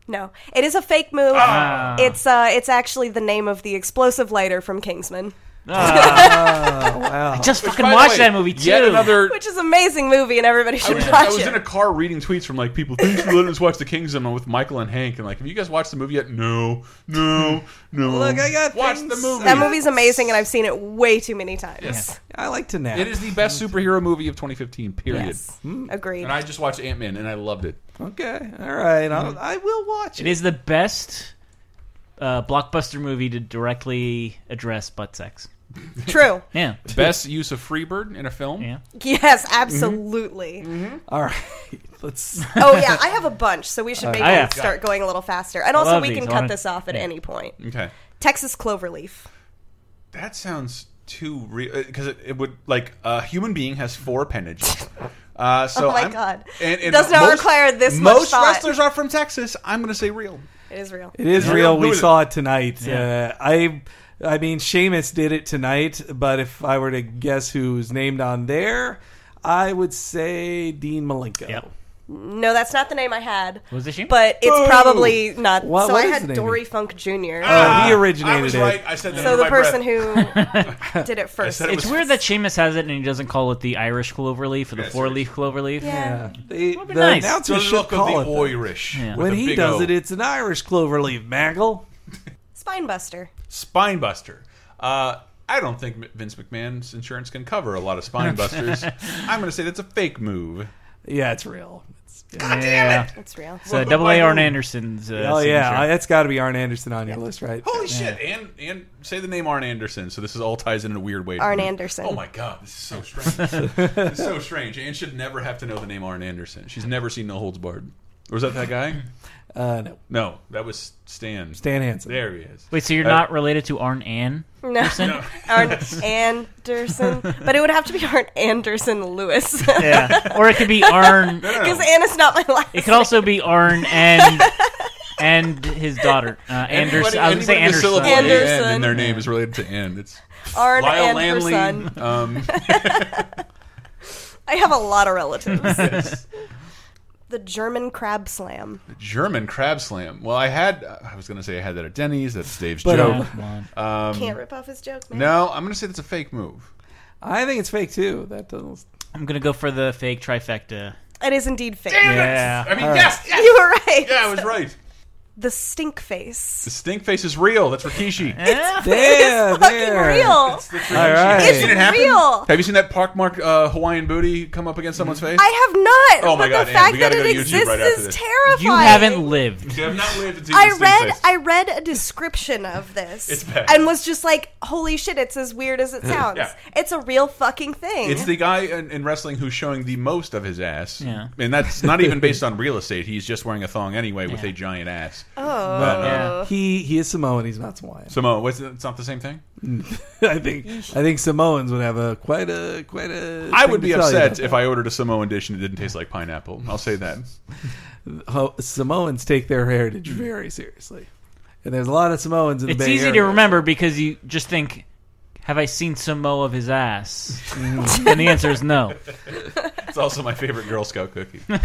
Speaker 4: No, it is a fake move.
Speaker 8: Ah.
Speaker 4: It's uh, it's actually the name of the explosive lighter from Kingsman,
Speaker 9: Wow.
Speaker 7: Just fucking
Speaker 8: By the
Speaker 7: watch
Speaker 8: way,
Speaker 7: that movie too.
Speaker 8: Yet another.
Speaker 4: which is an amazing movie, and everybody
Speaker 8: I
Speaker 4: should
Speaker 8: was, I
Speaker 4: watch
Speaker 8: was
Speaker 4: it.
Speaker 8: in a car reading tweets from like people. Thanks for letting us watch The Kingsman with Michael and Hank. And like, have you guys watched the movie yet? No, no, no.
Speaker 9: Look, I got
Speaker 8: watch
Speaker 9: things-
Speaker 8: the movie.
Speaker 4: that movie's amazing, and I've seen it way too many times.
Speaker 9: I like to nap.
Speaker 8: It is the best superhero movie of 2015. Period.
Speaker 4: Yes, agreed.
Speaker 8: And I just watched Ant Man and I loved it.
Speaker 9: Okay. All right.
Speaker 8: Mm-hmm.
Speaker 9: I'll, I will watch
Speaker 7: It
Speaker 9: it.
Speaker 7: is the best uh, blockbuster movie to directly address butt sex.
Speaker 4: True.
Speaker 7: Yeah.
Speaker 8: Best use of Freebird in a film.
Speaker 7: Yeah.
Speaker 4: Yes, absolutely.
Speaker 9: All right. Let's.
Speaker 4: Oh yeah, I have a bunch, so we should maybe
Speaker 7: I have-
Speaker 4: start going a little faster. And also,
Speaker 7: love
Speaker 4: we
Speaker 7: these.
Speaker 4: can
Speaker 7: I
Speaker 4: cut
Speaker 7: wanna-
Speaker 4: this off at any point.
Speaker 8: Okay.
Speaker 4: Texas cloverleaf.
Speaker 8: That sounds too real because it, it would like a human being has four appendages. Uh, so
Speaker 4: Oh my
Speaker 8: I'm-
Speaker 4: God.
Speaker 8: And, and
Speaker 4: Does not
Speaker 8: most-
Speaker 4: require this much
Speaker 8: Most
Speaker 4: thought.
Speaker 8: wrestlers are from Texas. I'm going to say real.
Speaker 4: It is real.
Speaker 9: It is
Speaker 8: Yeah.
Speaker 9: real.
Speaker 8: Who
Speaker 9: We
Speaker 8: is it?
Speaker 9: saw it tonight. Uh, I. I mean, Seamus did it tonight, but if I were to guess who's named on there, I would say Dean Malenko. Uh,
Speaker 7: Yep.
Speaker 4: No, that's not the name I had.
Speaker 7: Was this you?
Speaker 4: But it's probably not.
Speaker 9: What-
Speaker 4: so
Speaker 9: what
Speaker 4: I
Speaker 9: is
Speaker 4: had
Speaker 9: the name?
Speaker 4: Dory Funk Jr.
Speaker 9: Oh, he
Speaker 8: Ah, I
Speaker 9: originated
Speaker 8: was
Speaker 9: it.
Speaker 8: right. I said that.
Speaker 4: so
Speaker 8: under
Speaker 4: the
Speaker 8: my
Speaker 4: person
Speaker 8: breath.
Speaker 4: who did it first.
Speaker 8: said it
Speaker 7: it's
Speaker 8: was-
Speaker 7: weird that Seamus has it and he doesn't call it the Irish cloverleaf or the
Speaker 8: Yes,
Speaker 7: four leaf cloverleaf.
Speaker 9: Yeah. They, the
Speaker 7: be nice.
Speaker 9: announcers
Speaker 8: the
Speaker 9: should
Speaker 8: look of
Speaker 9: call
Speaker 8: the
Speaker 9: it. that.
Speaker 8: Irish. with
Speaker 9: when
Speaker 8: a
Speaker 9: he
Speaker 8: big
Speaker 9: does
Speaker 8: O.
Speaker 9: it, it's an Irish cloverleaf, Maggle.
Speaker 4: Spinebuster.
Speaker 8: Spinebuster. Uh, I don't think M- Vince McMahon's insurance can cover a lot of spinebusters. I'm going to say that's a fake move.
Speaker 9: Yeah, it's real. It's,
Speaker 7: Yeah.
Speaker 4: That's real.
Speaker 7: So double A. Arn Anderson's. Uh,
Speaker 9: oh yeah,
Speaker 7: signature.
Speaker 9: I- that's got to be Arn Anderson on your list, right?
Speaker 8: Holy shit! And and say the name Arn Anderson. So this is all ties in in a weird way.
Speaker 4: Arn Anderson.
Speaker 8: Oh my god, this is so strange. this is so strange. Anne should never have to know the name Arn Anderson. She's never seen No Holds Barred. Was that that guy?
Speaker 9: Uh, no.
Speaker 8: No, that was Stan.
Speaker 9: Stan Hansen.
Speaker 8: There he is.
Speaker 7: Wait, so you're
Speaker 8: Uh,
Speaker 7: not related to Arn Ann?
Speaker 4: No.
Speaker 7: Anderson?
Speaker 4: Arn Anderson. But it would have to be Arn Anderson Lewis.
Speaker 7: Yeah. Or it could be Arn.
Speaker 4: Because Anna's not my last
Speaker 7: It could also be Arn and and his daughter uh, Anders. I was
Speaker 8: anybody
Speaker 7: going to
Speaker 8: with
Speaker 7: say
Speaker 8: syllable
Speaker 7: Anderson.
Speaker 8: AN
Speaker 4: Anderson.
Speaker 8: in their name is related to N. It's
Speaker 4: Arn
Speaker 8: Lyle
Speaker 4: Anderson.
Speaker 8: Lanley. Um,
Speaker 4: I have a lot of relatives. The German crab slam.
Speaker 8: German crab slam. Well, I had. I was going to say I had that at Denny's. That's Dave's
Speaker 9: But,
Speaker 7: uh,
Speaker 8: joke.
Speaker 4: Can't rip off his joke,
Speaker 8: Um,
Speaker 4: man.
Speaker 8: no, I'm going to say that's a fake move.
Speaker 9: I think it's fake too. That doesn't.
Speaker 7: I'm going to go for the fake trifecta.
Speaker 4: It is indeed fake.
Speaker 7: Yeah.
Speaker 8: I mean, yes, yes.
Speaker 4: You were right.
Speaker 8: Yeah, I was right.
Speaker 4: The stink face.
Speaker 8: The stink face is real. That's Rikishi.
Speaker 9: There,
Speaker 4: it's fucking
Speaker 9: there.
Speaker 4: real.
Speaker 9: All right.
Speaker 4: It's
Speaker 8: Seen it happen?
Speaker 4: real.
Speaker 8: Have you seen that Parkmark uh, Hawaiian booty come up against someone's
Speaker 7: Mm-hmm.
Speaker 8: face?
Speaker 4: I have not.
Speaker 8: Oh my
Speaker 4: but
Speaker 8: God,
Speaker 4: the
Speaker 8: Ann,
Speaker 4: fact
Speaker 8: we
Speaker 4: that
Speaker 8: gotta
Speaker 4: it
Speaker 8: go to YouTube
Speaker 4: exists
Speaker 8: right after
Speaker 4: is
Speaker 8: this.
Speaker 4: terrifying.
Speaker 7: You haven't lived.
Speaker 8: You have not lived to see
Speaker 4: I
Speaker 8: this stink
Speaker 4: read
Speaker 8: face.
Speaker 4: I read a description of this
Speaker 8: It's bad.
Speaker 4: and was just like, "Holy shit, it's as weird as it sounds.
Speaker 8: Yeah.
Speaker 4: It's a real fucking thing."
Speaker 8: It's the guy in, in wrestling who's showing the most of his ass.
Speaker 7: Yeah.
Speaker 8: And that's not even based on real estate. He's just wearing a thong anyway with a giant ass.
Speaker 4: oh.
Speaker 8: But, uh,
Speaker 7: Yeah.
Speaker 9: He he is Samoan. He's not Hawaiian.
Speaker 8: Samoa, what's, it's not the same thing?
Speaker 9: I think I think Samoans would have a quite a quite a.
Speaker 8: I
Speaker 9: thing
Speaker 8: would
Speaker 9: to
Speaker 8: be
Speaker 9: tell you
Speaker 8: upset
Speaker 9: about
Speaker 8: if I ordered a Samoan dish and it didn't taste like pineapple. I'll say that.
Speaker 9: Ho- Samoans take their heritage very seriously, and there's a lot of Samoans in the
Speaker 7: It's
Speaker 9: Bay
Speaker 7: easy
Speaker 9: Area.
Speaker 7: to remember because you just think, "Have I seen some mo of his ass?" and the answer is no.
Speaker 8: It's also my favorite Girl Scout cookie.
Speaker 9: Yeah,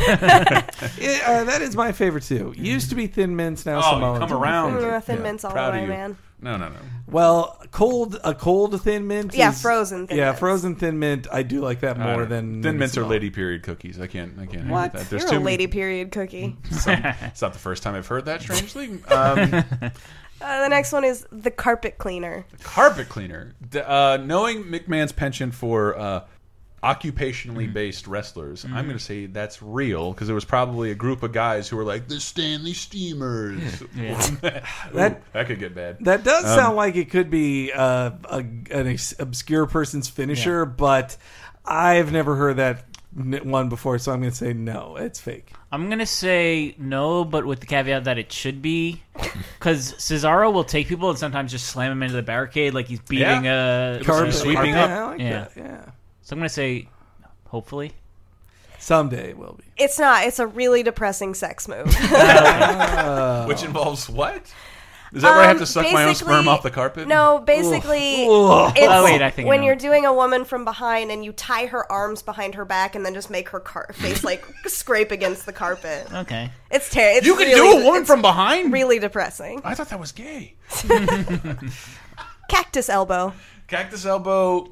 Speaker 9: uh, that is my favorite too. Used to be Thin Mints, now
Speaker 8: Oh, you
Speaker 9: Samoans.
Speaker 8: come
Speaker 9: are my
Speaker 8: around.
Speaker 9: favorite.
Speaker 4: Uh, Thin mints all the
Speaker 8: Proud of
Speaker 4: way,
Speaker 8: you.
Speaker 4: man.
Speaker 8: No, no, no.
Speaker 9: Well, cold a cold Thin Mint.
Speaker 4: Yeah,
Speaker 9: is-
Speaker 4: frozen Thin
Speaker 9: yeah,
Speaker 4: Mints.
Speaker 9: frozen Thin Mint. I do like that
Speaker 8: I
Speaker 9: more
Speaker 8: don't-
Speaker 9: than
Speaker 8: Thin Mints are
Speaker 9: Samoan.
Speaker 8: lady period cookies. I can't. I can't.
Speaker 9: What?
Speaker 8: handle That. There's
Speaker 4: You're a
Speaker 8: too-
Speaker 4: lady period cookie.
Speaker 8: It's not the first time I've heard that. Strangely, um,
Speaker 4: Uh, the next one is the carpet cleaner.
Speaker 8: carpet cleaner. D- uh, knowing McMahon's penchant for uh, occupationally
Speaker 9: Mm-hmm.
Speaker 8: based wrestlers, I'm going to say that's real because there was probably a group of guys who were like the Stanley Steamers. Ooh, that,
Speaker 9: That-
Speaker 8: could get bad.
Speaker 9: That does
Speaker 8: Um,
Speaker 9: sound like it could be uh, a, an ex- obscure person's finisher, but I've never heard that n- one before, so I'm going to say no, it's fake.
Speaker 7: I'm gonna say no, but with the caveat that it should be, because Cesaro will take people and sometimes just slam them into the barricade like he's beating a.
Speaker 8: Carpet. sweeping
Speaker 9: yeah,
Speaker 8: up.
Speaker 9: I like
Speaker 7: Yeah.
Speaker 9: that, yeah.
Speaker 7: So I'm gonna say, hopefully,
Speaker 9: Someday it will be.
Speaker 4: It's not. It's a really depressing sex move.
Speaker 8: Which involves what? Is that where I have to
Speaker 4: Um,
Speaker 8: suck my own
Speaker 4: basically-
Speaker 8: sperm off the carpet?
Speaker 4: No, basically, it's
Speaker 7: Oh, wait, I think I
Speaker 4: when
Speaker 7: know.
Speaker 4: you're doing a woman from behind and you tie her arms behind her back and then just make her car- face like scrape against the carpet.
Speaker 7: okay.
Speaker 4: It's terrible.
Speaker 8: You can do a woman from behind.
Speaker 4: Really depressing.
Speaker 8: I thought that was gay.
Speaker 4: Cactus elbow.
Speaker 8: Cactus elbow.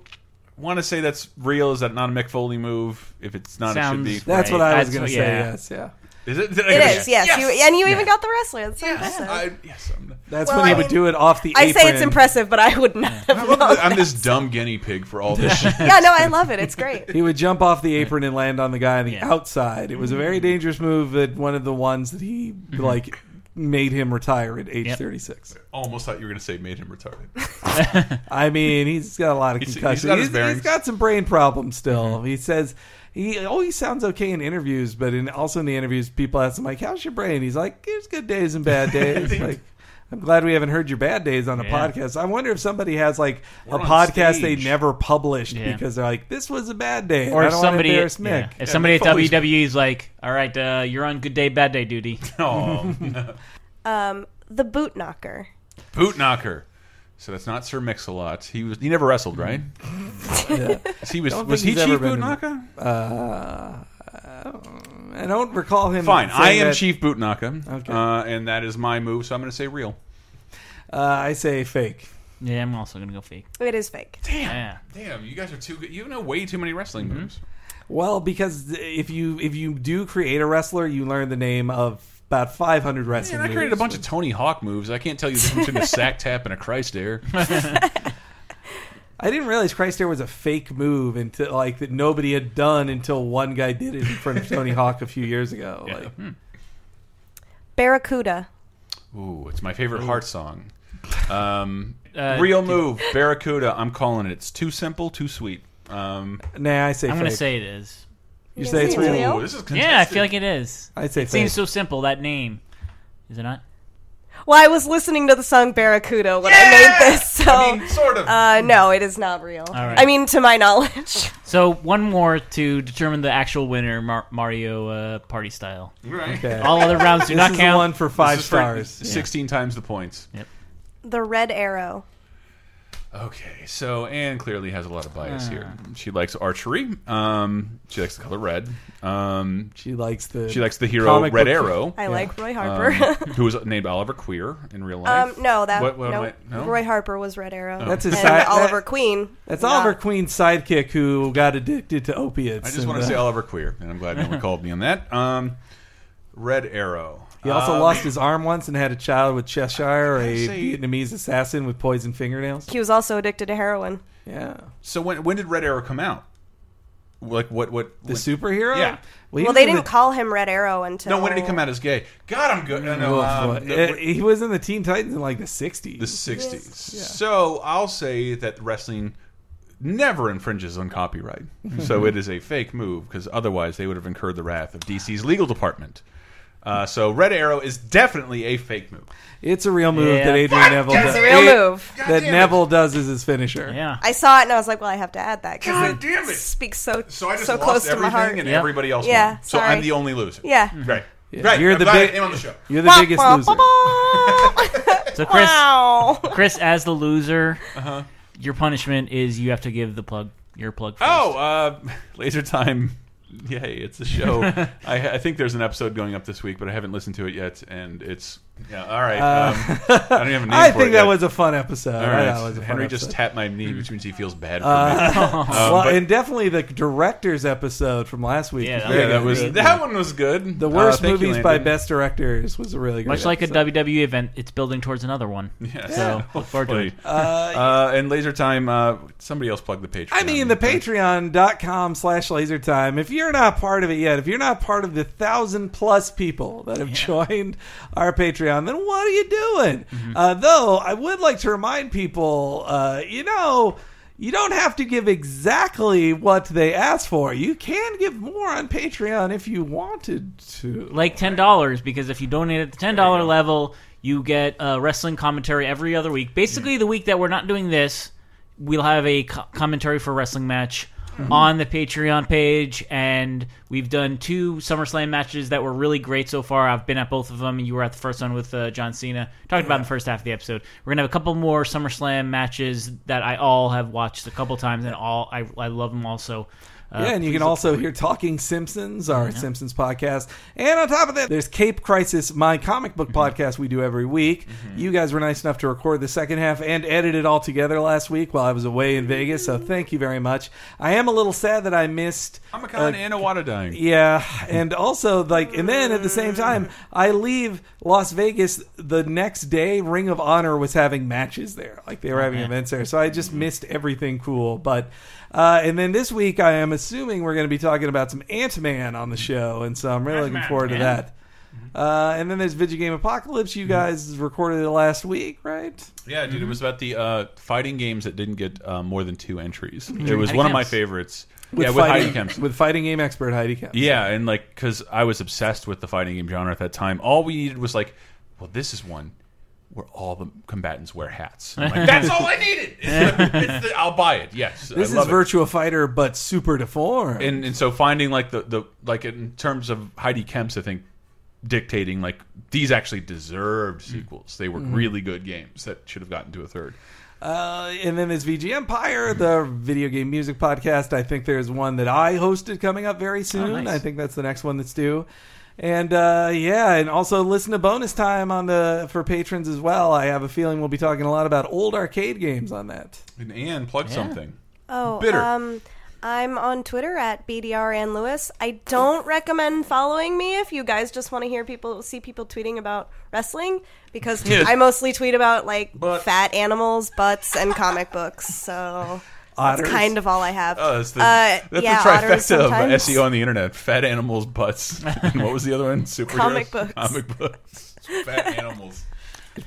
Speaker 8: Want to say that's real? Is that not a Mick Foley move? If it's not,
Speaker 7: Sounds-
Speaker 8: it should be.
Speaker 9: That's
Speaker 7: Right,
Speaker 9: what I was
Speaker 7: that's
Speaker 9: going
Speaker 7: what-
Speaker 9: to say,
Speaker 7: yeah.
Speaker 9: yes, yeah.
Speaker 8: Is it? Did I
Speaker 4: It
Speaker 8: get
Speaker 4: is, yes. You, and you even got the wrestler. That's
Speaker 8: Yes,
Speaker 4: impressive. I,
Speaker 8: I, yes I'm,
Speaker 9: That's
Speaker 4: Well,
Speaker 9: when they
Speaker 4: I
Speaker 9: would
Speaker 4: mean-
Speaker 9: do it off the apron.
Speaker 4: say it's impressive, but I would not have known.
Speaker 8: I'm this dumb guinea pig for all this shit.
Speaker 4: yeah, no, I love it. It's great.
Speaker 9: He would jump off the apron and land on the guy on the
Speaker 7: Yeah.
Speaker 9: outside. It was a very dangerous move, but one of the ones that he, like, made him retire at age
Speaker 7: Mm-hmm. Yep.
Speaker 9: 36.
Speaker 8: Almost thought you were going to say made him retarded.
Speaker 9: I mean, he's got a lot of
Speaker 8: He's- he's
Speaker 9: concussions.
Speaker 8: got his
Speaker 9: He's- he's
Speaker 8: bearings. Mm-hmm.
Speaker 9: got some brain problems still. He says he always sounds okay in interviews, but in also in the interviews, people ask him like, "How's your brain?" He's like, "There's good days and bad days." like, I'm glad we haven't heard your bad days on a
Speaker 7: Yeah.
Speaker 9: podcast. I wonder if somebody has like
Speaker 8: We're
Speaker 9: a
Speaker 8: on
Speaker 9: podcast they
Speaker 8: stage.
Speaker 9: never published
Speaker 7: Yeah.
Speaker 9: because they're like, "This was a bad day."
Speaker 7: Or
Speaker 9: I
Speaker 7: if
Speaker 9: don't want to
Speaker 7: somebody,
Speaker 9: embarrass
Speaker 7: yeah.
Speaker 9: Mick.
Speaker 7: if somebody at
Speaker 8: Mick Foley's-
Speaker 7: WWE is like, "All right, uh, you're on good day, bad day duty."
Speaker 8: Oh,
Speaker 4: Um, the boot knocker.
Speaker 8: boot knocker. So that's not Sir Mix-a-Lot. He was he never wrestled, right? He was
Speaker 9: Don't
Speaker 8: was
Speaker 9: think
Speaker 8: he
Speaker 9: he's ever
Speaker 8: Chief
Speaker 9: been
Speaker 8: Boot
Speaker 9: in-
Speaker 8: Knocker?
Speaker 9: I don't recall him.
Speaker 8: Fine, I
Speaker 9: saying
Speaker 8: am
Speaker 9: that.
Speaker 8: Chief Boot Knocker,
Speaker 9: Okay.
Speaker 8: uh, and that is my move. So I'm going to say real.
Speaker 9: Uh, I say fake.
Speaker 7: Yeah, I'm also gonna go fake.
Speaker 4: It is fake.
Speaker 7: Yeah.
Speaker 8: Damn, Mm-hmm. you guys are too good. You know way too many wrestling moves.
Speaker 9: Well, because if you if you do create a wrestler, you learn the name of about 500 wrestling.
Speaker 8: Man, I created a
Speaker 9: moves.
Speaker 8: bunch of Tony Hawk moves. I can't tell you the difference between a sack tap and a Christ air.
Speaker 9: I didn't realize Christ Air was a fake move until like that nobody had done until one guy did it in front of Tony Hawk a few years ago. Like,
Speaker 4: Barracuda.
Speaker 8: Ooh, it's my favorite heart song. Um,
Speaker 7: Uh,
Speaker 8: real move, Barracuda. I'm calling it. It's too simple, too sweet. Um,
Speaker 9: nah, I say
Speaker 7: I'm
Speaker 9: fake.
Speaker 7: gonna say it is.
Speaker 9: You say it's real.
Speaker 8: Ooh, this is
Speaker 7: Yeah, I feel like it is.
Speaker 9: I'd say
Speaker 7: it seems
Speaker 9: fake.
Speaker 7: so simple that name, is it not?
Speaker 4: Well, I was listening to the song Barracuda when I made this, so
Speaker 8: sort of.
Speaker 4: uh, no, it is not real.
Speaker 7: right.
Speaker 4: I mean, to my knowledge.
Speaker 7: So one more to determine the actual winner, Mar- Mario uh, Party style.
Speaker 8: right.
Speaker 9: Okay.
Speaker 7: All other rounds do
Speaker 9: This
Speaker 7: not
Speaker 9: is
Speaker 7: count.
Speaker 9: the one for five
Speaker 8: This is for
Speaker 9: stars.
Speaker 8: Sixteen times the points.
Speaker 4: the Red Arrow.
Speaker 8: Okay, so Anne clearly has a lot of bias here. She likes archery. Um, she likes the color red. Um,
Speaker 9: She likes the.
Speaker 8: she likes the hero
Speaker 9: Comic
Speaker 8: Red
Speaker 9: book-
Speaker 8: Arrow,
Speaker 4: I like Roy Harper.
Speaker 8: um, who was named Oliver Queer in real life.
Speaker 4: Um, no, that
Speaker 8: What- what am
Speaker 4: no,
Speaker 8: I- no? Oh.
Speaker 4: Roy Harper was Red Arrow.
Speaker 9: That's his
Speaker 4: and
Speaker 9: side-
Speaker 4: Oliver
Speaker 9: that-
Speaker 4: Queen.
Speaker 9: That's
Speaker 4: not-
Speaker 9: Oliver Queen's sidekick who got addicted to opiates.
Speaker 8: I just
Speaker 9: and,
Speaker 8: want to
Speaker 9: uh,
Speaker 8: say Oliver Queer, and I'm glad no one called me on that. Um, red Arrow.
Speaker 9: He also
Speaker 8: Um,
Speaker 9: lost his arm once and had a child with Cheshire, a
Speaker 8: say-
Speaker 9: Vietnamese assassin with poison fingernails.
Speaker 4: He was also addicted to heroin.
Speaker 9: Yeah,
Speaker 8: So when when did Red Arrow come out? Like what what
Speaker 9: the
Speaker 8: when-
Speaker 9: superhero.
Speaker 8: Yeah.
Speaker 9: he
Speaker 4: Well,
Speaker 9: was
Speaker 4: they
Speaker 9: in
Speaker 4: didn't
Speaker 9: the-
Speaker 4: call him Red Arrow until.
Speaker 8: No, when did he come out as gay? God, I'm good. No,
Speaker 9: Oh,
Speaker 8: no, um,
Speaker 9: boy.
Speaker 8: the-
Speaker 9: Uh, he was in the Teen Titans in like the '60s.
Speaker 8: the 60s. So I'll say that wrestling never infringes on copyright. so it is a fake move because otherwise they would have incurred the wrath of DC's legal department. Uh, so Red Arrow is definitely a fake move.
Speaker 9: it's a real move
Speaker 7: Yeah.
Speaker 9: that Adrian Neville.
Speaker 4: That's
Speaker 9: does.
Speaker 4: a real
Speaker 9: it-
Speaker 4: move.
Speaker 9: that Neville does as his finisher.
Speaker 7: Yeah.
Speaker 4: I saw it and I was like, well, I have to add that because
Speaker 8: God
Speaker 4: it,
Speaker 8: damn it.
Speaker 4: speaks so
Speaker 8: So I just
Speaker 4: so
Speaker 8: lost
Speaker 4: close to
Speaker 8: everything
Speaker 4: my heart.
Speaker 8: and
Speaker 7: Yeah.
Speaker 8: everybody else
Speaker 4: Yeah,
Speaker 8: won. So
Speaker 4: sorry.
Speaker 8: I'm the only loser.
Speaker 4: yeah.
Speaker 8: Right. Right.
Speaker 9: You're
Speaker 8: I'm
Speaker 9: the
Speaker 8: glad I
Speaker 9: big-
Speaker 8: came on the show.
Speaker 9: You're the biggest
Speaker 4: Bah,
Speaker 9: loser.
Speaker 4: bah, bah.
Speaker 7: So Chris,
Speaker 4: wow.
Speaker 7: Chris as the loser, your punishment is you have to give the plug your plug. First.
Speaker 8: Oh, uh, Laser Time. Yay, it's a show. I, I think there's an episode going up this week, but I haven't listened to it yet. And it's. Yeah, all right. um, I don't have a name
Speaker 9: Uh, I
Speaker 8: for
Speaker 9: think
Speaker 8: it
Speaker 9: that
Speaker 8: yet.
Speaker 9: was a fun episode.
Speaker 8: All
Speaker 9: I
Speaker 8: right.
Speaker 9: thought it was a fun
Speaker 8: Henry
Speaker 9: episode. Uh,
Speaker 8: just tapped my knee, which means he feels bad for me. Um,
Speaker 9: well,
Speaker 8: but-
Speaker 9: and definitely the director's episode from last week.
Speaker 7: Yeah,
Speaker 9: was
Speaker 7: that
Speaker 9: very
Speaker 8: yeah, that
Speaker 9: good.
Speaker 8: was that one was good.
Speaker 9: the
Speaker 8: Uh,
Speaker 9: worst
Speaker 8: thank you,
Speaker 9: movies by
Speaker 8: Landon.
Speaker 9: best directors was a really good.
Speaker 7: Much like a
Speaker 9: episode.
Speaker 7: WWE event, it's building towards another one.
Speaker 8: Yes.
Speaker 7: So look forward to it.
Speaker 8: Hopefully. Uh, and Laser Time. Uh, somebody else plugged the Patreon.
Speaker 9: I mean, the patreon.com slash lasertime. If you're not part of it yet, if you're not part of the thousand plus people that have joined our Patreon, then what are you doing? Uh, though, I would like to remind people, uh, you know. You don't have to give exactly what they ask for. You can give more on Patreon if you wanted to.
Speaker 7: Like ten dollars, because if you donate at the ten dollar level, you get uh, wrestling commentary every other week. Basically, the week that we're not doing this, we'll have a co- commentary for a wrestling match
Speaker 9: Mm-hmm.
Speaker 7: on the Patreon page, and we've done two SummerSlam matches that were really great so far. I've been at both of them, and you were at the first one with uh, John Cena. Talked about in the first half of the episode. We're gonna have a couple more SummerSlam matches that I all have watched a couple times, and all I, I love them also. Uh,
Speaker 9: yeah, and you can also hear Talking Simpsons, our Simpsons podcast. And on top of that, there's Cape Crisis, my comic book podcast we do every week. You guys were nice enough to record the second half and edit it all together last week while I was away in Vegas, so thank you very much. I am a little sad that I missed.
Speaker 8: I'm a con
Speaker 9: uh,
Speaker 8: and a water dying.
Speaker 9: yeah, and also like, and then at the same time, I leave Las Vegas the next day. Ring of Honor was having matches there, like they were having events there. So I
Speaker 8: Mm-hmm.
Speaker 9: just missed everything cool. But uh, and then this week, I am assuming we're going to be talking about some Ant Man on the show, and so I'm really looking forward to that. Uh, and then there's Video Game Apocalypse.
Speaker 8: Mm-hmm.
Speaker 9: You guys recorded it last week, right?
Speaker 8: Yeah,
Speaker 9: Mm-hmm.
Speaker 8: dude, it was about the uh, fighting games that didn't get uh, more than two entries. It was
Speaker 7: Heidi
Speaker 8: one of my
Speaker 7: Kemps.
Speaker 8: favorites.
Speaker 9: Mm-hmm. With
Speaker 8: yeah, with
Speaker 9: fighting,
Speaker 8: Heidi Kemps.
Speaker 9: with fighting game expert Heidi Kemp.
Speaker 8: Yeah, and like because I was obsessed with the fighting game genre at that time. All we needed was like, well, this is one where all the combatants wear hats. I'm like, That's all I needed. It's the, it's the, I'll buy it. Yes, I
Speaker 9: This is
Speaker 8: love it.
Speaker 9: Virtua Fighter, but super deformed.
Speaker 8: And and so finding like the the like in terms of Heidi Kemp's, I think dictating like these actually
Speaker 9: Mm.
Speaker 8: deserved sequels. They were
Speaker 9: Mm-hmm.
Speaker 8: really good games that should have gotten to a third.
Speaker 9: Uh, and then there's VG Empire, the video game music podcast. I think there's one that I hosted coming up very soon.
Speaker 7: nice.
Speaker 9: I think that's the next one that's due. And uh, yeah, and also listen to bonus time on the for patrons as well. I have a feeling we'll be talking a lot about old arcade games on that.
Speaker 8: And Anne plug something.
Speaker 4: Oh,
Speaker 8: Bitter.
Speaker 4: um, I'm on Twitter at BDR and Lewis. I don't recommend following me if you guys just want to hear people see people tweeting about wrestling because I mostly tweet about like
Speaker 8: But-
Speaker 4: fat animals, butts, and comic books. So
Speaker 9: Otters.
Speaker 4: that's kind of all I have.
Speaker 8: Oh, that's the,
Speaker 4: Uh,
Speaker 8: that's
Speaker 4: yeah,
Speaker 8: the
Speaker 4: otters
Speaker 8: trifecta of E
Speaker 4: sometimes.
Speaker 8: SEO on the internet. Fat animals, butts. and what was the other one? Superheroes?
Speaker 4: Comic books.
Speaker 8: Comic books. Fat animals.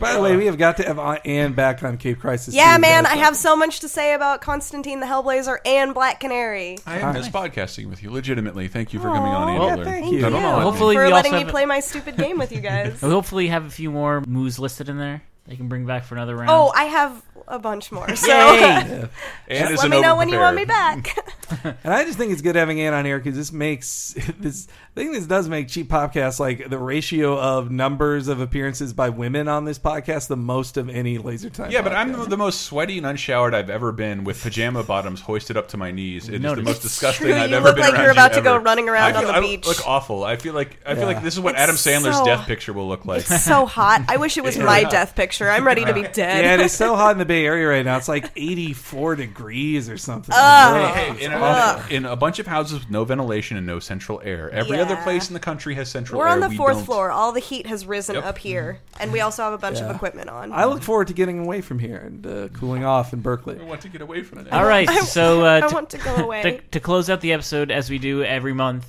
Speaker 9: By the way, we have got to have uh, Anne back on Cape Crisis.
Speaker 11: Yeah,
Speaker 9: too,
Speaker 11: man,
Speaker 9: guys.
Speaker 11: I have so much to say about Constantine the Hellblazer and Black Canary.
Speaker 8: I am miss podcasting with you legitimately. Thank you for coming
Speaker 11: Aw,
Speaker 8: on, Ann Miller.
Speaker 11: thank you.
Speaker 8: I don't know.
Speaker 7: Hopefully
Speaker 11: for
Speaker 7: we
Speaker 11: letting me
Speaker 7: also have-
Speaker 11: play my stupid game with you guys.
Speaker 7: We'll hopefully have a few more moves listed in there. They can bring back for another round.
Speaker 11: Oh, I have a bunch more. So
Speaker 7: Yay!
Speaker 8: Ann is
Speaker 11: let
Speaker 8: an
Speaker 11: me know when you want
Speaker 8: overprepared.
Speaker 11: me back.
Speaker 9: And I just think it's good having Ann on here because this makes this I think this does make cheap podcasts like the ratio of numbers of appearances by women on this podcast the most of any laser time.
Speaker 8: Yeah, but I'm the, the most sweaty and unshowered I've ever been with pajama bottoms hoisted up to my knees. It is the
Speaker 7: Noticed.
Speaker 8: most disgusting
Speaker 11: true.
Speaker 8: I've
Speaker 11: You
Speaker 8: ever
Speaker 11: look
Speaker 8: been
Speaker 11: like you're
Speaker 8: around
Speaker 11: about to go
Speaker 8: ever.
Speaker 11: running around
Speaker 8: I
Speaker 11: on
Speaker 8: feel-
Speaker 11: the
Speaker 8: I
Speaker 11: beach.
Speaker 8: look awful. I feel like I feel
Speaker 9: Yeah.
Speaker 8: like this is what
Speaker 11: It's
Speaker 8: Adam Sandler's
Speaker 11: so-
Speaker 8: death picture will look like.
Speaker 11: so hot. I wish it was my death picture. I'm ready to be dead.
Speaker 9: yeah, it is so hot in the Bay Area right now. It's like 84 degrees or something.
Speaker 8: Hey, in, a, in a bunch of houses with no ventilation and no central air. Every other
Speaker 11: Yeah.
Speaker 8: place in the country has central
Speaker 11: We're
Speaker 8: air.
Speaker 11: on the
Speaker 8: We
Speaker 11: 4th
Speaker 8: don't.
Speaker 11: floor. All the heat has risen
Speaker 8: Yep.
Speaker 11: up here, and we also have a bunch of equipment on.
Speaker 9: I look forward to getting away from here and uh, cooling off in Berkeley.
Speaker 8: I want to get away from there.
Speaker 7: All right, so uh,
Speaker 11: I
Speaker 7: to-
Speaker 11: want to go away.
Speaker 7: to, to close out the episode as we do every month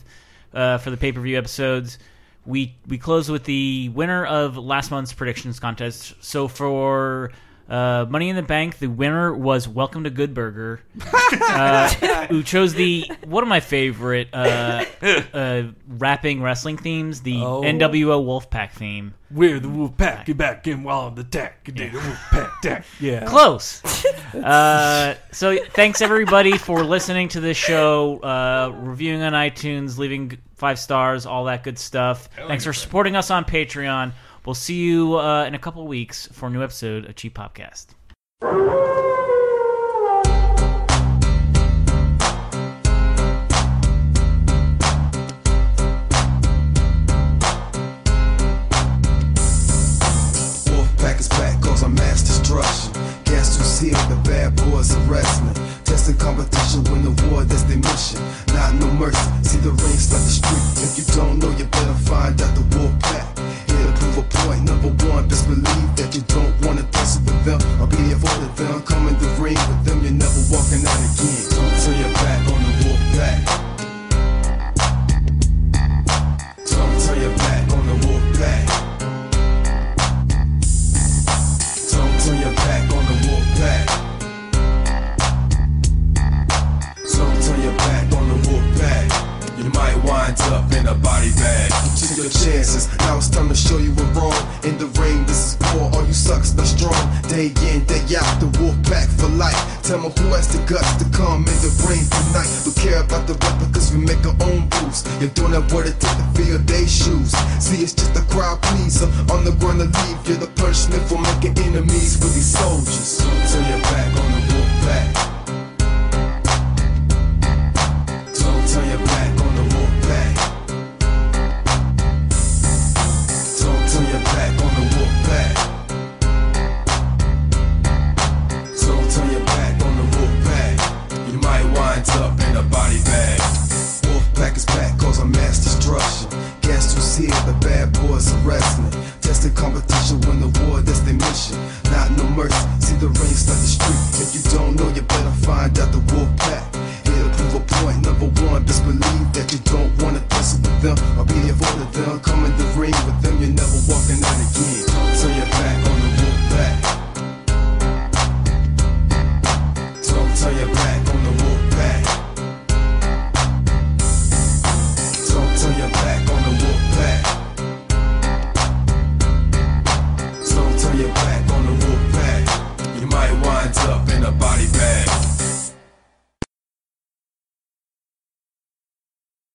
Speaker 7: uh, for the pay per view episodes, we we close with the winner of last month's predictions contest. So for uh, Money in the Bank, the winner was Welcome to Good Burger, uh, who chose the one of my favorite uh, uh, rapping wrestling themes, the
Speaker 9: Oh.
Speaker 7: NWO Wolfpack theme.
Speaker 9: We're the wolf pack. Get back in while on the deck. Yeah. The wolf pack deck. Yeah.
Speaker 7: close. uh, so thanks everybody for listening to this show, uh, reviewing on iTunes, leaving five stars, all that good stuff. thanks for supporting us on Patreon. We'll see you uh, in a couple of weeks for a new episode of Cheap Popcast.
Speaker 4: Wolfpack is back, cause I'm mass destruction. Guess who's here? The bad boys are wrestling. Testing competition, win the war, that's their mission. Not no mercy, see the rings like the street. If you don't know, you better find out the Wolfpack. Here to prove a point. Number one, best believe that you don't wanna tussle with them. I'll be there for them. Come in the ring with them, you're never walking out again. Don't turn your back on the Wolfpack. Don't turn your back on the Wolfpack. Don't turn your back on the wolf pack. Don't turn your back on the wolf pack. You might wind up in a body bag. You took your chances. Now it's time to show you we're wrong. In the ring, this is war. All you sucks but strong. Day in, day out, the wolf pack for life. Tell me who has the guts to come in the ring tonight. We care about the replicas, we make our own rules. You're doing that word to take the field day shoes. See, it's just a crowd pleaser. On the ground to leave, you're the punishment for making enemies with these soldiers. Don't turn your back on the wolf pack. Don't turn your back on the wolf pack. Don't turn your back on the wolf pack. Don't turn your back on the wolf pack. You might wind up in a body bag. Wolf pack is back, cause I'm mass destruction. Guess who's here? The bad boys are wrestling. Testing competition, win the war, that's their mission. Not no mercy, see the rings like the street. If you don't know, you better find out the wolf pack. Here to prove a point. Number one, disbelieve that you don't wanna tussle with them. I'll be there for the them. Come in the ring with them, you're never walking out again. Don't turn your back on the wolf pack.